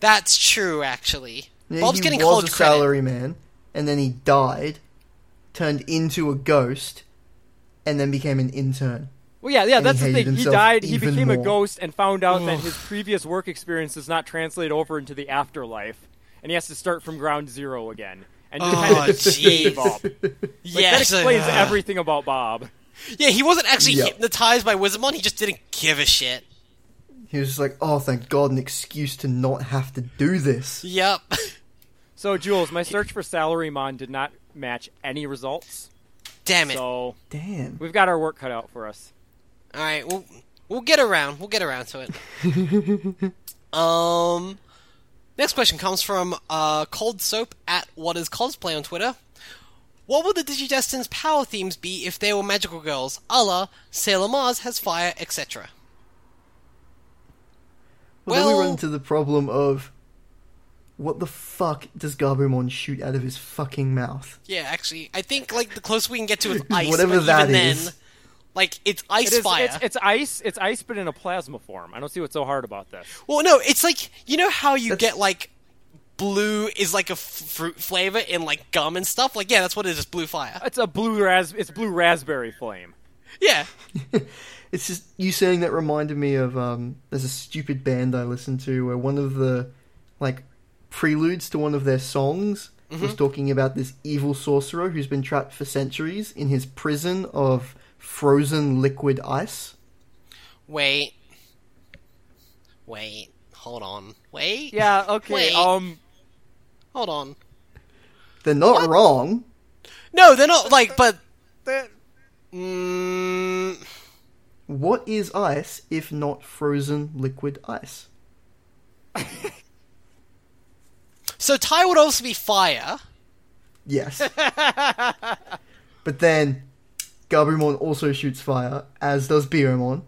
That's true, actually. Yeah, Bob's he getting was college a credit. salary man, and then he died, turned into a ghost, and then became an intern. Well, yeah, yeah. And he That's the hated thing. He himself died. He even became a more. ghost and found out that his previous work experience does not translate over into the afterlife, and he has to start from ground zero again. And just Oh, kind of just gave jeez. up. yeah, That so- explains everything about Bob. Yeah, he wasn't actually Yeah. hypnotized by Wizardmon. He just didn't give a shit. He was just like, "Oh, thank God, an excuse to not have to do this." Yep. So, Jules, my search for Salaryman did not match any results. Damn it. All So, Damn. we've got our work cut out for us. right, we'll we'll get around. We'll get around to it. um. Next question comes from uh, Cold Soap at What Is Cosplay on Twitter. What would the Digidestin's power themes be if they were magical girls, a la Sailor Mars has fire, etc.? Well, then we Well- run into the problem of what the fuck does Gabumon shoot out of his fucking mouth? Yeah, actually, I think like the closest we can get to is ice. Whatever but that even is. then, Like it's ice It is, fire. it's, it's ice. It's ice, but in a plasma form. I don't see what's so hard about this. Well, no, it's like you know how you That's- get like blue is like a f- fruit flavor in like gum and stuff. Like yeah, that's what it is. Blue fire. It's a blue ras. It's blue raspberry flame. Yeah. It's just you saying that reminded me of um, there's a stupid band I listened to where one of the like preludes to one of their songs Mm-hmm. was talking about this evil sorcerer who's been trapped for centuries in his prison of frozen liquid ice. Wait. Wait. Hold on. Wait. Yeah. Okay. Wait. Um. Hold on. They're not wrong. No, they're not like. But That, mm, What is ice if not frozen liquid ice? so Ty would also be fire. Yes. but then Gabumon also shoots fire, as does Biomon.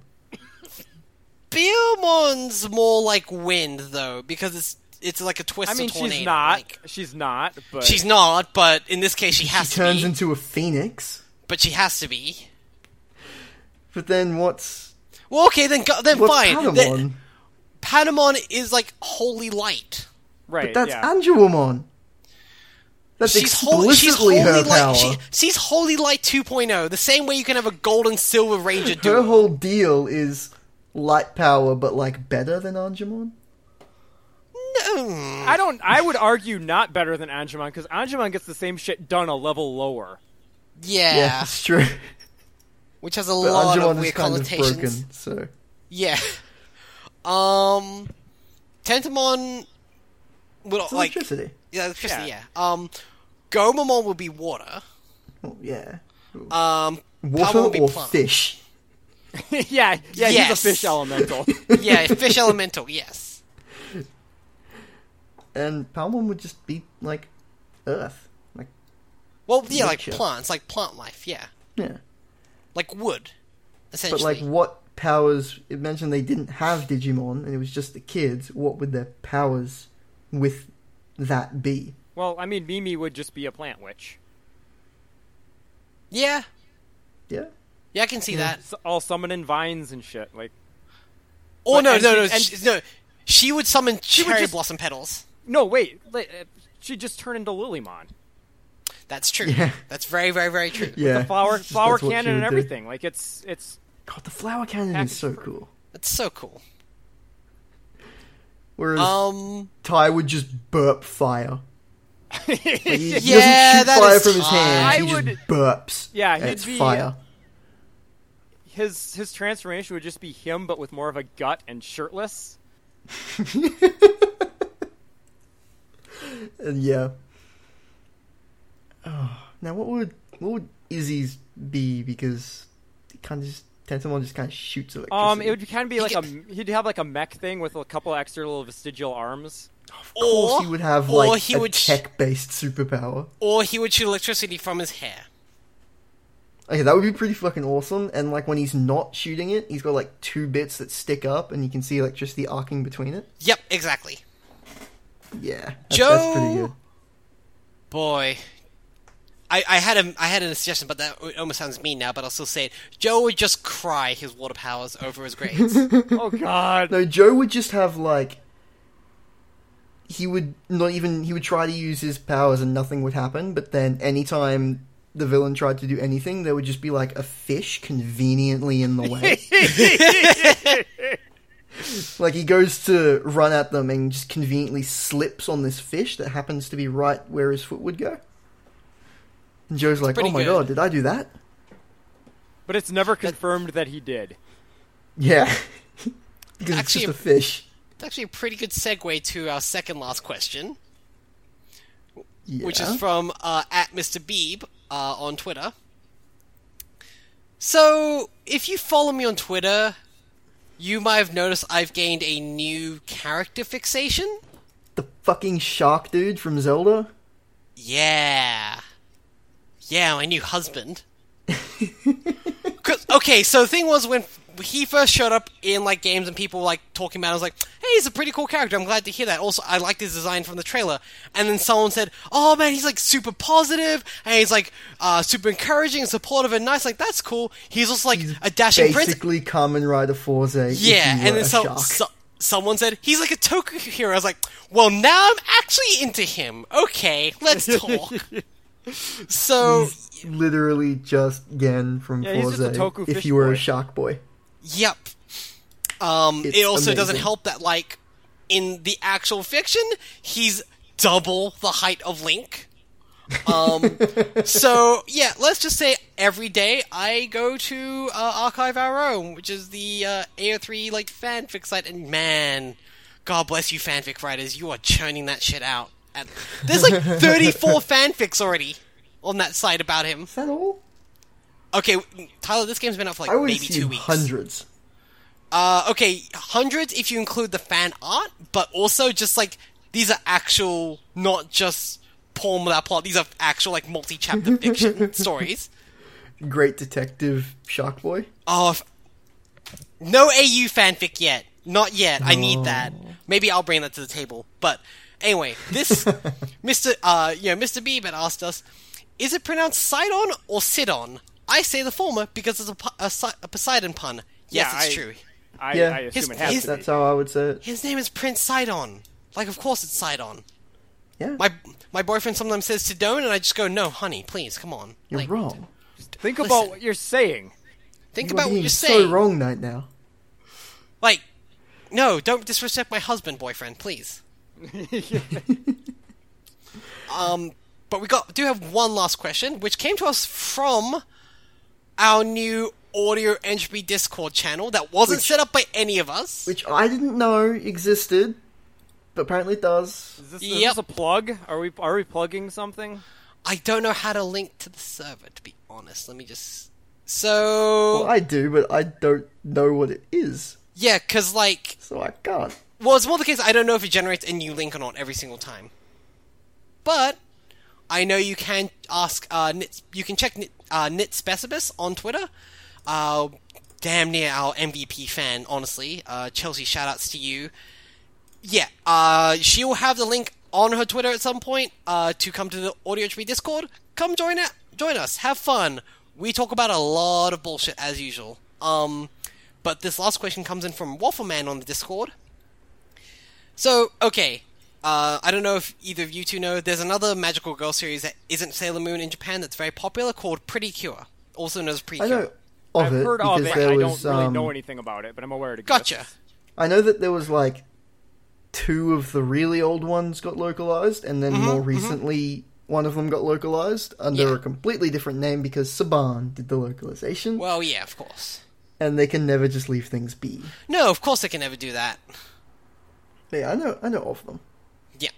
Beomon's more like wind though, because it's it's like a twist. I mean, of tornado. she's not. like- she's not. But she's not. But in this case, she has She to turns be. into a phoenix. But she has to be. But then what's Well, okay, then go, then what's fine. Patamon? Then, Patamon is like holy light. right. That's yeah. Angelomon. That's hol- explicitly her Light. power. she- she's Holy Light 2.0. The same way you can have a Gold and Silver Ranger her duo. whole deal is light power, but like better than Angemon. Mm. I don't. I would argue not better than Anjumon because Anjumon gets the same shit done a level lower. yeah, Yeah, it's true. which has a But lot of Angemon is weird kind of connotations. broken. So Yeah. Um, Tentamon. Would, it's like electricity. yeah, electricity. Yeah. Yeah. Um, Gomamon would be water. Oh, yeah, Um, water Palmon would be or plant. fish. yeah. Yeah. He's a Yes. fish elemental. Yeah, fish elemental. Yes. and Palmon would just be like Earth, like Well, yeah, Nature. like plants, like plant life. Yeah, yeah. like wood. But Essentially. like, what powers? It mentioned they didn't have Digimon, and it was just the kids. What would their powers with that be? well, I mean, Mimi would just be a plant witch. yeah. Yeah, Yeah, I can see that. S- all summoning vines and shit. Like, Oh But- no, and no, she- no, and- she, no! She would summon would cherry just- blossom petals. no, wait. Like, uh, she just turned into Lilymon. That's true. Yeah. That's very, very, very true. yeah. The flower, That's flower what she cannon, would and do. everything. Like, it's it's God, the flower cannon is Package so for- cool. That's so cool. Whereas Um, Ty would just burp fire. Like, he Yeah, doesn't shoot that fire is from his Ty. hands. I He would- just burps. Yeah, and he'd it's be- uh, fire. his his transformation would just be him, but with more of a gut and shirtless. And yeah. Oh, now what would what would Izzy's be? Because it kind of just Tentamon just kind of shoots electricity. Um, it would kind of be like a could- he'd have like a mech thing with a couple extra little vestigial arms. Of course, or he would have or like he a would sh- tech-based superpower. or he would shoot electricity from his hair. Okay, that would be pretty fucking awesome. And like when he's not shooting it, he's got like two bits that stick up, and you can see electricity arcing between it. Yep, exactly. Yeah, that's, Joe- that's pretty good. Boy, I, I had a, I had a suggestion, but that almost sounds mean now. But I'll still say it. Joe would just cry his water powers over his grades. Oh God! No, Joe would just have like he would not even he would try to use his powers and nothing would happen, but then anytime the villain tried to do anything, there would just be like a fish conveniently in the way. like he goes to run at them and just conveniently slips on this fish that happens to be right where his foot would go. And Joe's like, pretty "Oh my good. god, did I do that?" But it's never confirmed that he did. Yeah. Actually, because it's just a fish. it's actually a pretty good segue to our second last question, which Yeah. is from uh, at Mr. Beeb uh, on Twitter. So, if you follow me on Twitter, you might have noticed I've gained a new character fixation. the fucking shark dude from Zelda. Yeah. Yeah, my new husband. 'Cause- okay, so the thing was when he first showed up in like games and people were like talking about. It. I was like, "Hey, he's a pretty cool character. I'm glad to hear that." Also, I liked his design from the trailer. And then someone said, "Oh man, he's like super positive and he's like uh, super encouraging, and supportive, and nice. Like that's cool." He's also like a dashing prince. Basically, Kamen Rider Forza. if Yeah, you were and then a so, shark. so- someone said he's like a Toku hero. I was like, well, now I'm actually into him. Okay, let's talk. so literally just Gen from Yeah, he's just Forza. a toku if fish you were boy. a shark boy, Yep. Um, It's it also doesn't amazing. help that, like, in the actual fiction, he's double the height of Link. Um, so yeah, let's just say every day I go to uh, Archive Our Own, which is the uh, AO3 like fanfic site, and man, God bless you, fanfic writers, you are churning that shit out. And there's like 34 fanfics already on that site about him. is that all? Okay, Tyler, this game's been out for like I would maybe two assume weeks. hundreds. Uh, okay, hundreds if you include the fan art, but also just like these are actual, not just porn without plot. These are actual like multi-chapter fiction stories. Great Detective Shark Boy. Oh, if... no AU fanfic yet. Not yet. I need that. Maybe I'll bring that to the table. But anyway, this Mr. Uh, you know, Mr. Beeb had asked us, is it pronounced Sidon or Sidon? I say the former because it's a, pu- a, Si- a Poseidon pun. Yes, Yeah, it's I- true. I, Yeah. I assume it His- has his- to be. That's how I would say it. His name is Prince Sidon. Like, of course it's Sidon. Yeah, My my boyfriend sometimes says Sidon, and I just go, no, honey, please, come on. you're Like, wrong. Think about Listen. what you're saying. Think You are about what being you're so saying. wrong right now. Like, no, don't disrespect my husband, boyfriend, please. um, but we got do have one last question, which came to us from our new audio entropy Discord channel that wasn't Which- set up by any of us. Which I didn't know existed, but apparently it does. Is this, is Yep. this a plug? Are we are we plugging something? I don't know how to link to the server, to be honest. Let me just. So Well, I do, but I don't know what it is, yeah, because like so I can't. Well, it's more the case I don't know if it generates a new link or not every single time. But I know you can ask. Uh, Nit, you can check Nit, uh, Nit Specibus on Twitter. Uh, damn near our MVP fan, honestly. Uh, Chelsea, shoutouts to you. Yeah, uh, she will have the link on her Twitter at some point uh, to come to the Audio HP Discord. Come join it. Join us. Have fun. We talk about a lot of bullshit as usual. Um, but this last question comes in from Waffleman on the Discord. So, okay. Uh, I don't know if either of you two know, there's another magical girl series that isn't Sailor Moon in Japan that's very popular called Pretty Cure, also known as Pretty I Cure. know of I've it heard because of it. there I was. don't really um, know anything about it, but I'm aware it exists. Gotcha. I know that there was like two of the really old ones got localized, and then more recently one of them got localized under Mm-hmm, Yeah. a completely different name because Saban did the localization, Well, yeah, of course. and they can never just leave things be. No, of course they can never do that. Yeah, I know, I know of them. Yeah.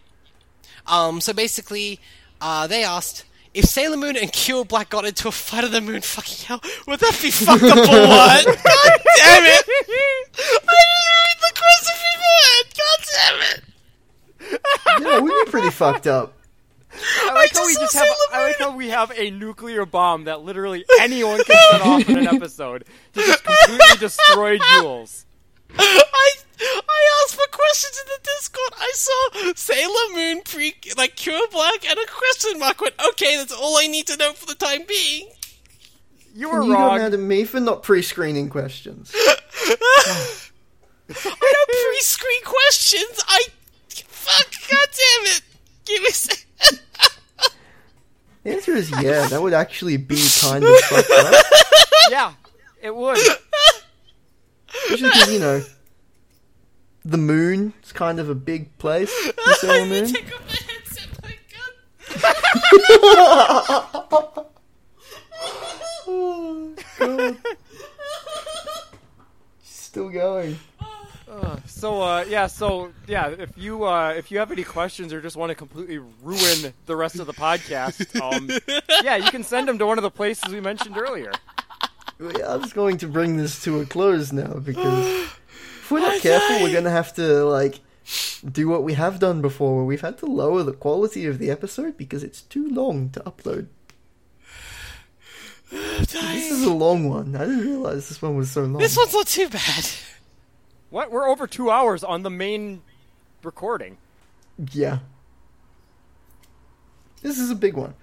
Um, so basically, uh, they asked if Sailor Moon and Cure Black got into a fight of the moon, fucking hell, would that be fucked up or what? God damn it! I just read the question beforehand! God damn it! Yeah, we'd be pretty fucked up. I like how just we saw just have. Sailor I like how we have a nuclear bomb that literally anyone can set off in an episode to just completely destroy Jules. I I asked for questions in the Discord. I saw Sailor Moon pre like Cure Black and a question mark. Went okay, that's all I need to know for the time being. You You were got wrong. mad at me for not pre-screening questions. I don't pre-screen questions. I fuck, goddamn it! Give me. a sec. The answer is yeah. That would actually be kind of fucked up, yeah, it would. especially because you know the moon is kind of a big place. in Sailor Let Moon. me take off my headset. My god. Oh, God. Still going. So uh, yeah, so yeah, if you uh, if you have any questions or just want to completely ruin the rest of the podcast, um, yeah, you can send them to one of the places we mentioned earlier. Wait, I'm just going to bring this to a close now because if we're not careful, we're going to have to like do what we have done before, where we've had to lower the quality of the episode because it's too long to upload. dying. This is a long one. I didn't realize this one was so long. This one's not too bad. What? We're over two hours on the main recording. Yeah. This is a big one.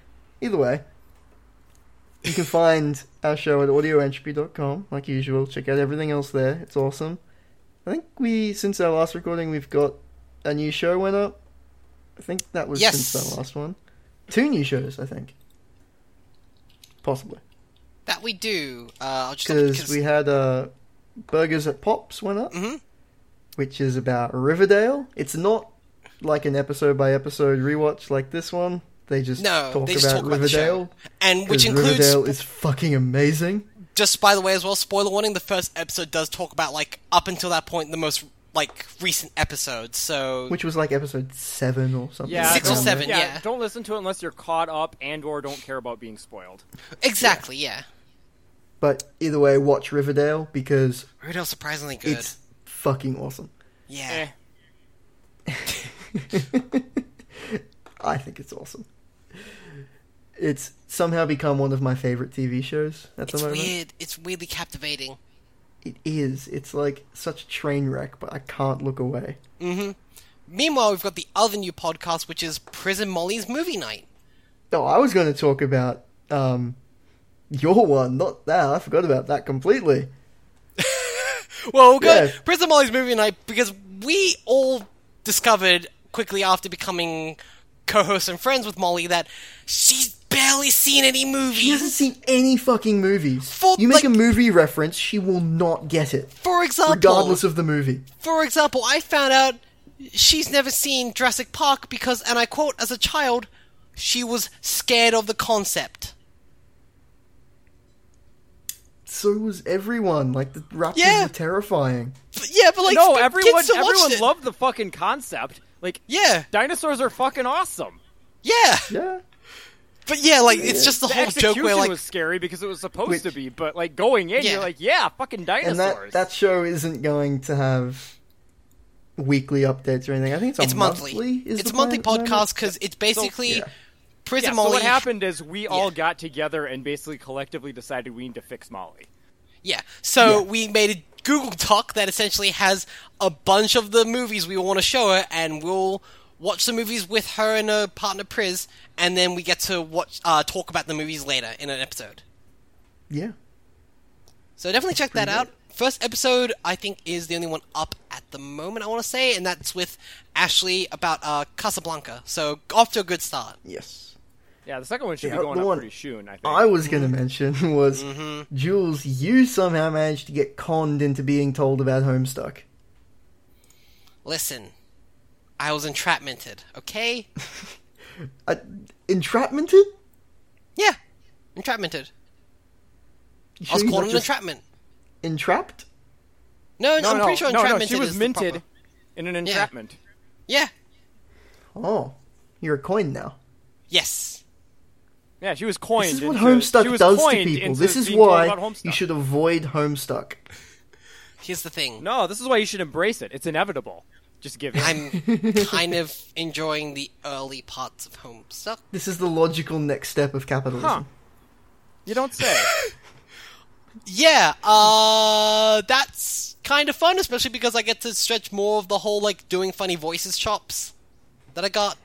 Either way, you can find our show at audioentropy.com, like usual. Check out everything else there. It's awesome. I think we, since our last recording, we've got a new show went up. I think that was Yes. since our last one. Two new shows, I think. Possibly. That we do. Uh, I'll just Because we had uh, Burgers at Pops went up, Mhm. which is about Riverdale. It's not like an episode by episode rewatch like this one. They just no, talk they just about talk about the Riverdale. show, and which 'cause includes Riverdale is fucking amazing. just by the way as well. Spoiler warning: the first episode does talk about like up until that point the most like recent episodes. So Which was like episode seven or something. Yeah, Six or around don't- seven, Yeah, yeah. Don't listen to it unless you're caught up and/or don't care about being spoiled. exactly, yeah. there. But either way, watch Riverdale because Rudolph's surprisingly good. it's fucking awesome. yeah. Eh. I think it's awesome. It's somehow become one of my favorite TV shows at the It's moment. weird. It's weirdly captivating. It is. It's like such a train wreck, but I can't look away. Meanwhile, we've got the other new podcast, which is Prison Molly's Movie Night. No, I was going to talk about um, your one, not that. I forgot about that completely. Well, we'll go Yeah. Prison Molly's Movie Night because we all discovered quickly after becoming co-hosts and friends with Molly that she's barely seen any She hasn't movies. seen any fucking movies. For- you make like- a movie reference, she will not get it, For example, regardless of the movie. For example, I found out she's never seen Jurassic Park because, and I quote, as a child, she was scared of the concept. So was everyone. Like the raptors Yeah. were terrifying. But- yeah, but like, no, but everyone, kids still watched everyone it. loved the fucking concept. Like, Yeah, dinosaurs are fucking awesome. yeah, Yeah. but yeah, like it's just the, The whole execution joke where like was scary because it was supposed Which- to be, but like going in, Yeah. you're like, yeah, fucking And dinosaurs. that that show isn't going to have weekly updates or anything. I think it's, a it's monthly. is It's the a monthly plan at the moment. podcast because it's basically yeah. Prison yeah, so Molly. what happened is we all Yeah. got together and basically collectively decided we need to fix Molly. Yeah. So Yeah. we made a Google Doc that essentially has a bunch of the movies we want to show her, and we'll watch the movies with her and her partner Priz, and then we get to watch uh, talk about the movies later in an episode. Yeah. So definitely check that pretty out. First episode, I think, is the only one up at the moment. I want to say, and that's with Ashley about uh, Casablanca. So off to a good start. Yes. Yeah, the second one should Yeah, be going the up one- pretty soon. I think. I was going to Mm-hmm. mention was Jules, you somehow managed to get conned into being told about Homestuck. Listen, I was entrapmented. Okay. I, Uh, entrapmented? Yeah, entrapmented. You I was sure caught you're not in just entrapment. Entrapped? No, no, I'm no, pretty sure no, entrapment no, she is was the minted proper- in an entrapment. Yeah. Oh, you're a coin now. Yes. Yeah, she was coined. This is what into- she Homestuck was does to coined people. into This is being told why about Homestuck. you should avoid Homestuck. Here's the thing. No, this is why you should embrace it. It's inevitable. Just give it. I'm kind of enjoying the early parts of Homestuck. This is the logical next step of capitalism. Huh. You don't say. Yeah, uh, that's kind of fun, especially because I get to stretch more of the whole, like, doing funny voices chops that I got.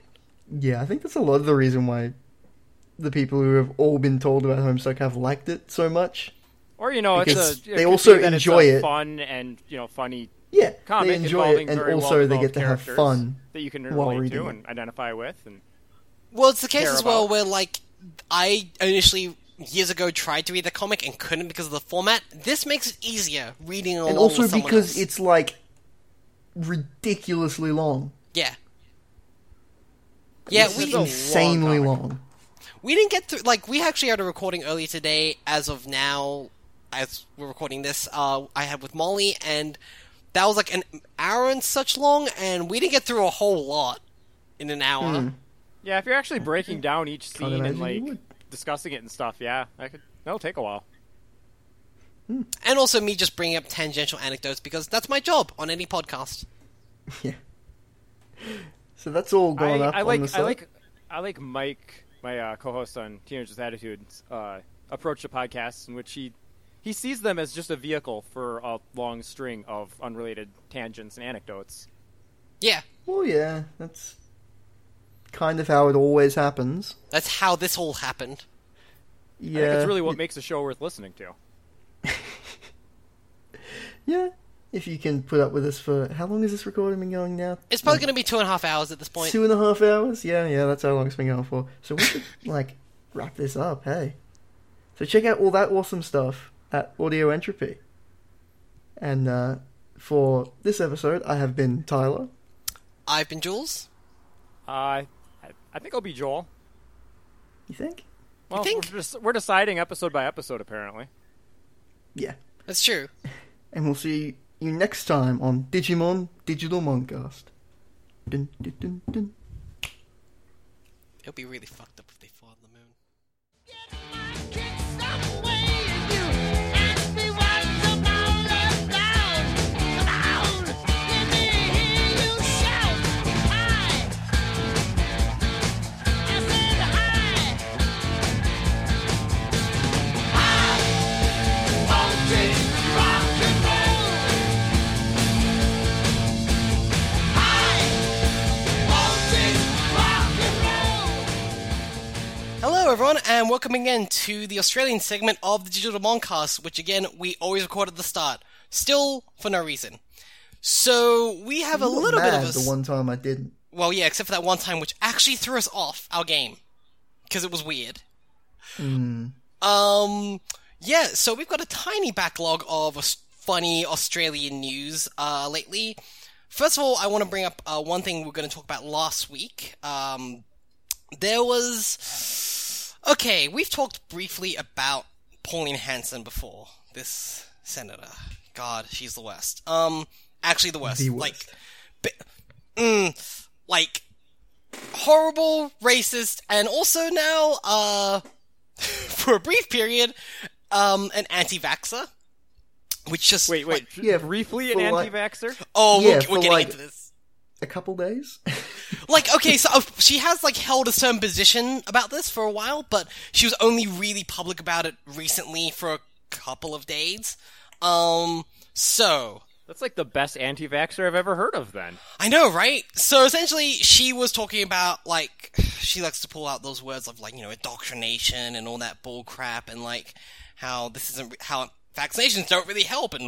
Yeah, I think that's a lot of the reason why the people who have all been told about Homestuck have liked it so much. Or you know, Because it's a, it they could also be that it's a enjoy it. Fun and you know, funny. Yeah, Comic they enjoy involving it, and very also they well-developed get to have characters fun. that you can while relate reading to it. and identify with. And Well, it's the case Care as well about. where, like, I initially, years ago, tried to read the comic and couldn't because of the format. This makes it easier reading along And also with someone because else. it's like ridiculously long. Yeah. Yeah, It's we, a long insanely comic. long. we didn't get through like we actually had a recording earlier today as of now as we're recording this uh i had with molly and that was like an hour and such long and we didn't get through a whole lot in an hour Hmm. yeah, if you're actually breaking down each scene and imagine like you would. discussing it and stuff, yeah, I could. That'll take a while. and also me just bringing up tangential anecdotes because that's my job on any podcast Yeah. So that's all I, gone up I on like. the I site. like. I like Mike, my uh, co-host on Teenagers with Attitudes, uh, approach to podcasts in which he he sees them as just a vehicle for a long string of unrelated tangents and anecdotes. Yeah, Well, yeah, that's kind of how it always happens. that's how this all happened. Yeah, I think it's really what makes a show worth listening to. yeah. If you can put up with us for how long has this recording been going now? It's probably going to be two and a half hours at this point. Two and a half hours? Yeah, yeah, that's how long it's been going for. So we should, like, wrap this up, hey. So check out all that awesome stuff at Audio Entropy. And uh, for this episode, I have been Tyler. I've been Jules. Uh, I, I think I'll be Joel. You think? Well, think? We're, just, we're deciding episode by episode, apparently. Yeah. That's true. And we'll see you next time on Digimon Digital Moncast. Dun, dun, dun, dun. It'll be really fucked up if they fall on the moon. Get my kicks some way in you. Ask me what's the matter down. Down. Let me hear you shout. Hi. I said hi. I want it rock and roll. I want it rock and roll. Hello, everyone, and welcome again to the Australian segment of the Digital Moncast, which again we always record at the start, still for no reason. So we have a You got little bit of mad a s- the one time I didn't. well, yeah, except for that one time which actually threw us off our game because it was weird. Mm. Um, yeah, so we've got a tiny backlog of aus- funny Australian news uh, lately. First of all, I want to bring up uh, one thing we are going to talk about last week. Um, there was. Okay, we've talked briefly about Pauline Hanson before, this senator. God, she's the worst. Um, actually, the worst. The worst. Like, bi- mm, like horrible, racist, and also now, uh, for a brief period, um, an anti-vaxer, which just Wait, like- wait. yeah, briefly an for like- anti-vaxxer? oh, Yeah, we're, for we're getting like- into this. A couple days? like okay so uh, she has like held a certain position about this for a while but she was only really public about it recently for a couple of days um so That's like the best anti-vaxxer I've ever heard of. Then I know, right? So essentially, she was talking about like she likes to pull out those words of like you know indoctrination and all that bull crap and like how this isn't re- how vaccinations don't really help and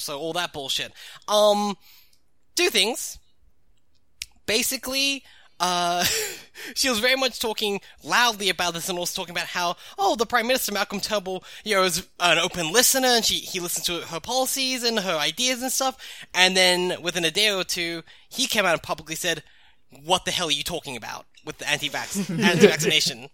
so all that bullshit. Um, two things. Basically, uh, she was very much talking loudly about this and also talking about how oh the prime minister Malcolm Turnbull you know is an open listener and she he listened to her policies and her ideas and stuff and then within a day or two he came out and publicly said what the hell are you talking about with the anti-vax anti-vaccination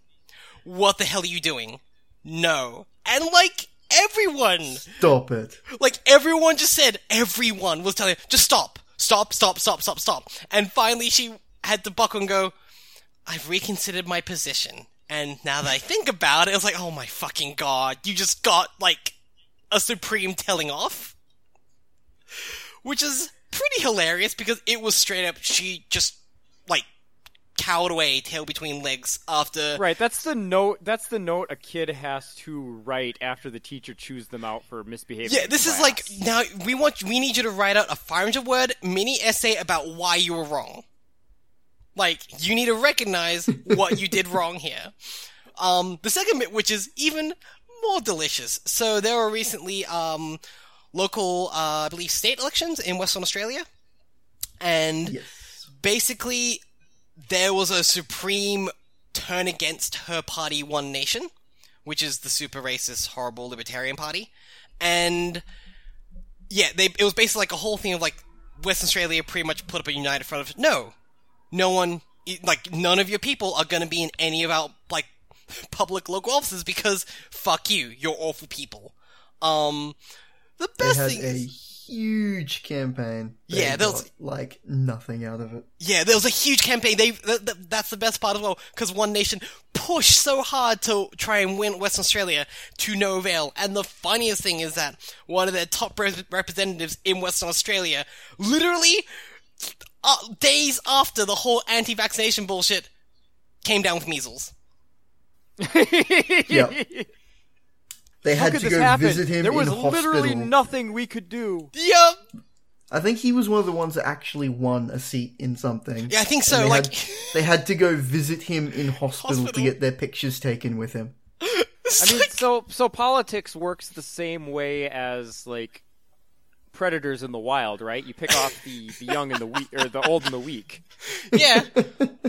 what the hell are you doing no and like everyone Stop it. like everyone just said, everyone was telling her, just stop, stop, stop, stop, stop, stop. And finally, she had to buckle and go, I've reconsidered my position. And now that I think about it, it's like, oh my fucking god, you just got like a supreme telling off, which is pretty hilarious because it was straight up. She just like cowed away, tail between legs, after right? That's the note. That's the note a kid has to write after the teacher chews them out for misbehaving. Yeah, in this is class. like now we want we need you to write out a 500 word mini essay about why you were wrong. Like you need to recognize what you did wrong here. Um, the second bit, which is even more delicious. So there were recently um, local, uh, I believe, state elections in Western Australia, and Yes. basically there was a supreme turn against her party one nation which is the super racist horrible libertarian party and yeah they it was basically like a whole thing of like western australia pretty much put up a united front of no no one e, like none of your people are going to be in any of our like public local offices because fuck you you're awful people um the They best had thing a is- huge campaign. They Yeah, there was- got, like nothing out of it. Yeah, there was a huge campaign. They th- th- that's the best part as well because One Nation pushed so hard to try and win Western Australia to no avail. And the funniest thing is that one of their top re- representatives in Western Australia, literally uh, days after the whole anti-vaccination bullshit, came down with measles. Yep. They How had could to this go happen? visit him there was in hospital. literally nothing we could do. Yep. I think he was one of the ones that actually won a seat in something. Yeah, I think And so, They like- had, they had to go visit him in hospital, to Hospital. get their pictures taken with him. I mean, so so politics works the same way as like predators in the wild, right? You pick off the, the young and the weak, or the old and the weak. Yeah.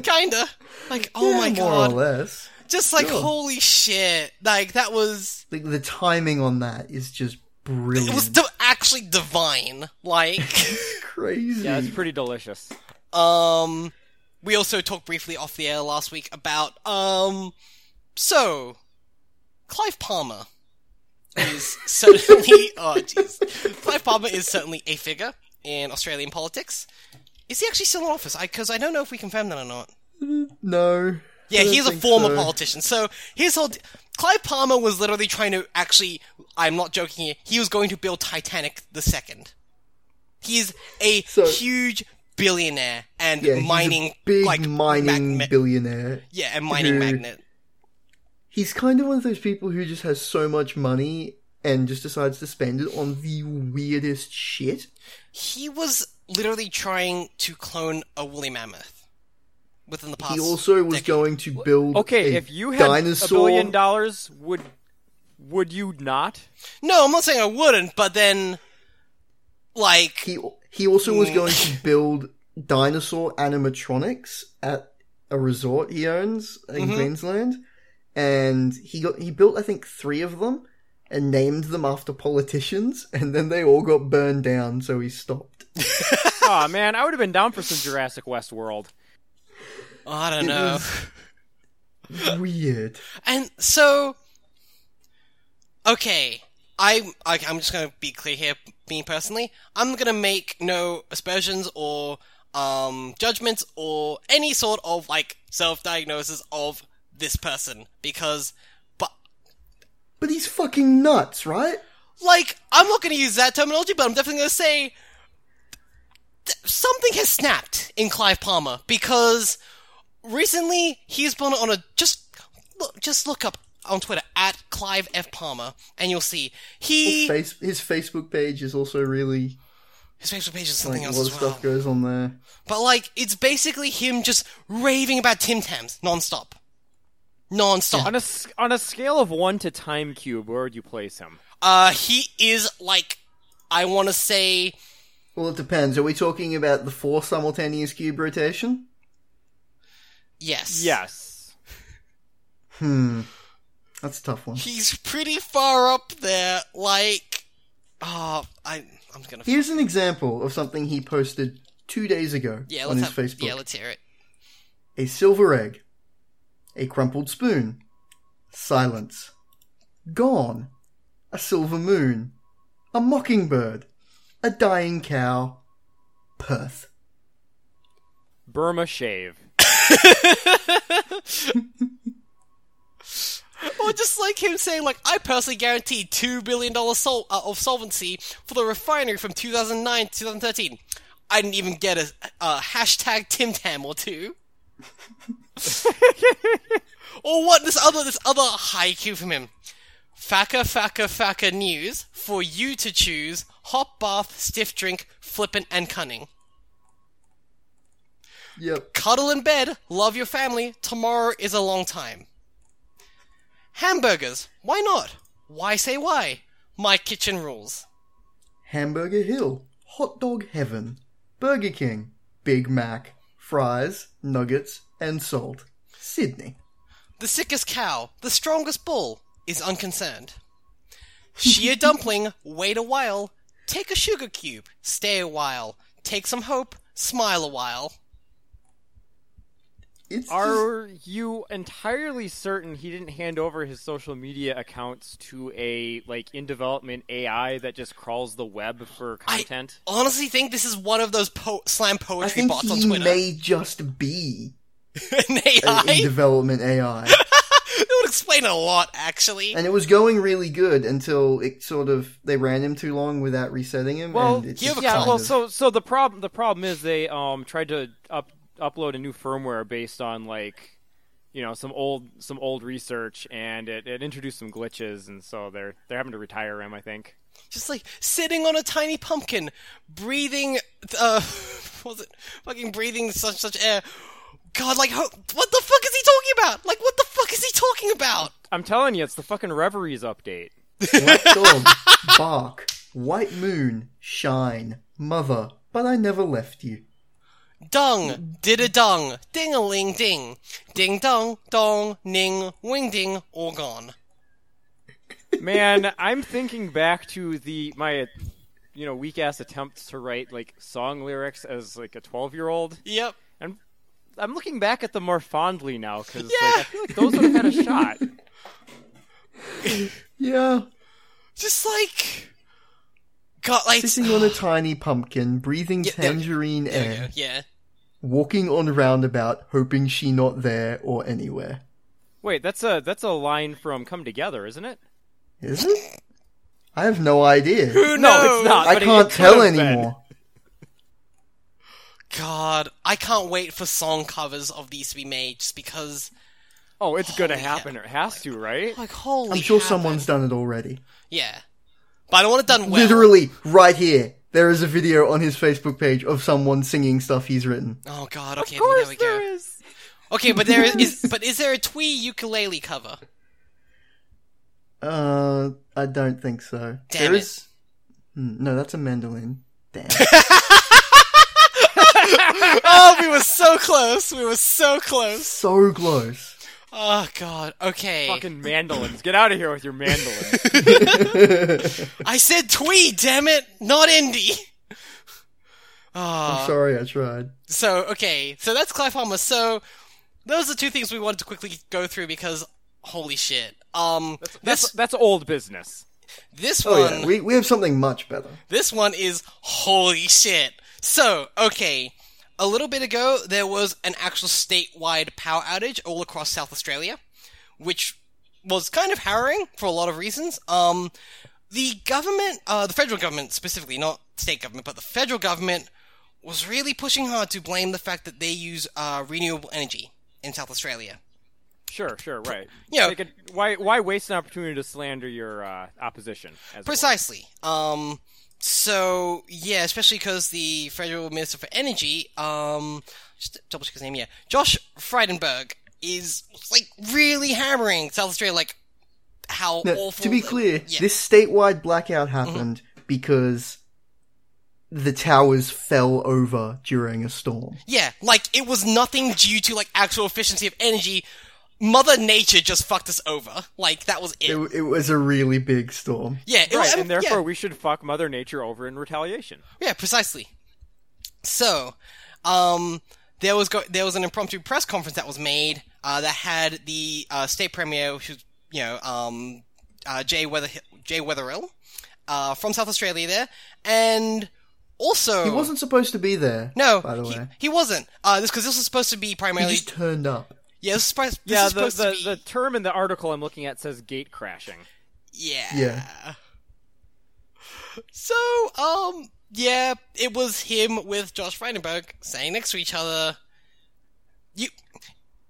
Kinda. Like, oh Yeah, my more god. or less. Just like, Sure. holy shit. Like, that was. The, the timing on that is just brilliant. It was di- actually divine. Like. crazy. Yeah, it's pretty delicious. Um, we also talked briefly off the air last week about um, so Clive Palmer is certainly oh jeez, Clive Palmer is certainly a figure in Australian politics. Is he actually still in office? Because I, don't know if we confirm that or not. no. Yeah, I don't he's a think former so. politician. So his whole Clive Palmer was literally trying to actually. I'm not joking here. He was going to build Titanic the second. He's a So- huge billionaire and Yeah, he's a mining big like mining magnet- billionaire. yeah, and mining who- magnet. He's kind of one of those people who just has so much money and just decides to spend it on the weirdest shit. He was literally trying to clone a woolly mammoth within the past. He also was decade. going to build Okay, a if you had dinosaur. a billion dollars, would would you not? No, I'm not saying I wouldn't, but then, like, he he also was going to build dinosaur animatronics at a resort he owns in Queensland, and he got he built I think three of them and named them after politicians, and then they all got burned down, so he stopped. Aw, man, I would have been down for some Jurassic West World. I don't It know. was weird. And so, okay, I, I I'm just gonna be clear here. Me personally, I'm gonna make no aspersions or um judgments or any sort of like self-diagnosis of this person because, but But he's fucking nuts, right? like I'm not going to use that terminology, but I'm definitely going to say th- something has snapped in Clive Palmer because recently he's been on a just look, just look up on Twitter at Clive F Palmer and you'll see he Face, his Facebook page is also really his Facebook page is like something a lot else of as well. stuff goes on there. But like it's basically him just raving about Tim Tams nonstop, nonstop. On a s- on a scale of one to Time Cube, where would you place him? Uh, he is like I want to say Well, it depends. Are we talking about the four simultaneous cube rotation? yes, Yes. Hmm. That's a tough one. he's pretty far up there. Like, oh, I, I'm gonna. Here's an example of something he posted two days ago yeah, on let's his have, Facebook. Yeah, let's hear it. a silver egg. A crumpled spoon. Silence. Gone. A silver moon. A mockingbird. A dying cow. Perth. Burma Shave. Or just like him saying, like, I personally guarantee two billion dollars sol- uh, of solvency for the refinery from 2009 to 2013. I didn't even get a, a hashtag Tim Tam or two. or what this other this other haiku from him. Faka faka faka news for you to choose hot bath, stiff drink, flippant and cunning. Yep. Cuddle in bed, love your family, tomorrow is a long time. Hamburgers, why not? Why say why? My kitchen rules. Hamburger Hill. Hot dog heaven. Burger King. Big Mac. Fries. Nuggets. And salt. Sydney. The sickest cow, the strongest bull, is unconcerned. Shear dumpling, wait a while, take a sugar cube, stay a while, take some hope, smile a while. It's just- Are you entirely certain he didn't hand over his social media accounts to a like in development AI that just crawls the web for content? I honestly think this is one of those po- slam I poetry think bots on he Twitter. may just be An AI? an in development AI. it would explain a lot, actually. and it was going really good until it sort of they ran him too long without resetting him. Well, and it give just a yeah, kind call. well, of- so so the problem the problem is they um tried to up upload a new firmware based on like you know some old some old research, and it, it introduced some glitches, and so they're they're having to retire him. I think. Just like sitting on a tiny pumpkin, breathing, uh, what was it? Fucking breathing such such air. God, like, ho- what the fuck is he talking about? Like, what the fuck is he talking about? I'm telling you, it's the fucking Reveries update. Black dog, bark, white moon, shine, mother, but I never left you. Dung, did a dung, ding a ling ding, ding dong, dong, ning, wing ding, all gone. Man, I'm thinking back to the my you know weak ass attempts to write like song lyrics as like a 12 year old. Yep. And I'm looking back at them more fondly now because like, Yeah. I feel like those would have had a shot. Yeah, Just like. God, like. sitting on a tiny pumpkin, breathing Yeah, there we go. tangerine air, Yeah. walking on roundabout, hoping she not there or anywhere. Wait, that's a that's a line from Come Together, isn't it? Is it? I have no idea. Who No, it's knows? not. I But it can't could've tell been. anymore. God, I can't wait for song covers of these to be made just because, Oh, it's gonna Holy happen. cow. It has to, right? like, holy I'm sure hell. someone's done it already. Yeah. But I don't want it done well. Literally, right here, there is a video on his Facebook page of someone singing stuff he's written. Oh god, okay, of course there we go. there is. Okay, but there is, is but is there a twee ukulele cover? Uh, I don't think so. Damn There it. is- Hmm, no, that's a mandolin. Damn. oh, we were so close. We were so close. so close. Oh god. Okay. Fucking mandolins. Get out of here with your mandolins. Uh, I said twee, damn it, not indie. Ah, I'm sorry, I tried. So, okay, so that's Clive Palmer. So, those are two things we wanted to quickly go through because holy shit. Um that's this that's old business. this Oh one yeah, we we have something much better. This one is holy shit. So, okay. A little bit ago, there was an actual statewide power outage all across South Australia, which was kind of harrowing for a lot of reasons. Um, the government, uh, the federal government specifically, not state government, but the federal government was really pushing hard to blame the fact that they use uh, renewable energy in South Australia. Sure, sure, right. Yeah. They could- why why waste an opportunity to slander your uh, opposition? As it were? Precisely. Um, so yeah, especially because the federal minister for energy, um, just double check his name. Yeah, Josh Frydenberg is like really hammering South Australia, like how Now, awful. to be the- clear, yeah. Mm-hmm. this statewide blackout happened because the towers fell over during a storm. yeah, like it was nothing due to like actual efficiency of energy. Mother Nature just fucked us over. Like that was it. It, it was a really big storm. yeah, it was, Right, and therefore yeah. we should fuck Mother Nature over in retaliation. Yeah, precisely. So, um, there was go- there was an impromptu press conference that was made uh, that had the uh, state premier, who's you know um, uh, Jay Weather Jay Weatherill uh, from South Australia there, and also He wasn't supposed to be Oh. there. no by the he- way, he, wasn't uh, this because this was supposed to be he, primarily just turned up. yeah this, was, this yeah, is the, supposed the, to be the term in the article I'm looking at says gate crashing. yeah Yeah. So, um, yeah, it was him with Josh Frydenberg saying next to each other. You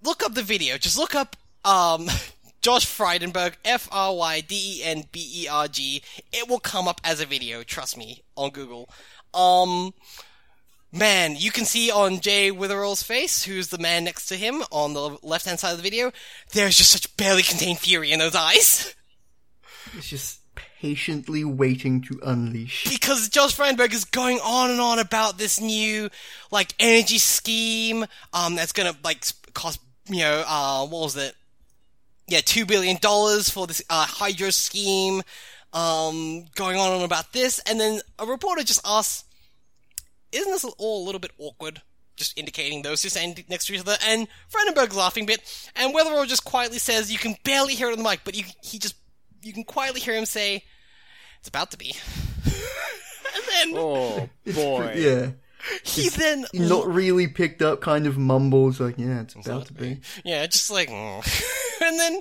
look up the video. Just look up, um, Josh Frydenberg, F R Y D E N B E R G. It will come up as a video. Trust me on Google. Um, man, you can see on Jay Witherall's face, who's the man next to him on the left hand side of the video. There's just such barely contained fury in those eyes. He's just patiently waiting to unleash. because Josh Frydenberg is going on and on about this new like energy scheme um that's gonna like sp- cost you know uh what was it yeah two billion dollars for this uh, hydro scheme um going on and about this and then a reporter just asks isn't this all a little bit awkward just indicating those two standing next to each other and Frydenberg's laughing a bit and Weatherall just quietly says you can barely hear it on the mic but you, he just you can quietly hear him say it's about to be and then Oh It's boy. pre- yeah, he then not really picked up. Kind of mumbles like, "Yeah, it's about to be." yeah just like "Mm." and then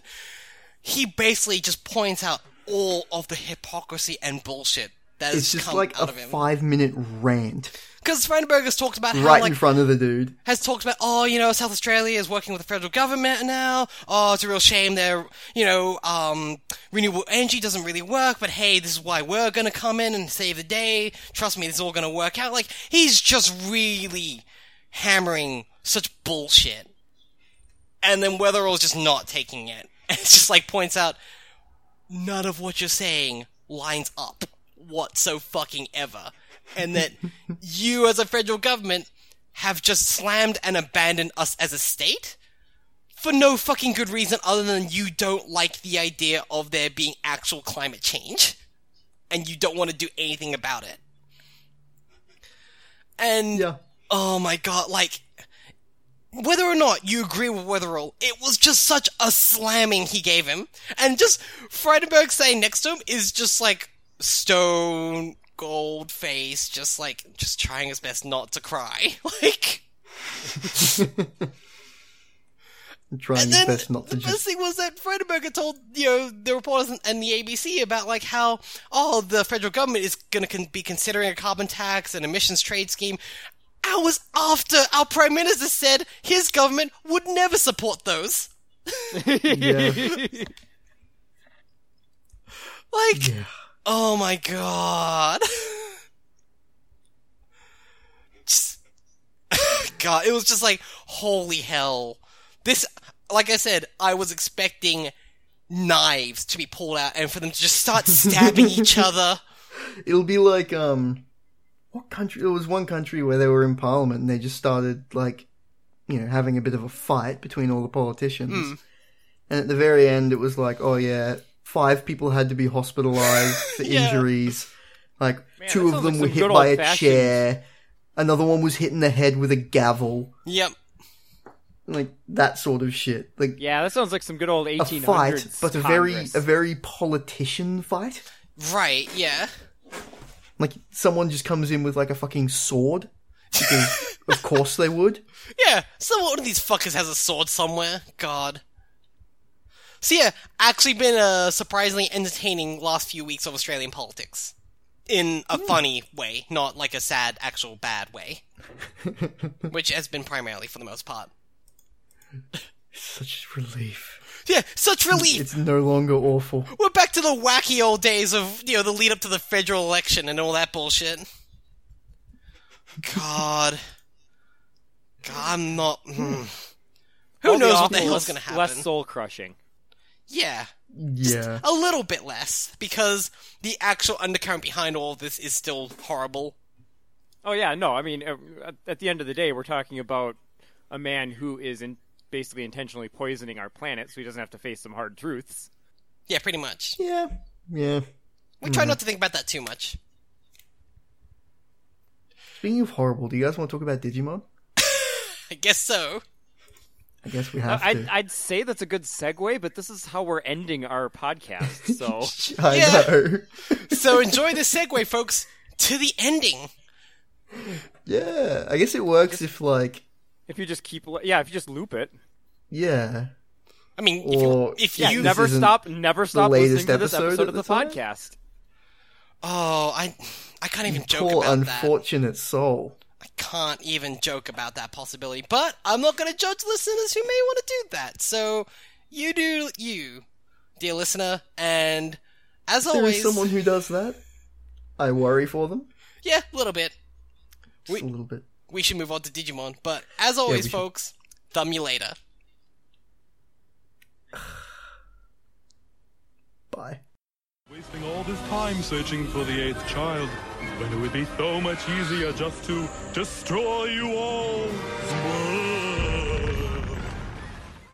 he basically just points out all of the hypocrisy and bullshit that has It's just come like out a of him five minute rant. Because Brandenburg has talked about how right like in front of the dude. has talked about, oh, you know, South Australia is working with the federal government now. Oh, it's a real shame their, you know, um, renewable energy doesn't really work, but hey, this is why we're gonna come in and save the day. Trust me, this is all gonna work out. Like, he's just really hammering such bullshit. And then Weatherall's just not taking it. And it's just like points out, none of what you're saying lines up whatso fucking ever. And that you as a federal government have just slammed and abandoned us as a state for no fucking good reason other than you don't like the idea of there being actual climate change and you don't want to do anything about it. And Yeah. oh my god, like whether or not you agree with Wetherall, it was just such a slamming he gave him. And just Freidenberg saying next to him is just like stone gold face, just like just trying his best not to cry. Like Trying and his then best not to the best just. thing was that Freidenberg had told you know the reporters and- and the ABC about like how oh the federal government is going to con- be considering a carbon tax and emissions trade scheme. Hours after our prime minister said his government would never support those. Yeah. Like, oh my god. just, god, it was just like, holy hell. This, like I said, I was expecting knives to be pulled out and for them to just start stabbing each other. It'll be like um, what country? There was one country where they were in parliament and they just started like, you know, having a bit of a fight between all the politicians. Hmm. And at the very end, it was like, oh yeah, five people had to be hospitalized for Yeah. injuries. Like Man, that two of sounds them like were some hit good by a old-fashioned- chair. Another one was hit in the head with a gavel, Yep. like that sort of shit. Like Yeah, that sounds like some good old a 1800s fight, but a very Congress. a very politician fight. Right, yeah. Like someone just comes in with like a fucking sword. Because of course they would. Yeah, so one of these fuckers has a sword somewhere. God. So yeah, actually been a surprisingly entertaining last few weeks of Australian politics. In a funny way, not like a sad, actual bad way. Which has been primarily for the most part. Such relief. Yeah, such relief! It's no longer awful. We're back to the wacky old days of, you know, the lead up to the federal election and all that bullshit. God. God, I'm not. hmm. Who All the knows what the awful, hell's less- gonna happen? Less soul crushing. yeah. Yeah. a little bit less because the actual undercurrent behind all of this is still horrible. Oh yeah, no. I mean, uh, at- at the end of the day, we're talking about a man who is in, basically intentionally poisoning our planet, so he doesn't have to face some hard truths. Yeah, pretty much. Yeah. Yeah. We Mm-hmm. try not to think about that too much. Speaking of horrible, do you guys want to talk about Digimon? I guess so. I guess Uh, we have Uh, I'd, to. I'd say that's a good segue, but this is how we're ending our podcast. So I Yeah. know. So enjoy this segue, folks, to the ending. Yeah. I guess it works if like if you just keep, li- yeah, if you just loop it, yeah. I mean, Or- if you, Yeah, if you never isn't stop, never stop latest listening to this episode episode of the that's on it? podcast. oh, I, I can't even joke Poor about that. unfortunate soul. I can't even joke about that possibility. But I'm not going to judge listeners who may want to do that. So you do you, dear listener, and as There always, is someone who does that. I worry for them. yeah, a little bit. Just We- a little bit. we should move on to Digimon. But as always, should. folks, thumb you later. Bye. Wasting all this time searching for the eighth child, when it would be so much easier just to destroy you all.